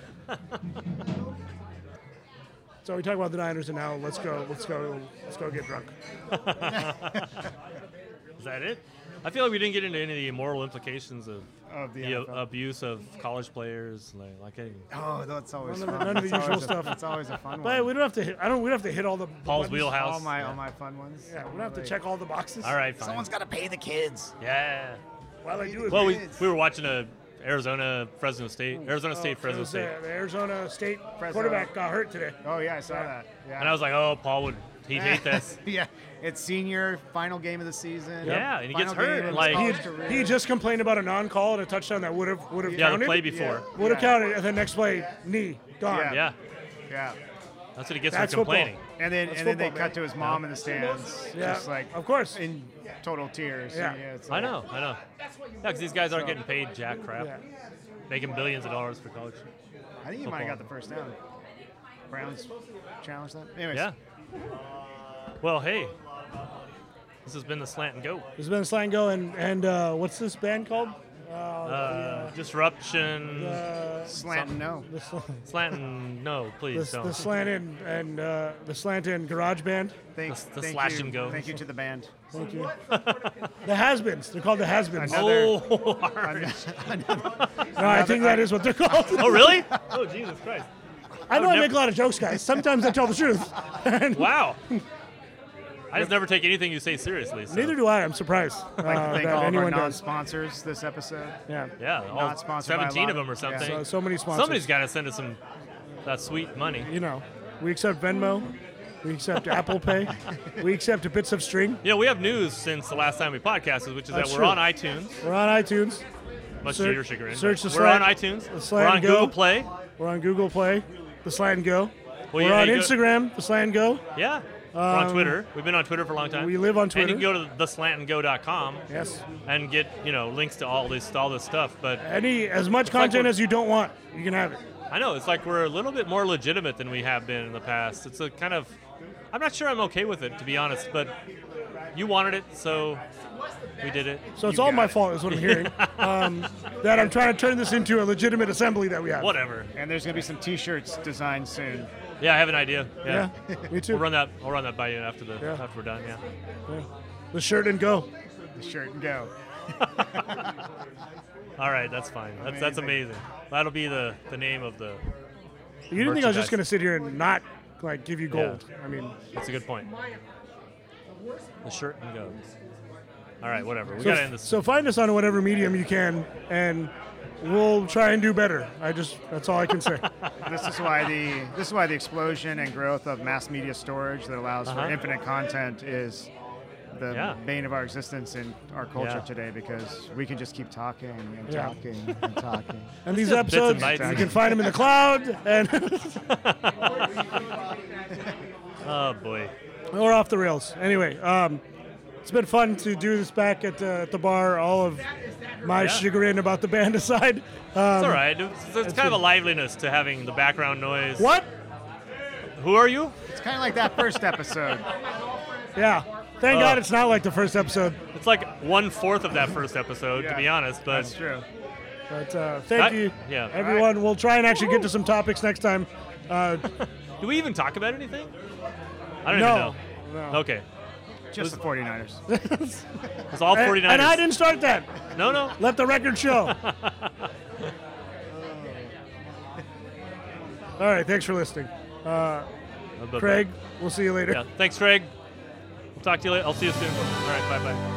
Speaker 1: So we talk about the Niners, and now let's go, let's go, let's go get drunk.
Speaker 3: Is that it? I feel like we didn't get into any of the moral implications of
Speaker 2: Of the
Speaker 3: the
Speaker 2: NFL.
Speaker 3: abuse of college players, like, like any-
Speaker 2: Oh, that's always
Speaker 1: None of-
Speaker 2: fun.
Speaker 1: none of the
Speaker 2: That's always
Speaker 1: usual
Speaker 2: a-
Speaker 1: stuff.
Speaker 2: That's always a fun
Speaker 1: But
Speaker 2: one.
Speaker 1: we don't have to. Hit, I don't. We don't have to hit all the.
Speaker 3: Paul's
Speaker 1: buttons.
Speaker 3: wheelhouse.
Speaker 2: all my all my fun ones.
Speaker 1: Yeah, we don't have to
Speaker 2: Like, uh,
Speaker 1: check all the boxes.
Speaker 3: All right, fine.
Speaker 5: Someone's got to pay the kids.
Speaker 3: yeah.
Speaker 1: While I do it,
Speaker 3: Well, we,
Speaker 5: Yes.
Speaker 3: we were watching a Arizona Fresno State Arizona State Fresno
Speaker 1: Because, uh,
Speaker 3: State,
Speaker 1: The Arizona State quarterback got hurt today.
Speaker 2: Oh yeah, I saw that. Yeah.
Speaker 3: and I was like, oh, Paul would he hate this?
Speaker 2: yeah, it's senior final game of the season.
Speaker 3: Yeah, and he gets
Speaker 2: Final game
Speaker 3: hurt,
Speaker 2: of his
Speaker 3: like-
Speaker 1: He,
Speaker 2: college
Speaker 1: had,
Speaker 2: career.
Speaker 1: he had just complained about a non-call and a touchdown that would have would have
Speaker 3: Yeah, the
Speaker 1: counted.
Speaker 3: play before.
Speaker 1: would have
Speaker 2: Yeah.
Speaker 1: counted, and the next play, knee gone.
Speaker 2: Yeah.
Speaker 3: Yeah,
Speaker 2: yeah.
Speaker 3: that's what he gets
Speaker 1: That's
Speaker 3: for
Speaker 1: football.
Speaker 3: complaining.
Speaker 2: And then
Speaker 1: That's
Speaker 2: and then they
Speaker 1: football, man.
Speaker 2: cut to his mom in the stands,
Speaker 1: Yeah,
Speaker 2: just like
Speaker 1: of course.
Speaker 2: in total tears.
Speaker 1: Yeah.
Speaker 2: And, it's
Speaker 3: I
Speaker 2: like-
Speaker 3: know, I know. Yeah, because these guys aren't getting paid jack crap,
Speaker 1: Yeah.
Speaker 3: making billions of dollars for college.
Speaker 2: I think you might have got the first down. Browns challenged that. Anyways,
Speaker 3: Yeah. Well, hey, this has been the slant and go.
Speaker 1: There's been a slang go, and and uh, what's this band called? Uh,
Speaker 3: Uh, disruption,
Speaker 1: the, uh,
Speaker 2: slant and no.
Speaker 1: the, sl-
Speaker 3: slant and no,
Speaker 1: the,
Speaker 3: please
Speaker 1: the
Speaker 3: don't.
Speaker 1: slant in and uh, the slant in garage band.
Speaker 2: Thanks.
Speaker 3: The- the
Speaker 2: thank
Speaker 3: slash
Speaker 2: you,
Speaker 3: and go.
Speaker 2: Thank you to the band.
Speaker 1: Thank you. the has-beens. They're called the has-beens.
Speaker 2: I
Speaker 1: No,
Speaker 2: know.
Speaker 3: Oh,
Speaker 2: Another-
Speaker 3: harsh.
Speaker 1: I think that is what they're called.
Speaker 3: oh, really? Oh, Jesus Christ.
Speaker 1: I know I
Speaker 3: never-
Speaker 1: make a lot of jokes, guys. Sometimes I tell the truth. And
Speaker 3: Wow. I just never take anything you say seriously. so-
Speaker 1: Neither do I. I'm surprised uh,
Speaker 2: I'd like to
Speaker 1: that
Speaker 2: thank all of our
Speaker 1: anyone does.
Speaker 2: non-sponsors this episode.
Speaker 1: Yeah.
Speaker 3: Yeah, all
Speaker 2: Not sponsored by
Speaker 3: 17 of
Speaker 2: Lotto.
Speaker 3: them or
Speaker 2: Yeah.
Speaker 3: something.
Speaker 1: So, so many sponsors.
Speaker 3: Somebody's got to send us some that sweet money.
Speaker 1: you know, we accept Venmo, we accept Apple Pay, we accept bits of string.
Speaker 3: You know, we have news since the last time we podcasted, which is
Speaker 1: That's
Speaker 3: that we're
Speaker 1: true.
Speaker 3: on iTunes.
Speaker 1: We're on iTunes.
Speaker 3: Much
Speaker 1: Search-
Speaker 3: to your chagrin.
Speaker 1: search the
Speaker 3: we're on
Speaker 1: slant-
Speaker 3: iTunes.
Speaker 1: the
Speaker 3: We're
Speaker 1: slant
Speaker 3: on
Speaker 1: go.
Speaker 3: Google Play.
Speaker 1: We're on Google Play, the Slide and Go.
Speaker 3: Well,
Speaker 1: We're
Speaker 3: yeah,
Speaker 1: on
Speaker 3: you go-
Speaker 1: Instagram, the Slide and Go.
Speaker 3: Yeah. we're on
Speaker 1: Um,
Speaker 3: Twitter. We've been on Twitter for a long time.
Speaker 1: we live on
Speaker 3: And you
Speaker 1: Twitter.
Speaker 3: can go to theslantandgo.com
Speaker 1: Yes.
Speaker 3: and get, you know, links to all this all this stuff. But
Speaker 1: Any as much
Speaker 3: like
Speaker 1: content
Speaker 3: we're-
Speaker 1: as you don't want, you can have it.
Speaker 3: I know it's like we're a little bit more legitimate than we have been in the past. It's a kind of I'm not sure I'm okay with it to be honest, but you wanted it, so we did it.
Speaker 1: So it's
Speaker 2: You
Speaker 1: all
Speaker 2: got
Speaker 1: my
Speaker 2: it.
Speaker 1: fault, is what I'm hearing. um, that I'm trying to turn this into a legitimate assembly that we have.
Speaker 3: Whatever.
Speaker 2: And there's gonna be some T-shirts designed soon.
Speaker 3: Yeah, I have an idea.
Speaker 1: Yeah,
Speaker 3: Yeah.
Speaker 1: me too.
Speaker 3: We'll run that. I'll run that by you after the
Speaker 1: Yeah.
Speaker 3: after we're done. Yeah.
Speaker 1: The shirt and go.
Speaker 2: The shirt and go.
Speaker 3: All right, that's fine. That's that's
Speaker 2: Amazing.
Speaker 3: amazing. That'll be the the name of the.
Speaker 1: You didn't think I
Speaker 3: Merchandise.
Speaker 1: was just going to sit here and not like give you
Speaker 3: Yeah.
Speaker 1: gold? I mean,
Speaker 3: That's a good point. The shirt and go. All right, whatever. We
Speaker 1: so,
Speaker 3: gotta end this.
Speaker 1: so find us on whatever medium you can, and we'll try and do better. I just that's all I can say.
Speaker 2: This is why the this is why the explosion and growth of mass media storage that allows
Speaker 3: Uh-huh.
Speaker 2: for infinite content is the
Speaker 3: Yeah.
Speaker 2: bane of our existence in our culture
Speaker 3: Yeah.
Speaker 2: today because we can just keep talking and
Speaker 1: Yeah.
Speaker 2: talking and talking.
Speaker 1: And these
Speaker 3: Just bits and
Speaker 1: episodes,
Speaker 3: bytes.
Speaker 1: you can find them in the cloud and
Speaker 3: oh boy.
Speaker 1: or off the rails. Anyway, um, it's been fun to do this back at, uh, at the bar. All of my chagrin about the band aside. Um,
Speaker 3: It's all right. It's, it's kind of a liveliness to having the background noise.
Speaker 1: What?
Speaker 3: Who are you?
Speaker 2: It's kind of like that first episode.
Speaker 1: Yeah. Thank
Speaker 3: Oh.
Speaker 1: God it's not like the first episode.
Speaker 3: It's like one fourth of that first episode, to be
Speaker 2: Yeah,
Speaker 3: honest. But
Speaker 2: That's true.
Speaker 1: But uh, thank
Speaker 3: That-
Speaker 1: you,
Speaker 3: yeah.
Speaker 1: everyone. We'll try and actually get to some topics next time. Uh,
Speaker 3: do we even talk about anything? I don't
Speaker 1: no.
Speaker 3: even
Speaker 1: no.
Speaker 3: know. Okay.
Speaker 2: Just the 49ers.
Speaker 3: It's all
Speaker 1: And,
Speaker 3: 49ers.
Speaker 1: and I didn't start that.
Speaker 3: No, no.
Speaker 1: Let the record show. All right. Thanks for listening. Uh,
Speaker 3: But- but-
Speaker 1: Craig, we'll see you later.
Speaker 3: Yeah. Thanks, Craig. We'll talk to you later. I'll see you soon. All right. Bye bye.